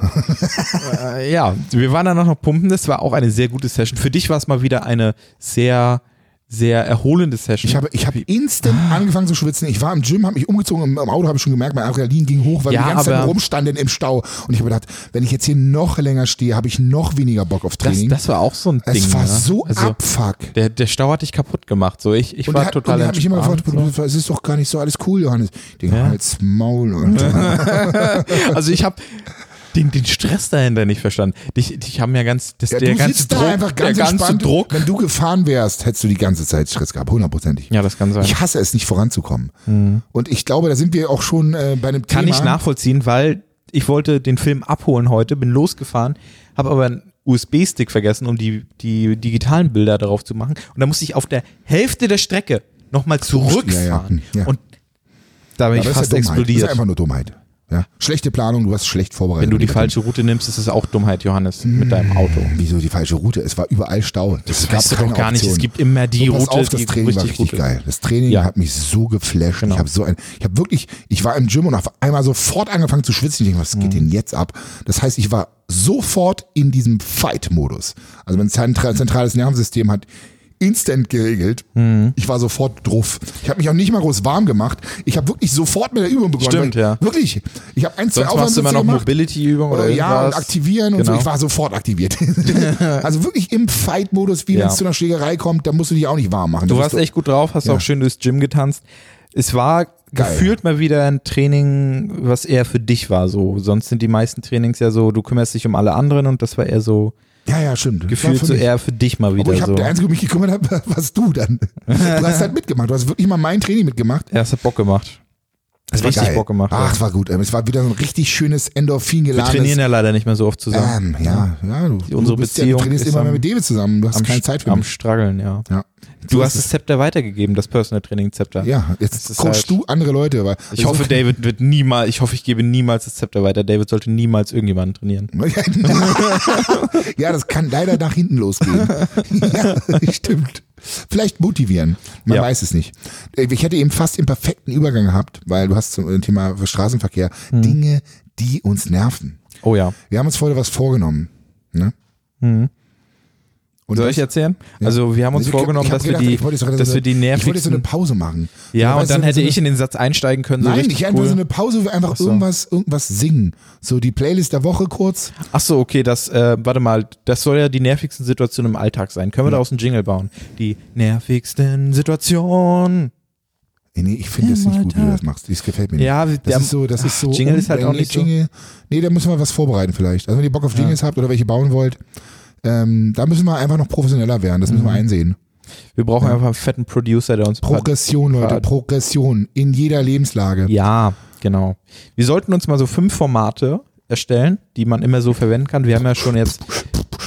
Speaker 2: äh, ja, wir waren danach noch pumpen. Das war auch eine sehr gute Session. Für dich war es mal wieder eine sehr, sehr erholende Session.
Speaker 1: Ich habe, ich habe instant
Speaker 2: Ah.
Speaker 1: angefangen zu schwitzen. Ich war im Gym, habe mich umgezogen, im, im Auto habe ich schon gemerkt, mein Adrenalin ging hoch, weil
Speaker 2: Ja,
Speaker 1: wir die ganze Zeit
Speaker 2: aber-
Speaker 1: rumstanden im Stau. Und ich habe gedacht, wenn ich jetzt hier noch länger stehe, habe ich noch weniger Bock auf
Speaker 2: Das,
Speaker 1: Training.
Speaker 2: das war auch so ein Ding.
Speaker 1: es war
Speaker 2: ne?
Speaker 1: so abfuck.
Speaker 2: Der, der Stau hat dich kaputt gemacht. So, ich, ich
Speaker 1: Und
Speaker 2: war
Speaker 1: er hat,
Speaker 2: total
Speaker 1: und er hat mich immer
Speaker 2: entspannt,
Speaker 1: gefragt, es ist doch gar nicht so alles cool, Johannes. Ich denke,
Speaker 2: Ja.
Speaker 1: halt's Maul. Und
Speaker 2: so. Also ich habe den, den Stress dahinter nicht verstanden. Dich, dich haben ja ganz, das,
Speaker 1: ja,
Speaker 2: der
Speaker 1: du
Speaker 2: ganze
Speaker 1: sitzt
Speaker 2: Druck,
Speaker 1: da einfach ganz
Speaker 2: der ganze
Speaker 1: entspannt.
Speaker 2: Druck.
Speaker 1: Wenn du gefahren wärst, hättest du die ganze Zeit Stress gehabt, hundertprozentig.
Speaker 2: Ja, das kann sein.
Speaker 1: Ich hasse es, nicht voranzukommen. Und ich glaube, da sind wir auch schon äh, bei einem
Speaker 2: Kann
Speaker 1: Thema.
Speaker 2: ich nachvollziehen, weil ich wollte den Film abholen heute, bin losgefahren, habe aber einen USB-Stick vergessen, um die, die digitalen Bilder darauf zu machen. Und da musste ich auf der Hälfte der Strecke nochmal zurückfahren.
Speaker 1: Ja, ja, ja.
Speaker 2: Und da bin
Speaker 1: Aber
Speaker 2: ich
Speaker 1: das
Speaker 2: fast
Speaker 1: ist ja Dummheit. Das
Speaker 2: explodiert.
Speaker 1: ist einfach nur Dummheit. Ja? Schlechte Planung, du hast schlecht vorbereitet.
Speaker 2: Wenn du die falsche Route nimmst, ist es auch Dummheit, Johannes,
Speaker 1: Hm.
Speaker 2: mit deinem Auto.
Speaker 1: Wieso die falsche Route? Es war überall Stau. Das, gab
Speaker 2: Weißt du
Speaker 1: keine
Speaker 2: doch gar nicht,
Speaker 1: Option.
Speaker 2: es gibt immer die
Speaker 1: So, pass
Speaker 2: Route,
Speaker 1: auf, das
Speaker 2: die
Speaker 1: Training war richtig
Speaker 2: gut
Speaker 1: geil. Das Training
Speaker 2: Ja.
Speaker 1: hat mich so geflasht.
Speaker 2: Genau.
Speaker 1: Ich habe so ein, ich habe wirklich, ich war im Gym und auf einmal sofort angefangen zu schwitzen. Ich denke, was
Speaker 2: Mhm.
Speaker 1: geht denn jetzt ab? Das heißt, ich war sofort in diesem Fight-Modus. Also mein zentra- zentrales Nervensystem hat instant geregelt.
Speaker 2: Mhm.
Speaker 1: Ich war sofort drauf. Ich habe mich auch nicht mal groß warm gemacht. Ich habe wirklich sofort mit der Übung begonnen.
Speaker 2: Stimmt,
Speaker 1: weil-
Speaker 2: ja.
Speaker 1: Wirklich. Ich habe ein, zwei
Speaker 2: Sonst machst du immer
Speaker 1: Aufwärmssätze
Speaker 2: noch
Speaker 1: gemacht.
Speaker 2: Mobility-Übungen oder
Speaker 1: Oder Oh, ja, und
Speaker 2: irgendwas.
Speaker 1: aktivieren und
Speaker 2: Genau.
Speaker 1: so. Ich war sofort
Speaker 2: <laughs>
Speaker 1: aktiviert. also wirklich im Fight-Modus, wie
Speaker 2: Ja.
Speaker 1: wenn es zu einer Schlägerei kommt, da musst du dich auch nicht warm machen.
Speaker 2: Du
Speaker 1: Da
Speaker 2: warst
Speaker 1: bist
Speaker 2: echt gut drauf, hast auch schön durchs Gym getanzt. Es war
Speaker 1: Geil.
Speaker 2: gefühlt mal wieder ein Training, was eher für dich war. So, sonst sind die meisten Trainings ja so, du kümmerst dich um alle anderen und das war eher so
Speaker 1: Ja, ja, stimmt.
Speaker 2: gefühlt so eher für dich mal
Speaker 1: Aber
Speaker 2: wieder
Speaker 1: ich hab,
Speaker 2: so.
Speaker 1: der Einzige, der mich gekümmert hat, war- warst du dann. Du hast halt mitgemacht. Du hast wirklich mal mein Training mitgemacht.
Speaker 2: Ja, es hat Bock gemacht.
Speaker 1: Es war
Speaker 2: Richtig
Speaker 1: geil.
Speaker 2: Bock gemacht.
Speaker 1: Ach,
Speaker 2: ja.
Speaker 1: es war gut. Ähm, Es war wieder so ein richtig schönes Endorphin
Speaker 2: Wir
Speaker 1: geladenes.
Speaker 2: trainieren ja leider nicht mehr so oft zusammen.
Speaker 1: ähm, ja, ja, du,
Speaker 2: unsere
Speaker 1: du, bist ja,
Speaker 2: Beziehung
Speaker 1: du trainierst
Speaker 2: ist
Speaker 1: immer
Speaker 2: am-
Speaker 1: mehr mit David zusammen. Du hast
Speaker 2: am,
Speaker 1: keine Zeit für
Speaker 2: am
Speaker 1: mich.
Speaker 2: Struggeln, ja.
Speaker 1: Ja.
Speaker 2: Du
Speaker 1: So
Speaker 2: hast
Speaker 1: ist
Speaker 2: das Zepter weitergegeben, das Personal Training Zepter.
Speaker 1: es. ja, jetzt
Speaker 2: ist
Speaker 1: coachst
Speaker 2: halt-
Speaker 1: du andere Leute. Weil
Speaker 2: Ich hoffe, David wird niemals, ich hoffe, ich gebe niemals das Zepter weiter. David sollte niemals irgendjemanden trainieren.
Speaker 1: <laughs> ja, das kann leider nach hinten
Speaker 2: <laughs>
Speaker 1: losgehen. ja, stimmt. Vielleicht motivieren. Man
Speaker 2: Ja.
Speaker 1: weiß es nicht. Äh, Ich hätte eben fast den perfekten Übergang gehabt, weil du hast zum äh, Thema Straßenverkehr
Speaker 2: Hm.
Speaker 1: Dinge, die uns nerven.
Speaker 2: Oh ja.
Speaker 1: Wir haben uns vorher was vorgenommen. Ne? Und
Speaker 2: Hm. Soll
Speaker 1: das-
Speaker 2: ich erzählen? Also wir haben uns
Speaker 1: ich- ich
Speaker 2: vorgenommen,
Speaker 1: hab
Speaker 2: dass wir
Speaker 1: gedacht,
Speaker 2: die,
Speaker 1: ich wollte jetzt gerade
Speaker 2: dass
Speaker 1: so
Speaker 2: wir die
Speaker 1: eine- Ich wollte jetzt so eine
Speaker 2: nervigsten.
Speaker 1: Pause machen.
Speaker 2: Ja, und
Speaker 1: weißt
Speaker 2: dann
Speaker 1: du, so
Speaker 2: hätte
Speaker 1: eine-
Speaker 2: ich in den Satz einsteigen können. So
Speaker 1: Nein,
Speaker 2: richtig
Speaker 1: ich einfach
Speaker 2: cool.
Speaker 1: so eine Pause, einfach
Speaker 2: so.
Speaker 1: irgendwas, irgendwas singen. So die Playlist der Woche kurz.
Speaker 2: Ach so, okay, das, äh, warte mal, das soll ja die nervigsten Situationen im Alltag sein. Können wir daraus einen Jingle bauen? Die nervigsten Situationen.
Speaker 1: Nee, nee, ich finde es nicht gut, wie du das machst. Das gefällt mir nicht.
Speaker 2: Ja, wir-
Speaker 1: das
Speaker 2: der-
Speaker 1: ist so, das ist so.
Speaker 2: Jingle ist halt auch nicht so-
Speaker 1: Jingle, Nee, da müssen wir was vorbereiten vielleicht. Also wenn ihr Bock auf Jingles habt oder welche bauen wollt, ähm, da müssen wir einfach noch professioneller werden. Das müssen
Speaker 2: Mhm.
Speaker 1: wir einsehen.
Speaker 2: Wir brauchen einfach einen fetten Producer, der uns ein paar-
Speaker 1: Progression, Leute,
Speaker 2: Grad.
Speaker 1: Progression in jeder Lebenslage.
Speaker 2: Ja, genau. Wir sollten uns mal so fünf Formate erstellen, die man immer so verwenden kann. Wir haben ja schon jetzt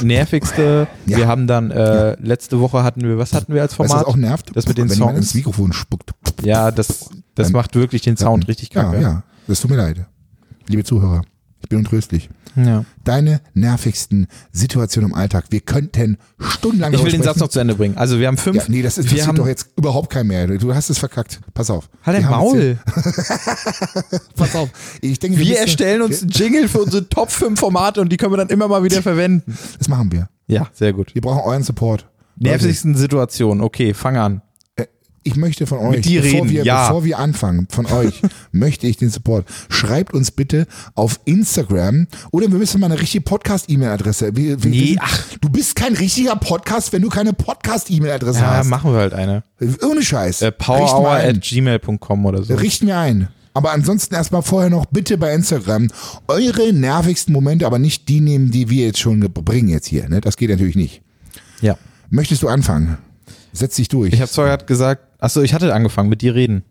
Speaker 2: nervigste.
Speaker 1: Ja.
Speaker 2: Wir haben dann äh, letzte Woche hatten wir, was hatten wir als
Speaker 1: Weißt du, was
Speaker 2: Format?
Speaker 1: auch nervt?
Speaker 2: Das mit den
Speaker 1: wenn jemand
Speaker 2: Songs.
Speaker 1: ins Mikrofon spuckt.
Speaker 2: ja, das, das macht wirklich den Sound richtig
Speaker 1: Ja,
Speaker 2: kacke.
Speaker 1: ja, das tut mir leid. Liebe Zuhörer, ich bin untröstlich.
Speaker 2: Ja.
Speaker 1: Deine nervigsten Situationen im Alltag. Wir könnten stundenlang
Speaker 2: Ich
Speaker 1: darüber
Speaker 2: will den Satz
Speaker 1: sprechen.
Speaker 2: noch zu Ende bringen. Also wir haben fünf.
Speaker 1: Ja, nee, das ist
Speaker 2: wir
Speaker 1: passiert
Speaker 2: haben,
Speaker 1: doch jetzt überhaupt kein mehr. Du hast es verkackt. Pass auf.
Speaker 2: Halt
Speaker 1: Wir
Speaker 2: dein
Speaker 1: haben jetzt
Speaker 2: Maul.
Speaker 1: hier- Pass auf. Ich denke,
Speaker 2: Wir
Speaker 1: müssen-
Speaker 2: erstellen uns
Speaker 1: wir-
Speaker 2: einen Jingle für unsere Top 5 Formate und die können wir dann immer mal wieder verwenden.
Speaker 1: Das machen wir.
Speaker 2: Ja, sehr gut.
Speaker 1: Wir brauchen euren Support.
Speaker 2: Nervigsten Situationen. Okay, fang an.
Speaker 1: Ich möchte von euch,
Speaker 2: dir
Speaker 1: bevor,
Speaker 2: reden,
Speaker 1: wir,
Speaker 2: ja.
Speaker 1: bevor wir anfangen, von
Speaker 2: <laughs>
Speaker 1: euch möchte ich den Support. Schreibt uns bitte auf Instagram oder wir müssen mal eine richtige Podcast-E-Mail-Adresse. Wir, wir
Speaker 2: Nee,
Speaker 1: wissen,
Speaker 2: ach.
Speaker 1: Du bist kein richtiger Podcast, wenn du keine Podcast-E-Mail-Adresse
Speaker 2: Ja,
Speaker 1: hast.
Speaker 2: machen wir halt eine.
Speaker 1: Ohne Scheiß.
Speaker 2: Äh,
Speaker 1: Richt mal
Speaker 2: Powerhour
Speaker 1: ein.
Speaker 2: at gmail.com oder so.
Speaker 1: Richten wir ein. Aber ansonsten erstmal vorher noch bitte bei Instagram eure nervigsten Momente, aber nicht die nehmen, die wir jetzt schon ge- bringen jetzt hier. Ne? Das geht natürlich nicht.
Speaker 2: Ja.
Speaker 1: Möchtest du anfangen? Setz dich durch.
Speaker 2: Ich habe vorher gerade gesagt, achso, ich hatte angefangen mit dir reden.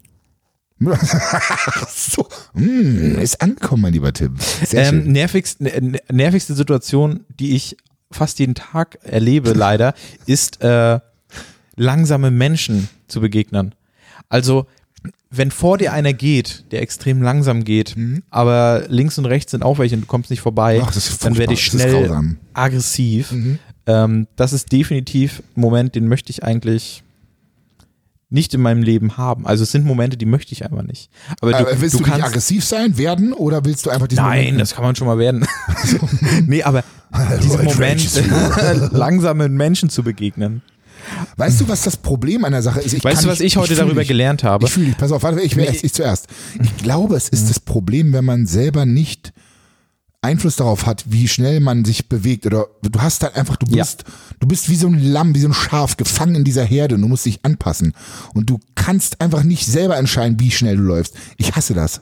Speaker 1: so, mm, ist angekommen, mein lieber Tim. Sehr schön.
Speaker 2: Ähm, nervigst, ne- nervigste Situation, die ich fast jeden Tag
Speaker 1: <laughs>
Speaker 2: erlebe, leider, ist äh, langsame Menschen zu begegnen. Also, wenn vor dir einer geht, der extrem langsam geht, aber links und rechts sind auch welche und du kommst nicht vorbei,
Speaker 1: Mhm. Ach, das ist
Speaker 2: dann werde
Speaker 1: furchtbar.
Speaker 2: ich
Speaker 1: Das ist
Speaker 2: schnell
Speaker 1: grausam. Mhm.
Speaker 2: aggressiv. Ähm, das ist definitiv ein Moment, den möchte ich eigentlich nicht in meinem Leben haben. Also es sind Momente, die möchte ich einfach nicht. Aber du,
Speaker 1: Aber Äh, willst du,
Speaker 2: du
Speaker 1: nicht
Speaker 2: kannst
Speaker 1: aggressiv sein, werden oder willst du einfach diesen
Speaker 2: Nein,
Speaker 1: Moment- Also,
Speaker 2: das kann man schon mal werden. <laughs> nee, aber diesen
Speaker 1: Roy
Speaker 2: Moment,
Speaker 1: Francis.
Speaker 2: <laughs> langsamen Menschen zu begegnen.
Speaker 1: Weißt du, was das Problem an der Sache ist? Ich
Speaker 2: Weißt
Speaker 1: kann
Speaker 2: du, was
Speaker 1: nicht-
Speaker 2: ich heute
Speaker 1: fühl
Speaker 2: darüber
Speaker 1: dich.
Speaker 2: gelernt habe?
Speaker 1: Ich fühle dich. Pass auf, warte, ich, ich, ich zuerst.
Speaker 2: Mhm.
Speaker 1: Ich glaube, es ist das Problem, wenn man selber nicht Einfluss darauf hat, wie schnell man sich bewegt oder du hast halt einfach, du
Speaker 2: Ja.
Speaker 1: bist, du bist wie so ein Lamm, wie so ein Schaf, gefangen in dieser Herde und du musst dich anpassen und du kannst einfach nicht selber entscheiden, wie schnell du läufst. Ich hasse das.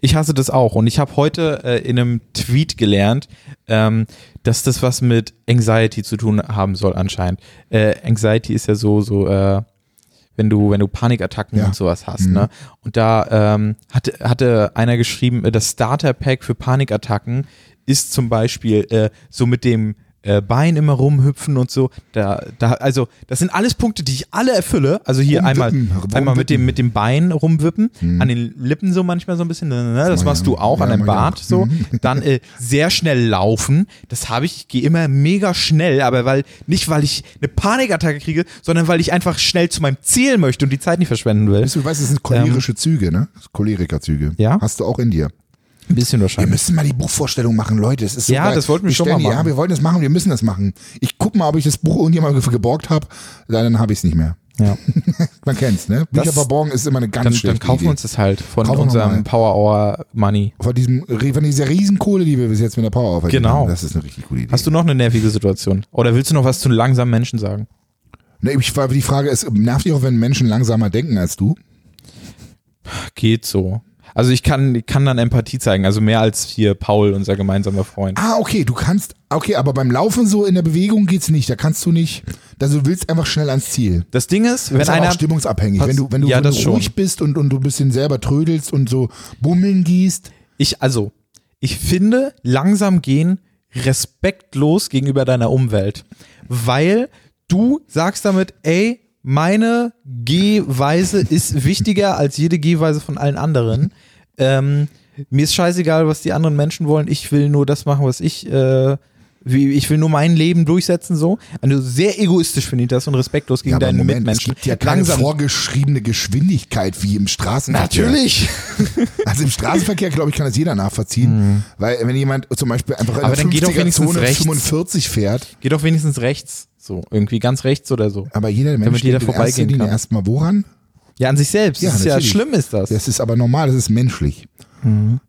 Speaker 2: Ich hasse das auch. Und ich habe heute äh, in einem Tweet gelernt, ähm, dass das was mit Anxiety zu tun haben soll anscheinend. Äh, Anxiety ist ja so, so, äh, wenn du, wenn du Panikattacken
Speaker 1: Ja. Mhm.
Speaker 2: und sowas hast, ne? Und da ähm, hatte, hatte einer geschrieben, äh, das Starter-Pack für Panikattacken ist zum Beispiel äh, so mit dem äh, Bein immer rumhüpfen und so. Da, da, also, das sind alles Punkte, die ich alle erfülle. Also hier einmal,
Speaker 1: Rumwippen,
Speaker 2: einmal mit, dem,
Speaker 1: rumwippen.
Speaker 2: mit dem Bein rumwippen, an den Lippen so manchmal so ein bisschen, ne, ne, ne, das
Speaker 1: Mal
Speaker 2: machst
Speaker 1: ja.
Speaker 2: du auch
Speaker 1: Ja,
Speaker 2: an deinem
Speaker 1: mal ja.
Speaker 2: Bart so. Dann äh, sehr schnell laufen. Das habe ich, ich gehe immer mega schnell, aber weil, nicht weil ich eine Panikattacke kriege, sondern weil ich einfach schnell zu meinem Ziel möchte und die Zeit nicht verschwenden will.
Speaker 1: Weißt du, du weißt, es sind cholerische Züge, ne? Cholerikerzüge.
Speaker 2: Ähm. Ja.
Speaker 1: Hast du auch in dir.
Speaker 2: Ein bisschen
Speaker 1: Wir
Speaker 2: wahrscheinlich.
Speaker 1: müssen mal die Buchvorstellung machen, Leute. Es ist so
Speaker 2: Ja,
Speaker 1: geil.
Speaker 2: das wollten wir schon mal
Speaker 1: stellen die-
Speaker 2: machen.
Speaker 1: Ja, wir wollten das machen, wir müssen das machen. Ich guck mal, ob ich das Buch irgendjemandem ge- geborgt habe, dann habe ich es nicht mehr.
Speaker 2: Ja.
Speaker 1: <laughs> Man kennt's, ne? Bücher
Speaker 2: Das-
Speaker 1: verborgen ist immer eine ganz
Speaker 2: Dann,
Speaker 1: schlechte
Speaker 2: dann kaufen
Speaker 1: Idee.
Speaker 2: wir uns das halt von
Speaker 1: Kaufen wir
Speaker 2: unserem
Speaker 1: mal.
Speaker 2: Power Hour Money.
Speaker 1: von, diesem, von dieser Riesenkohle, die wir bis jetzt mit der Power aufhalten.
Speaker 2: Genau.
Speaker 1: Haben. Das ist eine richtig gute Idee.
Speaker 2: Hast du noch eine nervige Situation? Oder willst du noch was zu langsamen Menschen sagen?
Speaker 1: ne, ich, war- die Frage ist, nervt dich auch, wenn Menschen langsamer denken als du?
Speaker 2: Geht so. Also ich kann, ich kann dann Empathie zeigen, also mehr als hier Paul, unser gemeinsamer Freund.
Speaker 1: Ah, okay, du kannst, okay, aber beim Laufen so in der Bewegung geht's nicht. Da kannst du nicht, also du willst einfach schnell ans Ziel.
Speaker 2: Das Ding ist, wenn
Speaker 1: ist aber
Speaker 2: einer,
Speaker 1: auch stimmungsabhängig.
Speaker 2: Pass-
Speaker 1: Wenn du, wenn du,
Speaker 2: Ja,
Speaker 1: wenn
Speaker 2: das
Speaker 1: du
Speaker 2: schon.
Speaker 1: ruhig bist und, und du ein bisschen selber trödelst und so bummeln gießt,
Speaker 2: ich, also, ich finde langsam gehen respektlos gegenüber deiner Umwelt, weil du sagst damit, ey, meine Gehweise ist wichtiger als jede Gehweise von allen anderen. Ähm, mir ist scheißegal, was die anderen Menschen wollen. Ich will nur das machen, was ich, äh, wie, ich will nur mein Leben durchsetzen, so. Also sehr egoistisch finde ich das und respektlos gegen
Speaker 1: aber
Speaker 2: deinen
Speaker 1: Moment,
Speaker 2: Mitmenschen.
Speaker 1: Es gibt ja keine
Speaker 2: Langsam
Speaker 1: vorgeschriebene Geschwindigkeit wie im Straßenverkehr.
Speaker 2: Natürlich.
Speaker 1: Also im Straßenverkehr, glaube ich, kann das jeder nachvollziehen. Weil wenn jemand zum Beispiel einfach in
Speaker 2: Mhm. Aber
Speaker 1: der
Speaker 2: dann geht doch
Speaker 1: 50er
Speaker 2: wenigstens
Speaker 1: Zone
Speaker 2: rechts.
Speaker 1: 45 fährt,
Speaker 2: Geht doch wenigstens rechts. So, irgendwie ganz rechts oder so.
Speaker 1: aber jeder Mensch
Speaker 2: jeder
Speaker 1: denkt in
Speaker 2: vorbeigehen
Speaker 1: erster Linie
Speaker 2: kann.
Speaker 1: erstmal woran?
Speaker 2: Ja, an sich selbst.
Speaker 1: Ja,
Speaker 2: das ist ja
Speaker 1: natürlich.
Speaker 2: schlimm ist das. Mhm.
Speaker 1: Das ist aber normal, das ist menschlich.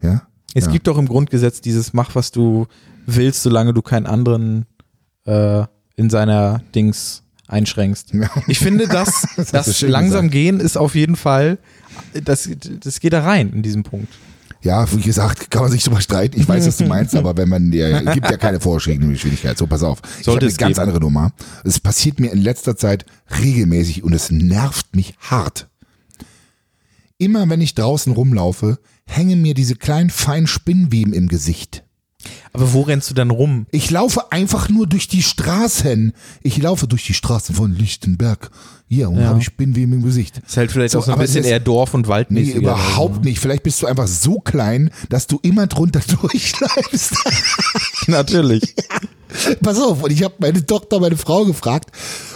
Speaker 1: Ja?
Speaker 2: es
Speaker 1: ja.
Speaker 2: gibt doch im Grundgesetz dieses Mach, was du willst, solange du keinen anderen äh, in seiner Dings einschränkst.
Speaker 1: Ja. <laughs>
Speaker 2: Ich finde, das, das,
Speaker 1: hast du schön
Speaker 2: langsam gehen ist auf jeden Fall, das, das geht da rein in diesem Punkt.
Speaker 1: Ja, wie gesagt, kann man sich drüber streiten. Ich weiß, was du meinst, aber wenn man, ja, es gibt ja keine vorgeschriebene Geschwindigkeit. So, pass auf. ich habe
Speaker 2: Sollte
Speaker 1: eine
Speaker 2: es
Speaker 1: ganz
Speaker 2: geben.
Speaker 1: andere Nummer. Es passiert mir in letzter Zeit regelmäßig und es nervt mich hart. Immer wenn ich draußen rumlaufe, hängen mir diese kleinen feinen Spinnweben im Gesicht.
Speaker 2: Aber wo rennst du dann rum?
Speaker 1: Ich laufe einfach nur durch die Straßen. Ich laufe durch die Straßen von Lichtenberg. Ja, und
Speaker 2: Ja.
Speaker 1: habe ich Spinnweben im Gesicht.
Speaker 2: Ist halt vielleicht
Speaker 1: So,
Speaker 2: auch so ein
Speaker 1: aber es
Speaker 2: bisschen
Speaker 1: ist-
Speaker 2: eher Dorf- und
Speaker 1: Nee,
Speaker 2: Waldmäßig.
Speaker 1: überhaupt
Speaker 2: ne?
Speaker 1: nicht. Vielleicht bist du einfach so klein, dass du immer drunter <laughs> durchläufst. <laughs>
Speaker 2: Natürlich.
Speaker 1: Pass auf, und ich habe meine Tochter, meine Frau gefragt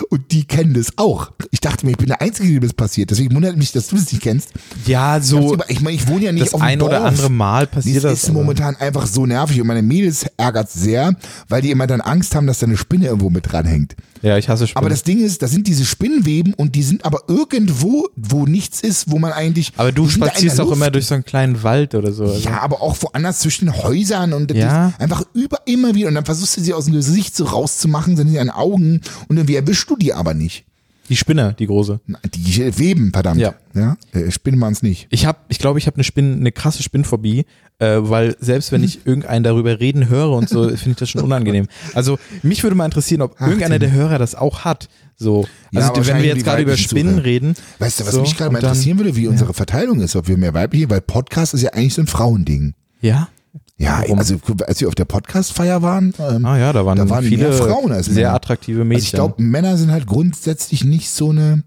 Speaker 1: und die kennen das auch. Ich dachte mir, ich bin der Einzige, dem das passiert. Deswegen wundert mich, dass du das nicht kennst.
Speaker 2: Ja, so
Speaker 1: Ich meine, ich wohne ja nicht
Speaker 2: das
Speaker 1: auf dem
Speaker 2: ein oder
Speaker 1: Dorf.
Speaker 2: andere Mal passiert
Speaker 1: Das
Speaker 2: das.
Speaker 1: ist
Speaker 2: aber.
Speaker 1: momentan einfach so nervig und meine Mädels ärgert sehr, weil die immer dann Angst haben, dass da eine Spinne irgendwo mit dranhängt.
Speaker 2: ja, ich hasse Spinnen.
Speaker 1: Aber das Ding ist, da sind diese Spinnweben und die sind aber irgendwo, wo nichts ist, wo man eigentlich.
Speaker 2: Aber du
Speaker 1: die sind da in
Speaker 2: spazierst
Speaker 1: der
Speaker 2: auch immer
Speaker 1: Luft.
Speaker 2: durch so einen kleinen Wald oder so. Also.
Speaker 1: Ja, aber auch woanders zwischen den Häusern und das
Speaker 2: Ja.
Speaker 1: ist einfach über immer wieder. Und dann versuchst du sie aus dem Gesicht so rauszumachen, sind in den Augen und irgendwie erwischst du die aber nicht.
Speaker 2: Die Spinne, die große.
Speaker 1: Na, Die weben, verdammt.
Speaker 2: Ja.
Speaker 1: ja? Äh, Spinnen wir uns nicht.
Speaker 2: Ich habe, ich glaube, ich habe eine Spinnen, eine krasse Spinnphobie, äh, weil selbst
Speaker 1: <laughs>
Speaker 2: wenn ich irgendeinen darüber reden höre und so, finde ich das schon unangenehm. Also mich würde mal interessieren, ob irgendeiner der Hörer das auch hat. So,
Speaker 1: Ja,
Speaker 2: also wenn wir
Speaker 1: wahrscheinlich
Speaker 2: jetzt
Speaker 1: die
Speaker 2: gerade über
Speaker 1: weiblichen
Speaker 2: Spinnen
Speaker 1: Zuhörer.
Speaker 2: reden.
Speaker 1: Weißt du, was
Speaker 2: so,
Speaker 1: mich gerade mal
Speaker 2: und dann-
Speaker 1: interessieren würde, wie unsere Verteilung ist, ob wir mehr weibliche, weil Podcast ist ja eigentlich so ein Frauending.
Speaker 2: Ja.
Speaker 1: Ja,
Speaker 2: Warum?
Speaker 1: also als wir auf der Podcast-Feier waren, ähm,
Speaker 2: Ah ja, da waren,
Speaker 1: Da waren
Speaker 2: viele
Speaker 1: mehr Frauen als
Speaker 2: sehr
Speaker 1: Männer.
Speaker 2: attraktive
Speaker 1: also ich
Speaker 2: Mädchen.
Speaker 1: glaube, Männer sind halt grundsätzlich nicht so eine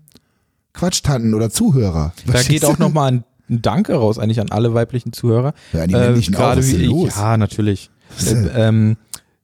Speaker 1: Quatschtanten oder Zuhörer.
Speaker 2: da
Speaker 1: Verstehst
Speaker 2: geht
Speaker 1: du?
Speaker 2: auch nochmal ein ein Danke raus eigentlich an alle weiblichen Zuhörer. Äh,
Speaker 1: Ja, die männlichen auch,
Speaker 2: gerade
Speaker 1: was ist
Speaker 2: wie
Speaker 1: denn
Speaker 2: ich-
Speaker 1: los?
Speaker 2: Ja,
Speaker 1: <laughs>
Speaker 2: natürlich. Äh, ähm,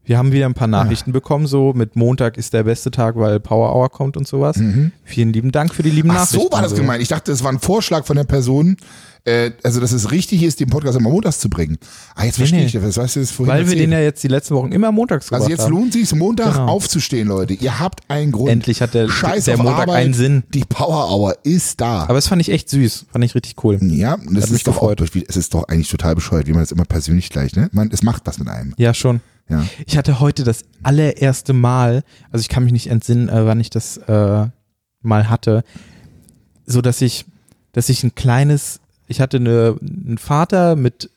Speaker 2: wir haben wieder ein paar
Speaker 1: Ah.
Speaker 2: Nachrichten bekommen, so mit Montag ist der beste Tag, weil Power Hour kommt und sowas. Vielen lieben Dank für die lieben
Speaker 1: Mhm. Ach,
Speaker 2: Nachrichten.
Speaker 1: so war das
Speaker 2: Also,
Speaker 1: gemeint. Ich dachte, das war ein Vorschlag von der Person, äh, also dass es richtig ist, den Podcast immer montags zu bringen. Ah, jetzt verstehe
Speaker 2: nee.
Speaker 1: ich das. Was weißt du das vorhin
Speaker 2: Weil wir
Speaker 1: erzählt?
Speaker 2: den ja jetzt die letzten Wochen immer montags gemacht
Speaker 1: also jetzt
Speaker 2: haben.
Speaker 1: lohnt sich Montag
Speaker 2: Genau.
Speaker 1: aufzustehen, Leute. Ihr habt einen Grund.
Speaker 2: Endlich hat der-
Speaker 1: Scheiß
Speaker 2: der
Speaker 1: auf
Speaker 2: Montag
Speaker 1: Arbeit.
Speaker 2: einen Sinn.
Speaker 1: Die Power Hour ist da.
Speaker 2: Aber das fand ich echt süß. Fand ich richtig cool.
Speaker 1: ja, und das
Speaker 2: mich
Speaker 1: ist doch auch,
Speaker 2: gefreut.
Speaker 1: durch- es ist doch eigentlich total bescheuert, wie man das immer persönlich gleich, ne? Man, es macht was mit einem.
Speaker 2: Ja, schon.
Speaker 1: Ja.
Speaker 2: Ich hatte heute das allererste Mal, also ich kann mich nicht entsinnen, äh, wann ich das äh, mal hatte, so dass ich, dass ich ein kleines, ich hatte eine, einen Vater mit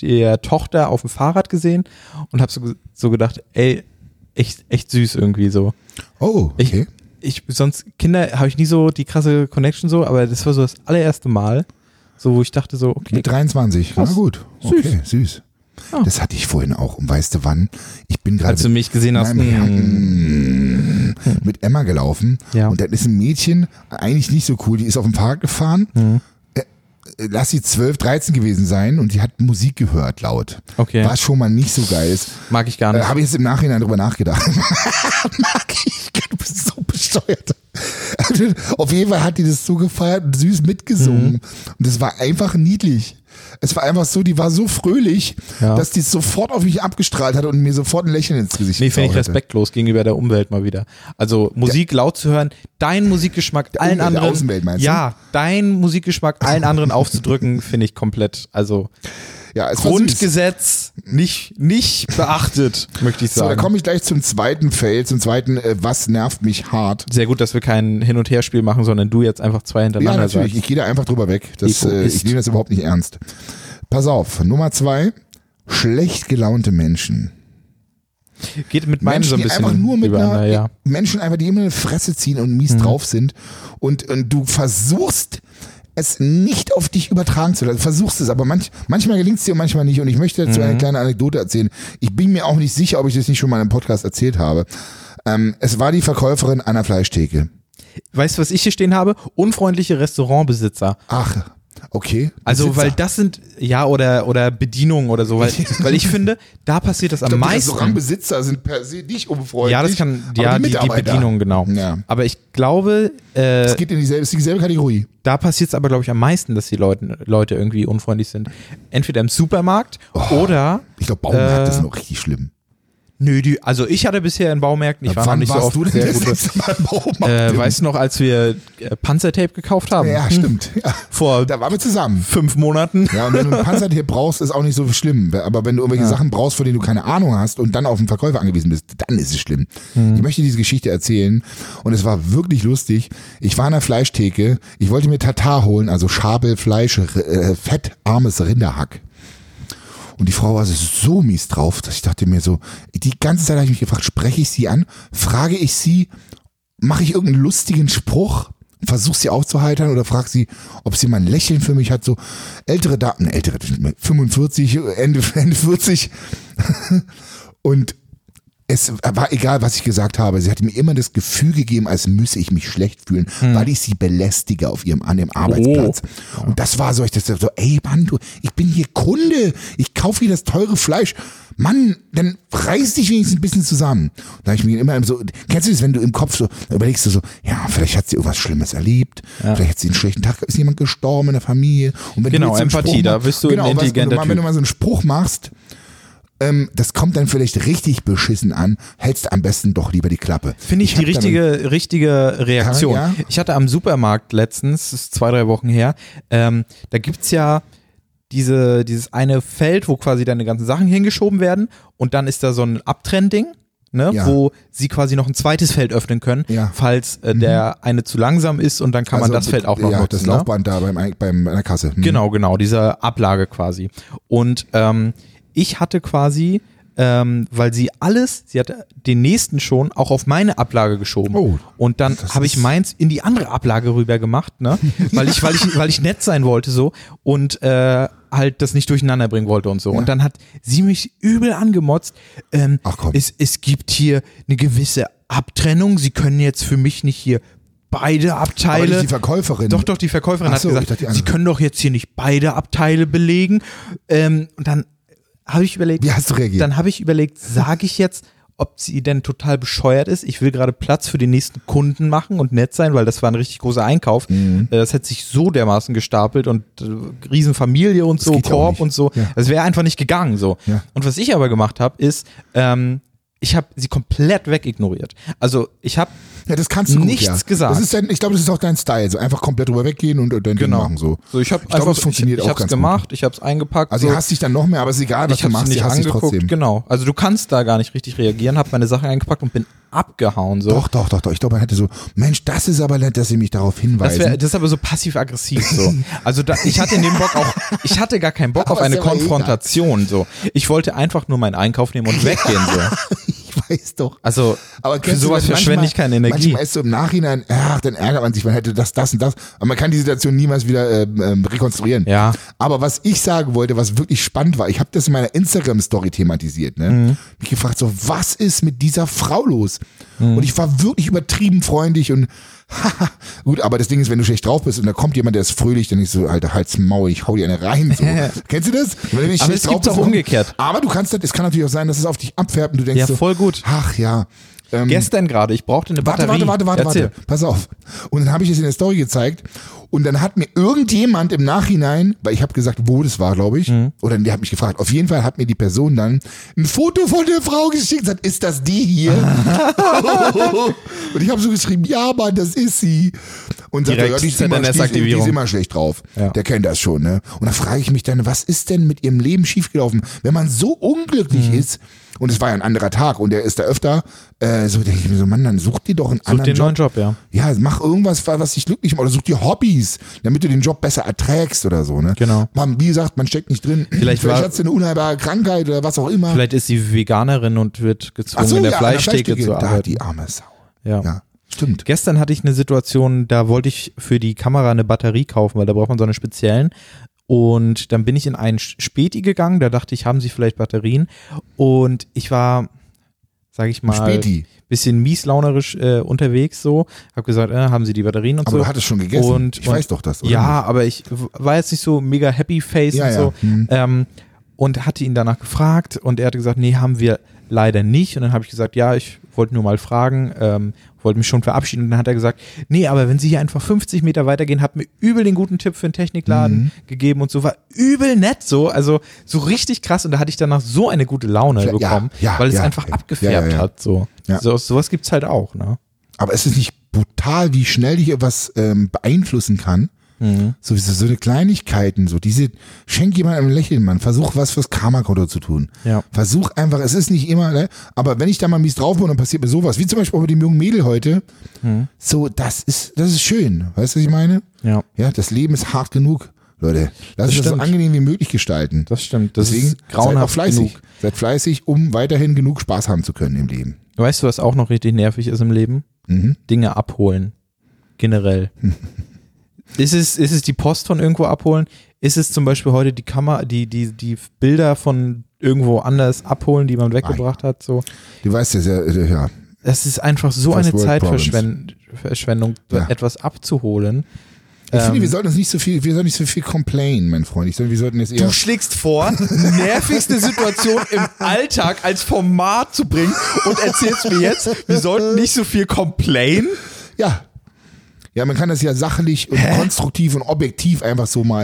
Speaker 2: der Tochter auf dem Fahrrad gesehen und habe so, ge- so gedacht, ey, echt, echt süß irgendwie so.
Speaker 1: Oh,
Speaker 2: Ich,
Speaker 1: okay.
Speaker 2: ich sonst Kinder habe ich nie so die krasse Connection so, aber das war so das allererste Mal, so wo ich dachte so, okay,
Speaker 1: mit 23. Na
Speaker 2: Krass.
Speaker 1: gut.
Speaker 2: Süß.
Speaker 1: Okay, süß.
Speaker 2: Oh.
Speaker 1: Das hatte ich vorhin auch. Und weißt du wann? Ich bin gerade
Speaker 2: Als du mich gesehen hast,
Speaker 1: Nein,
Speaker 2: hm.
Speaker 1: mit- mit Emma gelaufen.
Speaker 2: Ja.
Speaker 1: Und dann ist ein Mädchen, eigentlich nicht so cool, die ist auf den Park gefahren.
Speaker 2: Hm.
Speaker 1: Äh, äh, Lass sie 12, 13 gewesen sein und die hat Musik gehört laut.
Speaker 2: Okay.
Speaker 1: Was schon mal nicht so geil ist.
Speaker 2: mag ich gar
Speaker 1: Äh,
Speaker 2: nicht.
Speaker 1: Habe ich jetzt im Nachhinein drüber nachgedacht. <laughs> Mag ich, du bist so besteuert. <laughs> Auf jeden Fall hat die das so gefeiert und süß mitgesungen.
Speaker 2: Mhm.
Speaker 1: Und es war einfach niedlich. Es war einfach so, die war so fröhlich,
Speaker 2: Ja.
Speaker 1: dass die es sofort auf mich abgestrahlt hat und mir sofort ein Lächeln ins Gesicht
Speaker 2: Nee, finde ich
Speaker 1: gezaubert hat.
Speaker 2: respektlos gegenüber der Umwelt mal wieder. Also Musik laut zu hören, deinen Musikgeschmack allen
Speaker 1: Umwelt, der
Speaker 2: anderen.
Speaker 1: Außenwelt meinst du?
Speaker 2: ja, deinen Musikgeschmack allen anderen aufzudrücken, <laughs> finde ich komplett. Also
Speaker 1: Ja, es war süß.
Speaker 2: Grundgesetz nicht, nicht beachtet, möchte ich
Speaker 1: So, da
Speaker 2: sagen.
Speaker 1: komme ich gleich zum zweiten Fail, zum zweiten, äh, was nervt mich hart.
Speaker 2: Sehr gut, dass wir kein Hin- und Herspiel machen, sondern du jetzt einfach zwei
Speaker 1: Ja,
Speaker 2: hintereinander
Speaker 1: natürlich, ich
Speaker 2: sagst.
Speaker 1: gehe da einfach drüber weg. Das, äh,
Speaker 2: Egoist.
Speaker 1: ich nehme das überhaupt nicht ernst. Pass auf, Nummer zwei, schlecht gelaunte Menschen.
Speaker 2: Geht mit meinem
Speaker 1: Menschen,
Speaker 2: so ein
Speaker 1: die
Speaker 2: bisschen
Speaker 1: einfach nur mit
Speaker 2: übereinander,
Speaker 1: einer,
Speaker 2: ja. Mhm.
Speaker 1: Menschen einfach, die immer eine Fresse ziehen und mies drauf sind und, und du versuchst, es nicht auf dich übertragen zu lassen. Du Versuchst es, aber manch, manchmal gelingt es dir und manchmal nicht. Und ich möchte dazu
Speaker 2: Mhm.
Speaker 1: eine kleine Anekdote erzählen. Ich bin mir auch nicht sicher, ob ich das nicht schon mal im Podcast erzählt habe. Ähm, es war die Verkäuferin einer Fleischtheke.
Speaker 2: Weißt du, was ich hier stehen habe? Unfreundliche Restaurantbesitzer.
Speaker 1: Ach, okay.
Speaker 2: Also,
Speaker 1: Besitzer.
Speaker 2: weil das sind, ja, oder, oder Bedienungen oder
Speaker 1: <laughs>
Speaker 2: so, weil, weil ich finde, da passiert das am
Speaker 1: Die
Speaker 2: meisten.
Speaker 1: Restaurantbesitzer sind per se nicht unfreundlich.
Speaker 2: Ja, das kann,
Speaker 1: aber
Speaker 2: ja, die, die,
Speaker 1: Mitarbeiter.
Speaker 2: Bedienung, genau.
Speaker 1: Ja.
Speaker 2: Aber ich glaube, äh,
Speaker 1: Es geht in dieselbe, es ist dieselbe Kategorie.
Speaker 2: da passiert es aber, glaube ich, am meisten, dass die Leute, Leute irgendwie unfreundlich sind. Entweder im Supermarkt
Speaker 1: Oh.
Speaker 2: oder,
Speaker 1: Ich glaube, Baumärkte
Speaker 2: Äh,
Speaker 1: sind noch richtig schlimm.
Speaker 2: nö, die, also ich hatte bisher in Baumärkten, ich war noch
Speaker 1: Wann
Speaker 2: nicht so
Speaker 1: warst
Speaker 2: oft
Speaker 1: du denn
Speaker 2: sehr
Speaker 1: das
Speaker 2: gut.
Speaker 1: letzte Mal im Baumarkt?
Speaker 2: Äh, weißt du noch, als wir äh, Panzertape gekauft haben?
Speaker 1: ja, stimmt. Ja.
Speaker 2: Vor
Speaker 1: Da waren wir zusammen. <laughs>
Speaker 2: fünf Monaten.
Speaker 1: Ja, und wenn du einen Panzer hier brauchst, ist auch nicht so schlimm. Aber wenn du irgendwelche Sachen brauchst, von denen du keine Ahnung hast und dann auf den Verkäufer angewiesen bist, dann ist es schlimm.
Speaker 2: Mhm.
Speaker 1: Ich möchte diese Geschichte erzählen und es war wirklich lustig. Ich war in der Fleischtheke, ich wollte mir Tatar holen, also Schabelfleisch, äh, fettarmes Rinderhack. Und die Frau war so mies drauf, dass ich dachte mir so, die ganze Zeit habe ich mich gefragt, spreche ich sie an? Frage ich sie, mache ich irgendeinen lustigen Spruch, versuche sie aufzuheitern oder frage sie, ob sie mal ein Lächeln für mich hat, so ältere Daten, ältere, 45, Ende, <laughs> Ende 40. Und es war egal, was ich gesagt habe. Sie hat mir immer das Gefühl gegeben, als müsse ich mich schlecht fühlen,
Speaker 2: Hm.
Speaker 1: weil ich sie belästige auf ihrem, an dem Arbeitsplatz.
Speaker 2: Oh.
Speaker 1: Und das war so, ich dachte so, ey Mann, du, ich bin hier Kunde, ich kaufe hier das teure Fleisch. Mann, dann reiß dich wenigstens ein bisschen zusammen. Da habe ich mir immer so, kennst du das, wenn du im Kopf so da überlegst du so, ja, vielleicht hat sie irgendwas Schlimmes erlebt, vielleicht hat sie einen schlechten Tag, ist jemand gestorben in der Familie. Und wenn
Speaker 2: Genau,
Speaker 1: jetzt so einen
Speaker 2: Empathie,
Speaker 1: Spruch
Speaker 2: da
Speaker 1: machst- genau,
Speaker 2: bist du ein
Speaker 1: was- wenn, du
Speaker 2: intelligenter
Speaker 1: mal, wenn du
Speaker 2: Typ.
Speaker 1: mal so einen Spruch machst, ähm, das kommt dann vielleicht richtig beschissen an, hältst am besten doch lieber die Klappe.
Speaker 2: Finde ich, die
Speaker 1: hab dann-
Speaker 2: richtige, richtige Reaktion.
Speaker 1: Ja, ja.
Speaker 2: Ich hatte am Supermarkt letztens, das ist zwei, drei Wochen her, ähm, da gibt's ja diese, dieses eine Feld, wo quasi deine ganzen Sachen hingeschoben werden und dann ist da so ein Abtrennding, ne,
Speaker 1: Ja.
Speaker 2: wo sie quasi noch ein zweites Feld öffnen können,
Speaker 1: Ja. Mhm.
Speaker 2: falls äh, der eine zu langsam ist und dann kann man das
Speaker 1: Also,
Speaker 2: Feld auch noch
Speaker 1: ja,
Speaker 2: nutzen.
Speaker 1: das
Speaker 2: ne?
Speaker 1: Laufband da beim, beim, an der Kasse. Hm.
Speaker 2: Genau, genau, diese Ablage quasi. Und ähm, ich hatte quasi, ähm, weil sie alles, sie hatte den nächsten schon auch auf meine Ablage geschoben.
Speaker 1: Oh,
Speaker 2: und dann
Speaker 1: das
Speaker 2: habe ich
Speaker 1: ist-
Speaker 2: meins in die andere Ablage rüber gemacht,
Speaker 1: <laughs>
Speaker 2: ne? weil, ich, weil, ich, weil ich nett sein wollte so und äh, halt das nicht durcheinander bringen wollte und so. Und dann hat sie mich übel angemotzt. Ähm,
Speaker 1: Ach komm.
Speaker 2: Es, es gibt hier eine gewisse Abtrennung. Sie können jetzt für mich nicht hier beide
Speaker 1: Aber
Speaker 2: Abteile.
Speaker 1: nicht die Verkäuferin.
Speaker 2: Doch, doch, die Verkäuferin
Speaker 1: Ach
Speaker 2: hat
Speaker 1: so, ich
Speaker 2: gesagt,
Speaker 1: dachte, die
Speaker 2: sie
Speaker 1: andere.
Speaker 2: können doch jetzt hier nicht beide Abteile belegen. Ähm, und dann habe ich überlegt,
Speaker 1: Wie hast du reagiert?
Speaker 2: dann habe ich überlegt, sage ich jetzt, ob sie denn total bescheuert ist. Ich will gerade Platz für den nächsten Kunden machen und nett sein, weil das war ein richtig großer Einkauf.
Speaker 1: Mhm.
Speaker 2: Äh, Das hätte sich so dermaßen gestapelt und äh, Riesenfamilie und so,
Speaker 1: geht ja auch
Speaker 2: Korb
Speaker 1: nicht.
Speaker 2: und so.
Speaker 1: Ja.
Speaker 2: Das wäre einfach nicht gegangen so.
Speaker 1: Ja.
Speaker 2: Und was ich aber gemacht habe, ist, ähm, ich habe sie komplett wegignoriert. Also ich habe
Speaker 1: ja, das kannst du gut,
Speaker 2: nichts
Speaker 1: ja.
Speaker 2: gesagt.
Speaker 1: Das ist dein, ich glaube, das ist auch dein Style. So einfach komplett drüber weggehen und, und dein Ding machen so.
Speaker 2: Genau. ich habe
Speaker 1: Ich glaube, das funktioniert
Speaker 2: ich,
Speaker 1: auch
Speaker 2: ich hab's
Speaker 1: ganz gut.
Speaker 2: gemacht, ich habe es eingepackt.
Speaker 1: Also,
Speaker 2: so.
Speaker 1: ihr hasst dich dann noch mehr, aber ist egal, was
Speaker 2: ich
Speaker 1: du
Speaker 2: hab's
Speaker 1: machst,
Speaker 2: nicht
Speaker 1: ihr hasst dich
Speaker 2: angeguckt,
Speaker 1: trotzdem.
Speaker 2: genau. Also du kannst da gar nicht richtig reagieren, habe meine Sachen eingepackt und bin abgehauen so.
Speaker 1: Doch, doch, doch, doch. Ich glaube, man hätte so, Mensch, das ist aber nett, dass sie mich darauf
Speaker 2: Das,
Speaker 1: hinweisen. <laughs>
Speaker 2: wär, das ist aber so passiv-aggressiv so. Also da, ich hatte in dem Bock auch, ich hatte gar keinen Bock
Speaker 1: Aber
Speaker 2: auf eine
Speaker 1: ist ja mal eh egal. <laughs>
Speaker 2: Konfrontation so. Ich wollte einfach nur meinen Einkauf nehmen und weggehen so.
Speaker 1: weiß doch.
Speaker 2: Also,
Speaker 1: Aber
Speaker 2: für
Speaker 1: kennst du
Speaker 2: sowas
Speaker 1: das
Speaker 2: verschwende
Speaker 1: manchmal-
Speaker 2: ich keine Energie.
Speaker 1: Manchmal ist so im Nachhinein, ach, dann ärgert man sich, man hätte das, das und das. Aber man kann die Situation niemals wieder ähm, ähm, rekonstruieren.
Speaker 2: Ja.
Speaker 1: Aber was ich sagen wollte, was wirklich spannend war, ich habe das in meiner Instagram-Story thematisiert, ne?
Speaker 2: Mhm.
Speaker 1: Mich gefragt, so, was ist mit dieser Frau los?
Speaker 2: Mhm.
Speaker 1: Und ich war wirklich übertrieben freundlich und <laughs> haha, gut, aber das Ding ist, wenn du schlecht drauf bist und da kommt jemand, der ist fröhlich, dann ist so, Alter, halt's Maul, ich hau dir eine rein.
Speaker 2: <laughs>
Speaker 1: So. Kennst du das? Wenn ich
Speaker 2: Aber
Speaker 1: schlecht
Speaker 2: es gibt's
Speaker 1: drauf
Speaker 2: auch
Speaker 1: bin,
Speaker 2: umgekehrt.
Speaker 1: Aber du kannst das, es kann natürlich auch sein, dass es auf dich abfärbt und du denkst
Speaker 2: Ja,
Speaker 1: so,
Speaker 2: voll gut.
Speaker 1: ach ja. Ähm,
Speaker 2: Gestern gerade, ich brauchte eine
Speaker 1: Warte,
Speaker 2: Batterie.
Speaker 1: warte, warte, warte,
Speaker 2: Erzähl.
Speaker 1: warte. Pass auf. Und dann habe ich es in der Story gezeigt. Und dann hat mir irgendjemand im Nachhinein, weil ich habe gesagt, wo das war, glaube ich,
Speaker 2: Mhm.
Speaker 1: oder der hat mich gefragt. Auf jeden Fall hat mir die Person dann ein Foto von der Frau geschickt und sagt, ist das die
Speaker 2: <laughs>
Speaker 1: hier? <laughs> und ich habe so geschrieben, ja, Mann, das ist sie. Und sagt, er,
Speaker 2: Direkt
Speaker 1: ja, die ist, immer, die, ist, die
Speaker 2: ZNS-Aktivierung.
Speaker 1: ist immer schlecht drauf.
Speaker 2: Ja.
Speaker 1: Der kennt das schon, ne? Und da frage ich mich dann, was ist denn mit ihrem Leben schiefgelaufen? Wenn man so unglücklich
Speaker 2: Mhm.
Speaker 1: ist, und es war ja ein anderer Tag und der ist da öfter, äh, so denke ich mir so, Mann, dann such dir doch einen
Speaker 2: Such dir
Speaker 1: anderen
Speaker 2: einen
Speaker 1: Job.
Speaker 2: neuen Job, ja.
Speaker 1: Ja, mach irgendwas, was dich glücklich macht. Oder such dir Hobbys, damit du den Job besser erträgst oder so, ne?
Speaker 2: Genau.
Speaker 1: Man, wie gesagt, man steckt nicht drin.
Speaker 2: Vielleicht war-
Speaker 1: hat sie eine unheilbare Krankheit oder was auch immer.
Speaker 2: Vielleicht ist sie Veganerin und wird
Speaker 1: Ach
Speaker 2: gezwungen,
Speaker 1: so,
Speaker 2: in der
Speaker 1: ja, an
Speaker 2: Fleischtheke zu
Speaker 1: Da,
Speaker 2: arbeiten.
Speaker 1: die arme Sau.
Speaker 2: Ja.
Speaker 1: Ja, stimmt.
Speaker 2: Gestern hatte ich eine Situation, da wollte ich für die Kamera eine Batterie kaufen, weil da braucht man so eine speziellen. Und dann bin ich in einen Sch- Späti gegangen, da dachte ich, haben sie vielleicht Batterien. Und ich war, sage ich mal,
Speaker 1: Späti.
Speaker 2: bisschen mieslaunerisch äh, unterwegs so. Hab gesagt, äh, haben sie die Batterien und
Speaker 1: Aber
Speaker 2: so.
Speaker 1: du hattest schon gegessen.
Speaker 2: Und-
Speaker 1: ich
Speaker 2: und-
Speaker 1: weiß doch das, oder?
Speaker 2: Ja, aber ich w- war jetzt nicht so mega happy face
Speaker 1: Ja,
Speaker 2: und
Speaker 1: ja,
Speaker 2: so.
Speaker 1: mhm.
Speaker 2: Ähm, und hatte ihn danach gefragt und er hatte gesagt, nee, haben wir leider nicht. Und dann habe ich gesagt, ja, ich wollte nur mal fragen, ähm, wollte mich schon verabschieden. Und dann hat er gesagt, nee, aber wenn Sie hier einfach 50 Meter weitergehen, hat mir übel den guten Tipp für einen Technikladen
Speaker 1: Mhm.
Speaker 2: gegeben und so. War übel nett so, also so richtig krass. Und da hatte ich danach so eine gute Laune
Speaker 1: Ja,
Speaker 2: bekommen,
Speaker 1: ja,
Speaker 2: weil es
Speaker 1: ja,
Speaker 2: einfach
Speaker 1: ja.
Speaker 2: abgefärbt
Speaker 1: Ja, ja, ja.
Speaker 2: hat. So.
Speaker 1: Ja.
Speaker 2: so sowas gibt's halt auch, ne?
Speaker 1: Aber es ist nicht brutal, wie schnell dich etwas ähm, beeinflussen kann.
Speaker 2: Mhm.
Speaker 1: So, so, so eine Kleinigkeiten, so diese, schenk jemandem ein Lächeln, Mann. Versuch was fürs Karma-Konto zu tun.
Speaker 2: Ja.
Speaker 1: Versuch einfach, es ist nicht immer, ne? aber wenn ich da mal mies drauf bin, dann passiert mir sowas, wie zum Beispiel auch mit dem jungen Mädel heute.
Speaker 2: Mhm.
Speaker 1: So, das ist, das ist schön. Weißt du, was ich meine?
Speaker 2: Ja.
Speaker 1: Ja, das Leben ist hart genug, Leute. Lass uns das so
Speaker 2: stimmt.
Speaker 1: angenehm wie möglich gestalten.
Speaker 2: Das stimmt. Das
Speaker 1: Deswegen
Speaker 2: ist grauenhaft
Speaker 1: seid auch fleißig.
Speaker 2: genug.
Speaker 1: Seid fleißig, um weiterhin genug Spaß haben zu können im Leben.
Speaker 2: Weißt du, was auch noch richtig nervig ist im Leben?
Speaker 1: Mhm.
Speaker 2: Dinge abholen.
Speaker 1: <laughs>
Speaker 2: Generell. ist, es, ist es die Post von irgendwo abholen? Ist es zum Beispiel heute die Kamera, die, die, die Bilder von irgendwo anders abholen, die man weggebracht hat? So.
Speaker 1: Du weißt ja sehr, äh, ja,
Speaker 2: Das ist einfach so
Speaker 1: First
Speaker 2: eine
Speaker 1: World
Speaker 2: Zeitverschwendung,
Speaker 1: Ja.
Speaker 2: etwas abzuholen.
Speaker 1: Ich finde,
Speaker 2: Ähm.
Speaker 1: wir sollten uns nicht so viel, wir sollten nicht so viel complain, mein Freund. Ich, soll- wir sollten jetzt eher.
Speaker 2: Du schlägst vor, nervigste Situation im Alltag als Format zu bringen und erzählst mir jetzt, wir sollten nicht so viel complain.
Speaker 1: Ja. Ja, man kann das ja sachlich und konstruktiv und objektiv einfach so mal.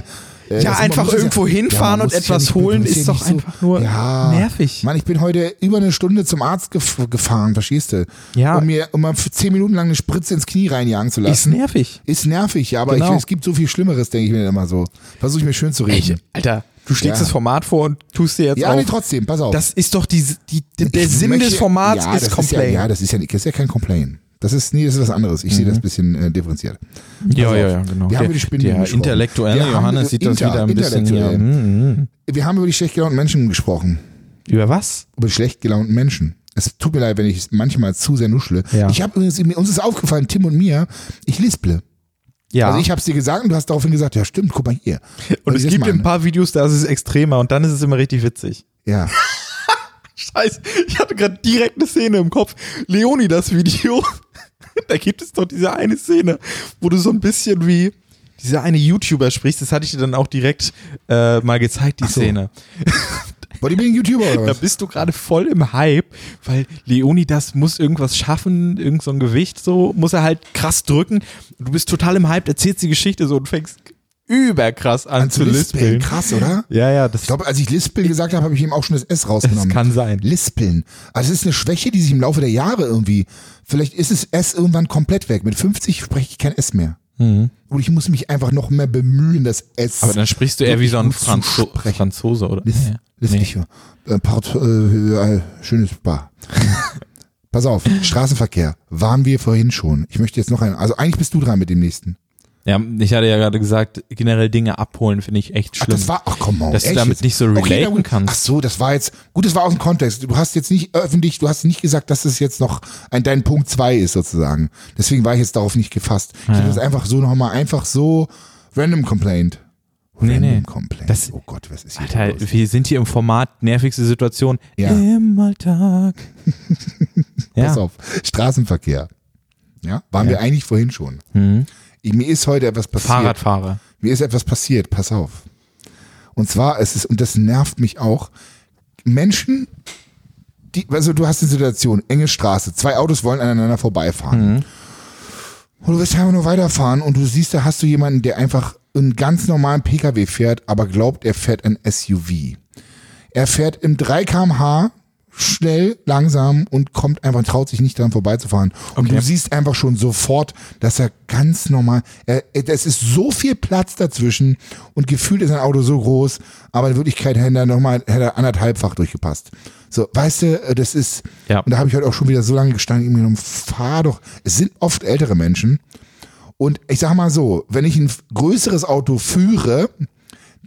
Speaker 1: äh, das-
Speaker 2: Ja,
Speaker 1: man
Speaker 2: einfach
Speaker 1: muss es
Speaker 2: irgendwo
Speaker 1: ja,
Speaker 2: hinfahren
Speaker 1: man
Speaker 2: und
Speaker 1: muss es ja
Speaker 2: etwas
Speaker 1: nicht- man
Speaker 2: holen
Speaker 1: muss
Speaker 2: ist
Speaker 1: ja
Speaker 2: doch
Speaker 1: nicht
Speaker 2: einfach nur
Speaker 1: ja.
Speaker 2: nervig.
Speaker 1: Mann, ich bin heute über eine Stunde zum Arzt gef gefahren, verstehst du?
Speaker 2: Ja.
Speaker 1: Um mir, um mal für zehn Minuten lang eine Spritze ins Knie reinjagen zu
Speaker 2: Ist
Speaker 1: lassen.
Speaker 2: nervig.
Speaker 1: Ist nervig, ja, aber
Speaker 2: Genau.
Speaker 1: ich, es gibt so viel Schlimmeres, denke ich mir dann immer so. Versuche ich mir schön zu reden.
Speaker 2: Alter, du schlägst
Speaker 1: Ähm, Ja.
Speaker 2: das Format vor und tust dir jetzt
Speaker 1: ja,
Speaker 2: auf.
Speaker 1: nee, trotzdem, pass auf.
Speaker 2: das ist doch die, die, die, der
Speaker 1: Ich
Speaker 2: Sinn
Speaker 1: möchte-
Speaker 2: des Formats
Speaker 1: ja,
Speaker 2: ist
Speaker 1: das
Speaker 2: Complain.
Speaker 1: Ja, ja, das ist ja, das ist ja kein Complain. Das ist, nee, das ist was anderes. Ich sehe
Speaker 2: Mhm.
Speaker 1: das ein bisschen äh, differenziert.
Speaker 2: ja,
Speaker 1: Pass
Speaker 2: ja,
Speaker 1: auf.
Speaker 2: ja, genau.
Speaker 1: also Wir haben
Speaker 2: Der-
Speaker 1: über die Spinne
Speaker 2: der
Speaker 1: gesprochen.
Speaker 2: intellektuelle
Speaker 1: Wir haben
Speaker 2: Johannes
Speaker 1: über-
Speaker 2: sieht das wieder ein bisschen,
Speaker 1: intellektuell.
Speaker 2: ja, mm,
Speaker 1: Wir haben über die schlecht gelaunten Menschen gesprochen.
Speaker 2: Über was?
Speaker 1: Über die schlecht gelaunten Menschen. Es tut mir leid, wenn ich es manchmal zu sehr nuschle.
Speaker 2: Ja.
Speaker 1: Ich habe übrigens, mir- uns ist aufgefallen, Tim und mir, ich lisple.
Speaker 2: Ja.
Speaker 1: Also ich habe es dir gesagt und du hast daraufhin gesagt, ja stimmt, guck mal hier.
Speaker 2: und
Speaker 1: Soll ich
Speaker 2: es
Speaker 1: das
Speaker 2: gibt
Speaker 1: machen,
Speaker 2: ein
Speaker 1: ne?
Speaker 2: paar Videos, da ist es extremer und dann ist es immer richtig witzig.
Speaker 1: Ja.
Speaker 2: Scheiße, ich hatte gerade direkt eine Szene im Kopf. Leonie, das Video. <laughs> da gibt es doch diese eine Szene, wo du so ein bisschen wie dieser eine YouTuber sprichst. Das hatte ich dir dann auch direkt äh, mal gezeigt, die
Speaker 1: so.
Speaker 2: Szene.
Speaker 1: Bodybuilding-YouTuber
Speaker 2: <laughs>
Speaker 1: oder
Speaker 2: Da
Speaker 1: was?
Speaker 2: bist du gerade voll im Hype, weil Leoni das muss irgendwas schaffen, irgend so ein Gewicht so, muss er halt krass drücken. Du bist total im Hype, erzählst die Geschichte so und fängst überkrass an, zu Also lispeln.
Speaker 1: Krass, oder?
Speaker 2: Ja, ja, das,
Speaker 1: Ich glaube, als ich lispeln gesagt habe, habe ich ihm auch schon das S rausgenommen.
Speaker 2: Das kann sein.
Speaker 1: Lispeln. Also es ist eine Schwäche, die sich im Laufe der Jahre irgendwie, vielleicht ist es S irgendwann komplett weg. Mit 50 spreche ich kein S mehr. Und ich muss mich einfach noch mehr bemühen, das S.
Speaker 2: Mhm. aber dann sprichst du eher wie so ein
Speaker 1: Wirklich gut zu
Speaker 2: Franzo
Speaker 1: sprechen.
Speaker 2: Franzose, oder?
Speaker 1: Lis- Listlich. Äh, Part, äh, äh, schönes Bar.
Speaker 2: <laughs>
Speaker 1: Pass auf, Straßenverkehr. Waren wir vorhin schon. Ich möchte jetzt noch einen. Also eigentlich bist du dran mit dem nächsten.
Speaker 2: Ja, ich hatte ja gerade gesagt, generell Dinge abholen finde ich echt
Speaker 1: Ach,
Speaker 2: schlimm.
Speaker 1: das war, ach komm mal.
Speaker 2: Dass du damit nicht so relaten kannst.
Speaker 1: Ach so, das war jetzt, gut, das war aus dem Kontext. Du hast jetzt nicht öffentlich, du hast nicht gesagt, dass es jetzt noch ein, dein Punkt zwei ist sozusagen. Deswegen war ich jetzt darauf nicht gefasst. Ich habe das einfach so nochmal, einfach so random complaint.
Speaker 2: Nee,
Speaker 1: random
Speaker 2: nee.
Speaker 1: complaint.
Speaker 2: Das-
Speaker 1: oh Gott, was ist hier
Speaker 2: Alter,
Speaker 1: los?
Speaker 2: wir sind hier im Format nervigste Situation
Speaker 1: Ja.
Speaker 2: im <laughs> Alltag. ja.
Speaker 1: Pass auf, Straßenverkehr. Ja, waren wir eigentlich vorhin schon.
Speaker 2: Hm.
Speaker 1: Ich- Mir ist heute etwas passiert.
Speaker 2: Fahrradfahrer.
Speaker 1: Mir ist etwas passiert, pass auf. Und zwar ist es, und das nervt mich auch, Menschen, die, also du hast die Situation, enge Straße, zwei Autos wollen aneinander vorbeifahren. Und du willst einfach nur weiterfahren und du siehst, da hast du jemanden, der einfach einen ganz normalen Pkw fährt, aber glaubt, er fährt ein SUV. Er fährt im 3 kmh schnell, langsam und kommt einfach, traut sich nicht daran vorbeizufahren. Und
Speaker 2: Okay.
Speaker 1: du siehst einfach schon sofort, dass er ganz normal, er, er- es ist so viel Platz dazwischen und gefühlt ist sein Auto so groß, aber in Wirklichkeit hätte er nochmal, hätte er anderthalbfach durchgepasst. So, weißt du, äh, das ist,
Speaker 2: Ja.
Speaker 1: und da habe ich heute auch schon wieder so lange gestanden, irgendwie genommen, fahr doch, es sind oft ältere Menschen. Und ich sag mal so, wenn ich ein f- größeres Auto führe,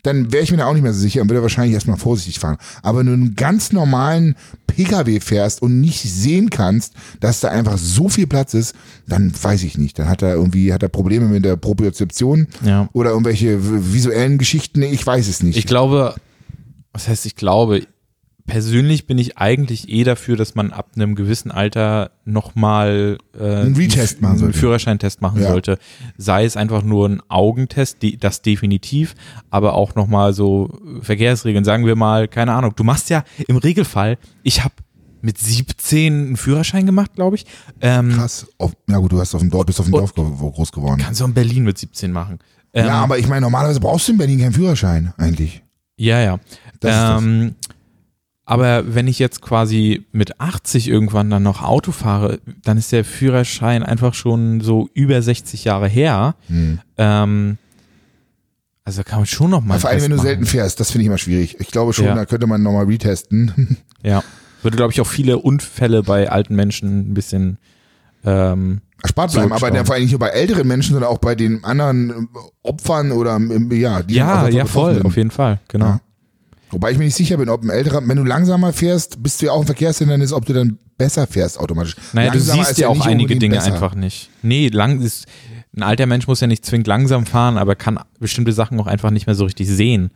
Speaker 1: dann wäre ich mir da auch nicht mehr so sicher und würde wahrscheinlich erstmal vorsichtig fahren. Aber wenn du einen ganz normalen Pkw fährst und nicht sehen kannst, dass da einfach so viel Platz ist, dann weiß ich nicht. Dann hat er irgendwie, hat er Probleme mit der Propriozeption
Speaker 2: Ja.
Speaker 1: oder irgendwelche v- visuellen Geschichten. Ich weiß es nicht.
Speaker 2: Ich glaube, was heißt ich glaube, persönlich bin ich eigentlich eh dafür, dass man ab einem gewissen Alter nochmal äh, einen
Speaker 1: Retest machen sollte.
Speaker 2: einen Führerscheintest machen
Speaker 1: Ja.
Speaker 2: sollte. Sei es einfach nur ein Augentest, die, das definitiv, aber auch nochmal so Verkehrsregeln. Sagen wir mal, keine Ahnung, du machst ja im Regelfall, ich habe mit 17 einen Führerschein gemacht, glaube ich. Ähm,
Speaker 1: Krass. Auf, na gut, du hast auf dem Dorf, bist auf dem
Speaker 2: Und-
Speaker 1: Dorf ge- groß geworden.
Speaker 2: kannst du in Berlin mit 17 machen. Ähm,
Speaker 1: ja, aber ich meine, normalerweise brauchst du in Berlin keinen Führerschein eigentlich.
Speaker 2: Ja, ja.
Speaker 1: Das ist
Speaker 2: ähm, aber wenn ich jetzt quasi mit 80 irgendwann dann noch Auto fahre, dann ist der Führerschein einfach schon so über 60 Jahre her.
Speaker 1: Hm.
Speaker 2: Ähm, also kann man schon noch mal.
Speaker 1: Ja, vor allem, wenn du
Speaker 2: festmachen.
Speaker 1: selten fährst, das finde ich immer schwierig. Ich glaube schon,
Speaker 2: Ja.
Speaker 1: da könnte man nochmal
Speaker 2: <laughs>
Speaker 1: retesten.
Speaker 2: Ja. Würde, glaube ich, auch viele Unfälle bei alten Menschen ein bisschen. Ähm,
Speaker 1: Erspart bleiben, aber
Speaker 2: Zurückschrauben.
Speaker 1: vor allem nicht nur bei älteren Menschen, sondern auch bei den anderen äh, Opfern oder ähm, ja, die
Speaker 2: ja,
Speaker 1: auch
Speaker 2: ja,
Speaker 1: betroffen
Speaker 2: voll,
Speaker 1: sind.
Speaker 2: auf jeden Fall, genau.
Speaker 1: Ja. Wobei ich mir nicht sicher bin, ob ein älterer, wenn du langsamer fährst, bist du ja auch ein Verkehrshindernis, ob du dann besser fährst automatisch.
Speaker 2: Naja,
Speaker 1: Langsamer
Speaker 2: du
Speaker 1: ist
Speaker 2: siehst ja auch
Speaker 1: nicht
Speaker 2: einige
Speaker 1: unbedingt
Speaker 2: Dinge
Speaker 1: besser.
Speaker 2: einfach nicht. Nee, lang ist, ein alter Mensch muss ja nicht zwingend langsam fahren, aber kann bestimmte Sachen auch einfach nicht mehr so richtig sehen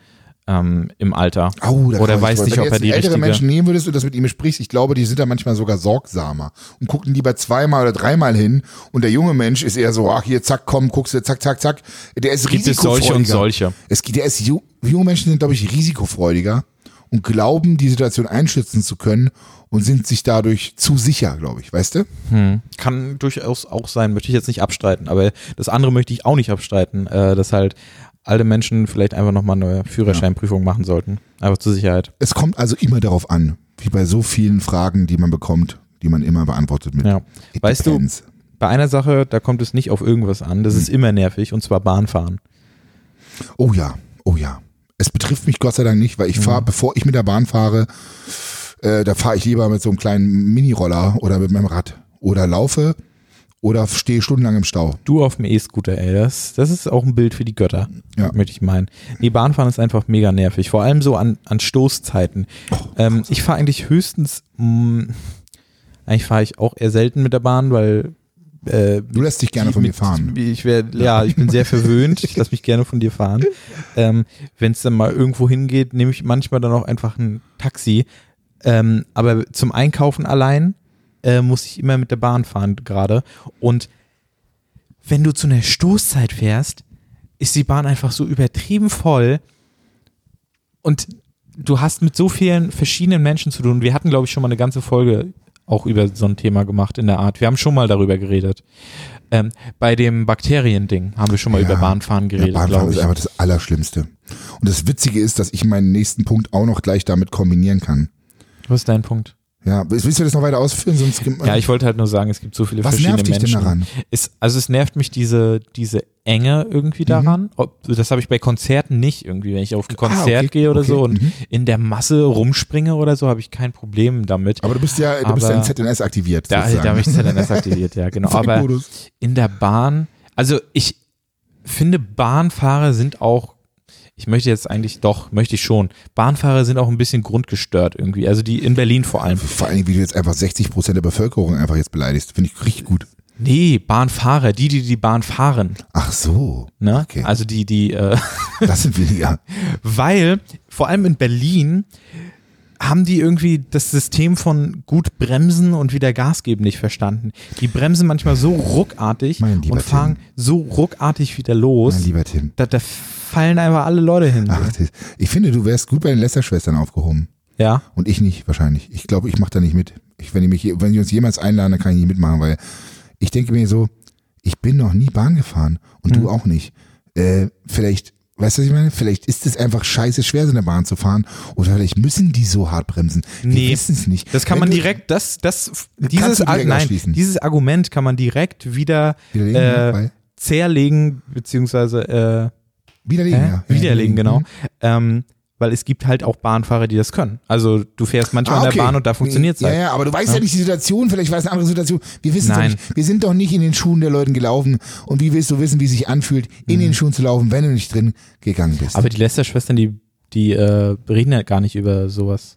Speaker 2: ähm, im Alter.
Speaker 1: Au, da
Speaker 2: Oder
Speaker 1: kann man
Speaker 2: weiß
Speaker 1: wohl-
Speaker 2: nicht,
Speaker 1: wenn
Speaker 2: ob
Speaker 1: du
Speaker 2: er
Speaker 1: jetzt
Speaker 2: die
Speaker 1: ältere
Speaker 2: richtige.
Speaker 1: Menschen nehmen würdest und das mit ihm besprichst, ich glaube, die sind da manchmal sogar sorgsamer und gucken lieber zweimal oder dreimal hin und der junge Mensch ist eher so, ach hier, zack, komm, guckst du, zack, zack, zack. Der ist
Speaker 2: gibt es solche und
Speaker 1: risikofreudiger.
Speaker 2: solche.
Speaker 1: Es geht, der ist, ju- junge Menschen sind, glaube ich, risikofreudiger und glauben, die Situation einschätzen zu können und sind sich dadurch zu sicher, glaube ich, weißt du?
Speaker 2: Kann durchaus auch sein, möchte ich jetzt nicht abstreiten, aber das andere möchte ich auch nicht abstreiten, äh, dass halt alte Menschen vielleicht einfach nochmal eine Führerscheinprüfung machen sollten. Einfach zur Sicherheit.
Speaker 1: Es kommt also immer darauf an, wie bei so vielen Fragen, die man bekommt, die man immer beantwortet mit.
Speaker 2: Ja.
Speaker 1: "It
Speaker 2: Weißt du-
Speaker 1: depends." Hm.
Speaker 2: Bei einer Sache, da kommt es nicht auf irgendwas an, das ist immer nervig, und zwar Bahnfahren.
Speaker 1: Oh ja, oh ja. Es betrifft mich Gott sei Dank nicht, weil ich
Speaker 2: Mhm.
Speaker 1: fahre, bevor ich mit der Bahn fahre, äh, da fahre ich lieber mit so einem kleinen Miniroller oder mit meinem Rad oder laufe oder stehe stundenlang im Stau.
Speaker 2: Du auf dem E-Scooter, ey, das, das ist auch ein Bild für die Götter,
Speaker 1: Ja.
Speaker 2: möchte ich meinen. Nee, Bahnfahren ist einfach mega nervig, vor allem so an, an Stoßzeiten.
Speaker 1: Oh,
Speaker 2: ähm, ich fahre eigentlich höchstens, mh, eigentlich fahre ich auch eher selten mit der Bahn, weil äh,
Speaker 1: Du lässt dich gerne von mir
Speaker 2: mit,
Speaker 1: fahren.
Speaker 2: Ich wär, ja, ich bin sehr verwöhnt, ich lasse mich gerne von dir fahren. Ähm, Wenn es dann mal irgendwo hingeht, nehme ich manchmal dann auch einfach ein Taxi. Ähm, aber zum Einkaufen allein äh, muss ich immer mit der Bahn fahren gerade. Und wenn du zu einer Stoßzeit fährst, ist die Bahn einfach so übertrieben voll und du hast mit so vielen verschiedenen Menschen zu tun. Wir hatten, glaube ich, schon mal eine ganze Folge auch über so ein Thema gemacht in der Art. Wir haben schon mal darüber geredet. Ähm, bei dem Bakterien-Ding haben wir schon mal
Speaker 1: Ja.
Speaker 2: über Bahnfahren geredet,
Speaker 1: ja, Bahnfahren
Speaker 2: glaube
Speaker 1: ist
Speaker 2: ich.
Speaker 1: einfach das Allerschlimmste. Und das Witzige ist, dass ich meinen nächsten Punkt auch noch gleich damit kombinieren kann.
Speaker 2: Was ist dein Punkt?
Speaker 1: Ja, willst willst du das noch weiter ausführen? Sonst gem-
Speaker 2: Ja, ich wollte halt nur sagen, es gibt so viele
Speaker 1: was
Speaker 2: verschiedene
Speaker 1: nervt dich denn
Speaker 2: Menschen.
Speaker 1: daran?
Speaker 2: Ist, also es nervt mich diese, diese Enge
Speaker 1: Mhm.
Speaker 2: irgendwie daran. Ob, das habe ich bei Konzerten nicht irgendwie. Wenn ich auf ein Konzert
Speaker 1: Ah, okay,
Speaker 2: gehe oder
Speaker 1: okay,
Speaker 2: so und
Speaker 1: mhm.
Speaker 2: in der Masse rumspringe oder so, habe ich kein Problem damit.
Speaker 1: Aber du bist ja, du bist ja
Speaker 2: Aber-
Speaker 1: in ZNS aktiviert.
Speaker 2: da da
Speaker 1: <laughs> sozusagen.
Speaker 2: habe ich ZNS aktiviert, ja, genau.
Speaker 1: Flugmodus.
Speaker 2: Aber in der Bahn, also ich, finde, Bahnfahrer sind auch, ich möchte jetzt eigentlich doch, möchte ich schon, Bahnfahrer sind auch ein bisschen grundgestört irgendwie. Also die in Berlin vor allem.
Speaker 1: Vor allem, wie du jetzt einfach 60 Prozent der Bevölkerung einfach jetzt beleidigst, finde ich richtig gut.
Speaker 2: Nee, Bahnfahrer, die, die die Bahn fahren.
Speaker 1: Ach so.
Speaker 2: Ne?
Speaker 1: Okay.
Speaker 2: Also die, die, äh,
Speaker 1: Das sind weniger.
Speaker 2: weil vor allem in Berlin haben die irgendwie das System von gut bremsen und wieder Gas geben nicht verstanden. Die bremsen manchmal so ruckartig
Speaker 1: Mein lieber
Speaker 2: und fahren so ruckartig wieder
Speaker 1: Mein
Speaker 2: los.
Speaker 1: lieber Ah. Tim.
Speaker 2: Da, da fallen einfach alle Leute hin.
Speaker 1: Ach, das- ich finde, du wärst gut bei den Lästerschwestern aufgehoben.
Speaker 2: Ja.
Speaker 1: Und ich nicht, wahrscheinlich. Ich glaube, ich mache da nicht mit. Ich, wenn, die mich, je- wenn die uns jemals einladen, dann kann ich nicht mitmachen, weil ich denke mir so, ich bin noch nie Bahn gefahren und
Speaker 2: Mhm.
Speaker 1: du auch nicht. Äh, vielleicht, weißt du, was ich meine? Vielleicht ist es einfach scheiße schwer, so eine Bahn zu fahren oder vielleicht müssen die so hart bremsen. Wir
Speaker 2: Nee,
Speaker 1: wissen es nicht.
Speaker 2: Das kann
Speaker 1: Wenn
Speaker 2: man
Speaker 1: du-
Speaker 2: direkt, das, das, dieses,
Speaker 1: du direkt
Speaker 2: Ar- nein,
Speaker 1: ausschließen.
Speaker 2: dieses Argument kann man direkt wieder
Speaker 1: Widerlegen, ja,
Speaker 2: äh,
Speaker 1: weil-
Speaker 2: zerlegen, beziehungsweise äh,
Speaker 1: Widerlegen, Mhm.
Speaker 2: hä?
Speaker 1: ja.
Speaker 2: widerlegen,
Speaker 1: Ja,
Speaker 2: genau. Ähm, weil es gibt halt auch Bahnfahrer, die das können. Also du fährst manchmal
Speaker 1: Ah,
Speaker 2: in
Speaker 1: okay.
Speaker 2: der Bahn und da funktioniert es
Speaker 1: ja,
Speaker 2: halt.
Speaker 1: ja, aber du weißt ja. nicht die Situation, vielleicht war es eine andere Situation. Wir wissen
Speaker 2: Nein.
Speaker 1: doch nicht. Wir sind doch nicht in den Schuhen der Leuten gelaufen. Und wie willst du wissen, wie es sich anfühlt, in den Schuhen zu laufen, wenn du nicht drin gegangen bist?
Speaker 2: Mhm. Aber die Lester-Schwestern, die, die äh, reden ja gar nicht über sowas.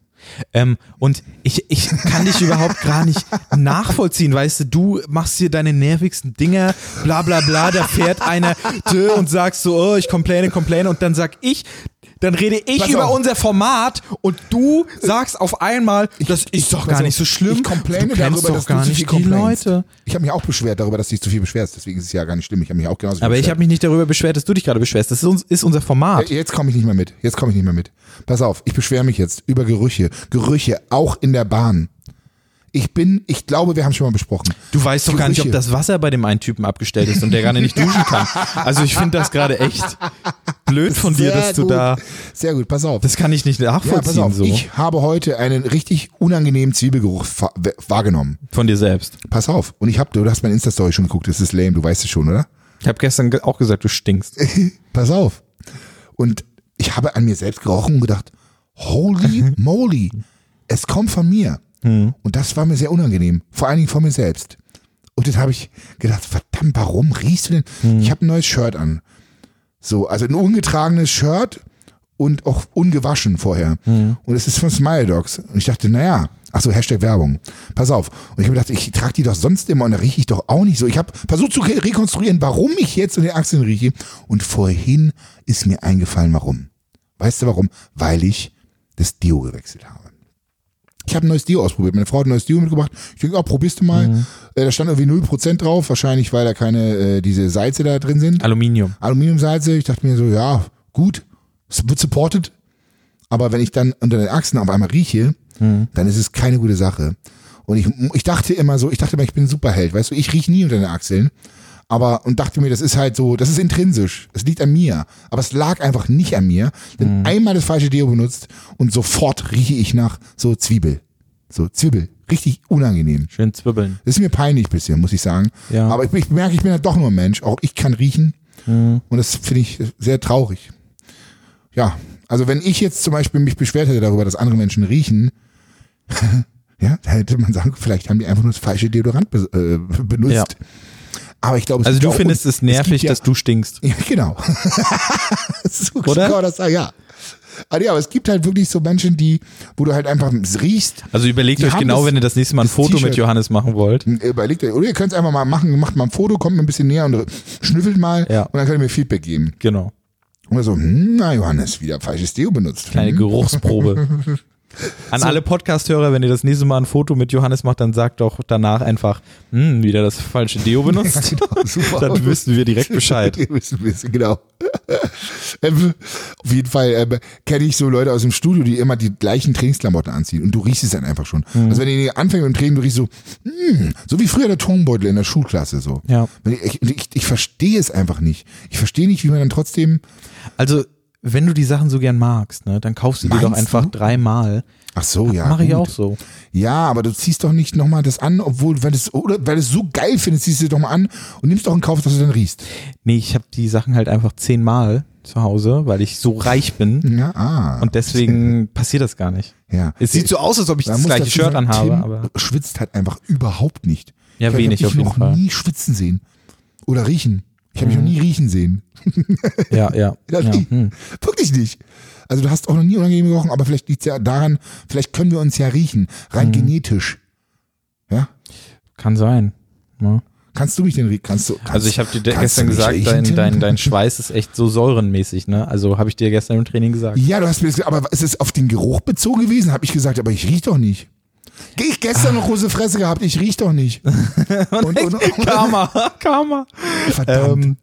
Speaker 2: Ähm, und ich, ich kann dich <laughs> überhaupt gar nicht nachvollziehen, weißt du, du machst hier deine nervigsten Dinger, bla bla bla, da fährt einer tö, und sagst so, oh, ich complaine, complaine und dann sag ich, dann rede ich
Speaker 1: Pass
Speaker 2: über
Speaker 1: auf.
Speaker 2: unser Format und du sagst auf einmal, das ist doch
Speaker 1: Pass
Speaker 2: gar
Speaker 1: auf,
Speaker 2: nicht so schlimm.
Speaker 1: also, Ich complaine
Speaker 2: du kennst
Speaker 1: darüber,
Speaker 2: doch
Speaker 1: dass
Speaker 2: gar
Speaker 1: du zu
Speaker 2: nicht
Speaker 1: viel
Speaker 2: die
Speaker 1: complainst.
Speaker 2: Leute.
Speaker 1: Ich habe mich auch beschwert darüber, dass du dich zu viel beschwerst. Deswegen ist es ja gar nicht schlimm. Ich habe mich auch genauso
Speaker 2: Aber ich
Speaker 1: beschwert. Äh,
Speaker 2: habe mich nicht darüber beschwert, dass du dich gerade beschwerst. Das ist, uns, ist unser Format.
Speaker 1: Jetzt komme ich nicht mehr mit. Jetzt komme ich nicht mehr mit. Pass auf, ich beschwere mich jetzt über Gerüche. Gerüche, auch in der Bahn. Ich bin, ich glaube, wir haben schon mal besprochen.
Speaker 2: Du weißt doch gar nicht, ob
Speaker 1: Gerüche.
Speaker 2: das Wasser bei dem einen Typen abgestellt ist und der gerade nicht duschen kann. Also ich finde das gerade echt blöd von dir,
Speaker 1: Sehr
Speaker 2: dass du
Speaker 1: gut.
Speaker 2: da.
Speaker 1: Sehr gut, pass auf.
Speaker 2: Das kann ich nicht
Speaker 1: ja, pass
Speaker 2: nachvollziehen
Speaker 1: auf.
Speaker 2: so
Speaker 1: Ich habe heute einen richtig unangenehmen Zwiebelgeruch fa- w- wahrgenommen.
Speaker 2: von dir selbst.
Speaker 1: Pass auf. Und ich habe, du hast meine Insta-Story schon geguckt. Das ist lame. Du weißt es schon, oder?
Speaker 2: Ich habe gestern ge- auch gesagt, du stinkst.
Speaker 1: pass auf. Und ich habe an mir selbst gerochen und gedacht,
Speaker 2: <laughs>
Speaker 1: holy moly, es kommt von mir.
Speaker 2: Hm.
Speaker 1: Und das war mir sehr unangenehm, vor allen Dingen von mir selbst. Und jetzt habe ich gedacht, verdammt, warum riechst du denn?
Speaker 2: Hm.
Speaker 1: Ich habe ein neues Shirt an. So, also ein ungetragenes Shirt und auch ungewaschen vorher. Und es ist von Smile Dogs. Und ich dachte, naja, ach so, Hashtag Werbung. Pass auf. Und ich habe gedacht, ich trage die doch sonst immer und da rieche ich doch auch nicht so. Ich habe versucht zu re- rekonstruieren, warum ich jetzt in den Achseln rieche. Und vorhin ist mir eingefallen, warum. Weißt du warum? Weil ich das Deo gewechselt habe. Ich habe ein neues Dio ausprobiert. Meine Frau hat ein neues Dio mitgebracht. Ich denke, oh, probierst du mal. Äh, da stand irgendwie 0% drauf, wahrscheinlich, weil da keine, äh, diese Salze da drin sind.
Speaker 2: <laughs> Aluminium.
Speaker 1: Aluminiumsalze. Ich dachte mir so, ja, gut, es wird supported. Aber wenn ich dann unter den Achsen auf einmal rieche, dann ist es keine gute Sache. Und ich, ich dachte immer so, ich dachte immer, ich bin ein Superheld, weißt du, ich rieche nie unter den Achseln. Aber, und dachte mir, das ist halt so, das ist intrinsisch. Es liegt an mir. Aber es lag einfach nicht an mir. Denn einmal das falsche Deo benutzt und sofort rieche ich nach so Zwiebel. So Zwiebel. Richtig unangenehm.
Speaker 2: Schön zwibbeln.
Speaker 1: Das ist mir peinlich bisschen, muss ich sagen.
Speaker 2: Ja.
Speaker 1: Aber ich, ich merke, ich bin ja doch nur ein Mensch. Auch ich kann riechen.
Speaker 2: Mhm.
Speaker 1: Und das finde ich sehr traurig. Ja, also wenn ich jetzt zum Beispiel mich beschwert hätte darüber, dass andere Menschen riechen, <laughs> ja, da hätte man sagen, vielleicht haben die einfach nur das falsche Deodorant be äh, benutzt.
Speaker 2: Ja.
Speaker 1: Aber ich glaube, es
Speaker 2: Also
Speaker 1: gibt
Speaker 2: du
Speaker 1: auch-
Speaker 2: findest es nervig,
Speaker 1: gibt ja-
Speaker 2: dass du stinkst.
Speaker 1: <laughs> ja, genau. <laughs> so
Speaker 2: Oder?
Speaker 1: Kann man das sagen, ja. Aber, ja, aber es gibt halt wirklich so Menschen, die, wo du halt einfach riechst,
Speaker 2: Also überlegt
Speaker 1: Die
Speaker 2: euch
Speaker 1: haben
Speaker 2: genau,
Speaker 1: das-
Speaker 2: wenn ihr das nächste Mal ein
Speaker 1: das
Speaker 2: Foto mit
Speaker 1: T-Shirt. Mhm.
Speaker 2: Johannes machen wollt.
Speaker 1: Überlegt euch, oder ihr könnt es einfach mal machen, macht mal ein Foto, kommt mir ein bisschen näher und schnüffelt mal
Speaker 2: Ja.
Speaker 1: und dann könnt ihr mir Feedback geben.
Speaker 2: Genau.
Speaker 1: Oder so, hm, na Johannes, wieder falsches Deo benutzt.
Speaker 2: Kleine
Speaker 1: Hm.
Speaker 2: Geruchsprobe. An alle Podcast-Hörer, wenn ihr das nächste Mal ein Foto mit Johannes macht, dann sagt doch danach einfach, hm, wieder das falsche
Speaker 1: <laughs>
Speaker 2: Deo benutzt.
Speaker 1: <laughs> Genau. Super.
Speaker 2: dann wüssten wir direkt Bescheid.
Speaker 1: <laughs> Ihr wisst ein bisschen, genau. Ähm, Auf jeden Fall ähm, kenne ich so Leute aus dem Studio, die immer die gleichen Trainingsklamotten anziehen und du riechst es dann einfach schon.
Speaker 2: Mhm.
Speaker 1: Also wenn ihr anfängt mit dem Training, du riechst so, hm, so wie früher der Tonbeutel in der Schulklasse so.
Speaker 2: Ja.
Speaker 1: Wenn Ich, ich, ich, ich verstehe es einfach nicht. Ich verstehe nicht, wie man dann trotzdem,
Speaker 2: Also, wenn du die Sachen so gern magst, ne, dann kaufst du die doch
Speaker 1: Meinst
Speaker 2: einfach
Speaker 1: du?
Speaker 2: dreimal.
Speaker 1: ach so, ja.
Speaker 2: Mache ich
Speaker 1: gut.
Speaker 2: auch so.
Speaker 1: Ja, aber du ziehst doch nicht nochmal das an, obwohl, weil du es oder weil du es so geil findest, ziehst du es doch mal an und nimmst doch in Kauf, dass du dann riechst.
Speaker 2: Nee, ich habe die Sachen halt einfach zehnmal zu Hause, weil ich so reich bin.
Speaker 1: <laughs> Ja, ah.
Speaker 2: Und deswegen passiert das gar nicht.
Speaker 1: ja.
Speaker 2: Es sieht so aus, als ob ich
Speaker 1: Man
Speaker 2: das
Speaker 1: muss
Speaker 2: gleiche
Speaker 1: dazu
Speaker 2: Shirt
Speaker 1: sagen,
Speaker 2: anhabe,
Speaker 1: Tim
Speaker 2: aber
Speaker 1: schwitzt halt einfach überhaupt nicht.
Speaker 2: Ja,
Speaker 1: ich glaub,
Speaker 2: wenig
Speaker 1: ich hab
Speaker 2: auf jeden
Speaker 1: dich noch
Speaker 2: Fall.
Speaker 1: nie schwitzen sehen oder riechen. Ich habe mich noch nie riechen sehen.
Speaker 2: <laughs> Ja, ja.
Speaker 1: Ja,
Speaker 2: ja.
Speaker 1: nie.
Speaker 2: Hm.
Speaker 1: Wirklich nicht. Also du hast auch noch nie unangenehm gerochen, aber vielleicht liegt es ja daran, vielleicht können wir uns ja riechen, rein
Speaker 2: Mhm.
Speaker 1: genetisch. Ja?
Speaker 2: Kann sein. Ja.
Speaker 1: Kannst du mich denn riechen? Kannst du, kannst,
Speaker 2: Also ich habe dir de-
Speaker 1: kannst du
Speaker 2: gestern
Speaker 1: mich
Speaker 2: gesagt,
Speaker 1: riechen,
Speaker 2: dein,
Speaker 1: Tim?
Speaker 2: dein, dein Schweiß ist echt so säurenmäßig, ne? Also habe ich dir gestern im Training gesagt.
Speaker 1: Ja, du hast mir das gesagt, aber ist es auf den Geruch bezogen gewesen? Habe ich gesagt, aber ich riech doch nicht. Geh ich gestern noch große Fresse gehabt, ich riech doch
Speaker 2: <laughs>
Speaker 1: nicht. und, und, oh,
Speaker 2: Karma, <laughs> Karma. Ähm,
Speaker 1: verdammt.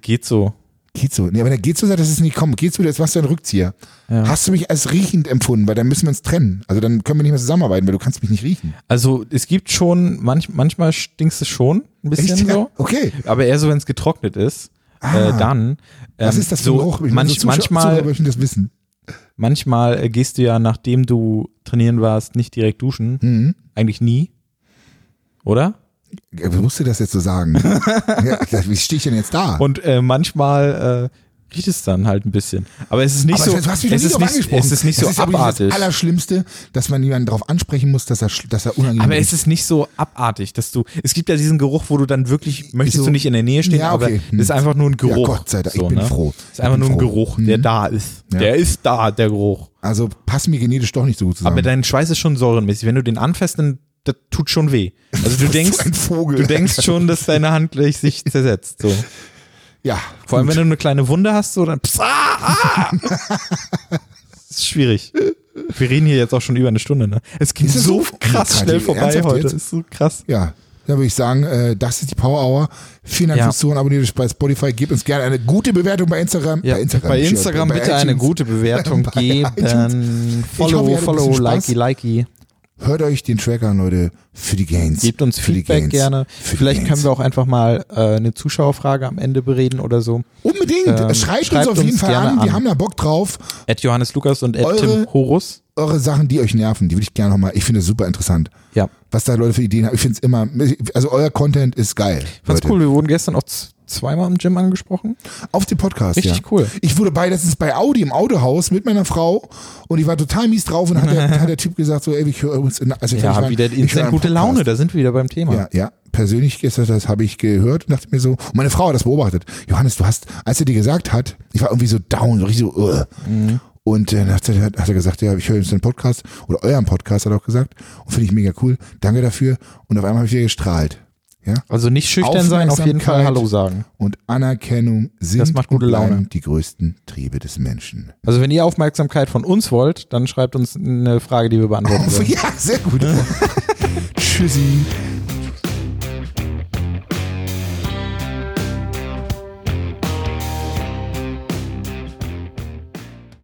Speaker 2: Geht so.
Speaker 1: Geht so. Nee, aber der geht so sagt, das ist nicht kommen. Geht so, jetzt machst du einen Rückzieher.
Speaker 2: Ja.
Speaker 1: Hast du mich als riechend empfunden, weil dann müssen wir uns trennen. Also dann können wir nicht mehr zusammenarbeiten, weil du kannst mich nicht riechen.
Speaker 2: Also es gibt schon, manch, manchmal stinkst es schon ein bisschen
Speaker 1: Ja?
Speaker 2: so.
Speaker 1: <laughs> Okay.
Speaker 2: Aber eher so, wenn es getrocknet ist. Äh, dann. Ähm,
Speaker 1: Ah. Was ist das für
Speaker 2: so,
Speaker 1: ein Geruch? Ich meine,
Speaker 2: manch,
Speaker 1: so Zuschauer- Zuhörer
Speaker 2: manchmal,
Speaker 1: möchten das wissen.
Speaker 2: manchmal äh, gehst du ja, nachdem du trainieren warst, nicht direkt duschen.
Speaker 1: Mhm.
Speaker 2: Eigentlich nie. Oder?
Speaker 1: Ja, Wie musst du das jetzt so
Speaker 2: <laughs>
Speaker 1: sagen? ja, das- wie stehe ich denn jetzt da?
Speaker 2: Und äh, manchmal äh, riecht es dann halt ein bisschen. Aber es ist nicht
Speaker 1: aber
Speaker 2: so.
Speaker 1: du hast mich noch
Speaker 2: es,
Speaker 1: nie
Speaker 2: ist
Speaker 1: drauf
Speaker 2: nicht,
Speaker 1: angesprochen.
Speaker 2: es ist nicht so
Speaker 1: das ist ja wirklich
Speaker 2: abartig.
Speaker 1: Das Allerschlimmste, dass man jemanden darauf ansprechen muss, dass er, sch- dass er unangenehm
Speaker 2: Aber
Speaker 1: ist.
Speaker 2: es ist nicht so abartig, dass du. Es gibt ja diesen Geruch, wo du dann wirklich möchtest
Speaker 1: so-
Speaker 2: du nicht in der Nähe stehen,
Speaker 1: Ja, okay.
Speaker 2: aber es ist einfach nur ein Geruch. ne?
Speaker 1: Gott sei Dank, ich bin froh.
Speaker 2: Es ist einfach
Speaker 1: Ich bin
Speaker 2: nur ein
Speaker 1: froh. Mhm.
Speaker 2: Geruch, der da ist.
Speaker 1: Ja.
Speaker 2: Der ist da, der Geruch.
Speaker 1: Also passen mir genetisch doch nicht so gut zusammen. <laughs>
Speaker 2: Aber dein Schweiß ist schon säurenmäßig. Wenn du den anfasst, dann das tut schon weh.
Speaker 1: <laughs>
Speaker 2: Also du denkst,
Speaker 1: ein Vogel.
Speaker 2: du denkst schon, dass deine Hand gleich sich zersetzt. So.
Speaker 1: ja,
Speaker 2: Vor allem, wenn du eine kleine Wunde hast, so dann. Pss, ah, ah. Das ist schwierig. Wir reden hier jetzt auch schon über eine Stunde, ne? Es ging
Speaker 1: Ist das
Speaker 2: so
Speaker 1: so?
Speaker 2: krass
Speaker 1: Kann
Speaker 2: schnell
Speaker 1: die
Speaker 2: vorbei
Speaker 1: ernsthaft
Speaker 2: heute.
Speaker 1: jetzt?
Speaker 2: Ist so krass.
Speaker 1: ja. Dann würde ich sagen, äh, das ist die Power Hour. Vielen Dank
Speaker 2: Ja.
Speaker 1: fürs Zuhören. Abonniert euch bei Spotify. Gebt uns gerne eine gute Bewertung bei Instagram.
Speaker 2: Ja, bei Instagram, bitte eine
Speaker 1: iTunes.
Speaker 2: gute Bewertung
Speaker 1: Bei
Speaker 2: geben.
Speaker 1: Ich hoffe, ihr hattet ein
Speaker 2: Follow,
Speaker 1: bisschen
Speaker 2: follow,
Speaker 1: Spaß.
Speaker 2: likey, likey.
Speaker 1: Hört euch den Track an, Leute, für die Gains.
Speaker 2: Gebt uns
Speaker 1: für die
Speaker 2: Feedback
Speaker 1: Gains.
Speaker 2: gerne.
Speaker 1: Für die
Speaker 2: Vielleicht
Speaker 1: Gains.
Speaker 2: können wir auch einfach mal äh, eine Zuschauerfrage am Ende bereden oder so.
Speaker 1: Unbedingt.
Speaker 2: Ähm,
Speaker 1: schreibt, uns
Speaker 2: schreibt
Speaker 1: auf jeden
Speaker 2: uns
Speaker 1: Fall
Speaker 2: gerne
Speaker 1: an. Wir
Speaker 2: an.
Speaker 1: haben da Bock drauf.
Speaker 2: Ed Johannes Lukas und Ed
Speaker 1: Eure-
Speaker 2: Tim Horus.
Speaker 1: Eure Sachen, die euch nerven, die würde ich gerne nochmal. Ich finde es super interessant,
Speaker 2: Ja.
Speaker 1: was da Leute für Ideen haben. Ich finde es immer. Also euer Content ist geil.
Speaker 2: Fand's
Speaker 1: Leute.
Speaker 2: cool. Wir wurden gestern auch z- zweimal im Gym angesprochen.
Speaker 1: Auf dem Podcast.
Speaker 2: Richtig
Speaker 1: ja.
Speaker 2: cool.
Speaker 1: Ich wurde bei, das ist bei Audi im Autohaus mit meiner Frau und ich war total mies drauf und hat der, hat der Typ gesagt, so, ey, ich höre übrigens. Also ich
Speaker 2: Ja,
Speaker 1: ich war-
Speaker 2: wieder
Speaker 1: ich höre
Speaker 2: instant
Speaker 1: einen
Speaker 2: gute
Speaker 1: Podcast.
Speaker 2: Laune. Da sind wir wieder beim Thema.
Speaker 1: Ja, ja. Persönlich gestern, das habe ich gehört und dachte mir so, und meine Frau hat das beobachtet. Johannes, du hast, als er dir gesagt hat, ich war irgendwie so down, so richtig so, uh.
Speaker 2: Mhm.
Speaker 1: Und äh, dann hat er, hat er gesagt, ja, ich höre jetzt den Podcast oder euren Podcast, hat er auch gesagt. Und finde ich mega cool. Danke dafür. Und auf einmal habe ich wieder gestrahlt. Ja.
Speaker 2: Also nicht schüchtern sein, auf jeden Fall
Speaker 1: Aufmerksamkeit.
Speaker 2: Hallo sagen.
Speaker 1: Und Anerkennung sind
Speaker 2: Das macht gute
Speaker 1: und bleiben
Speaker 2: Laune.
Speaker 1: die größten Triebe des
Speaker 2: <laughs>
Speaker 1: Menschen.
Speaker 2: Also wenn ihr Aufmerksamkeit von
Speaker 1: <laughs>
Speaker 2: uns wollt, dann schreibt uns eine Frage, die wir beantworten wollen.
Speaker 1: Ja, sehr gut. Tschüssi.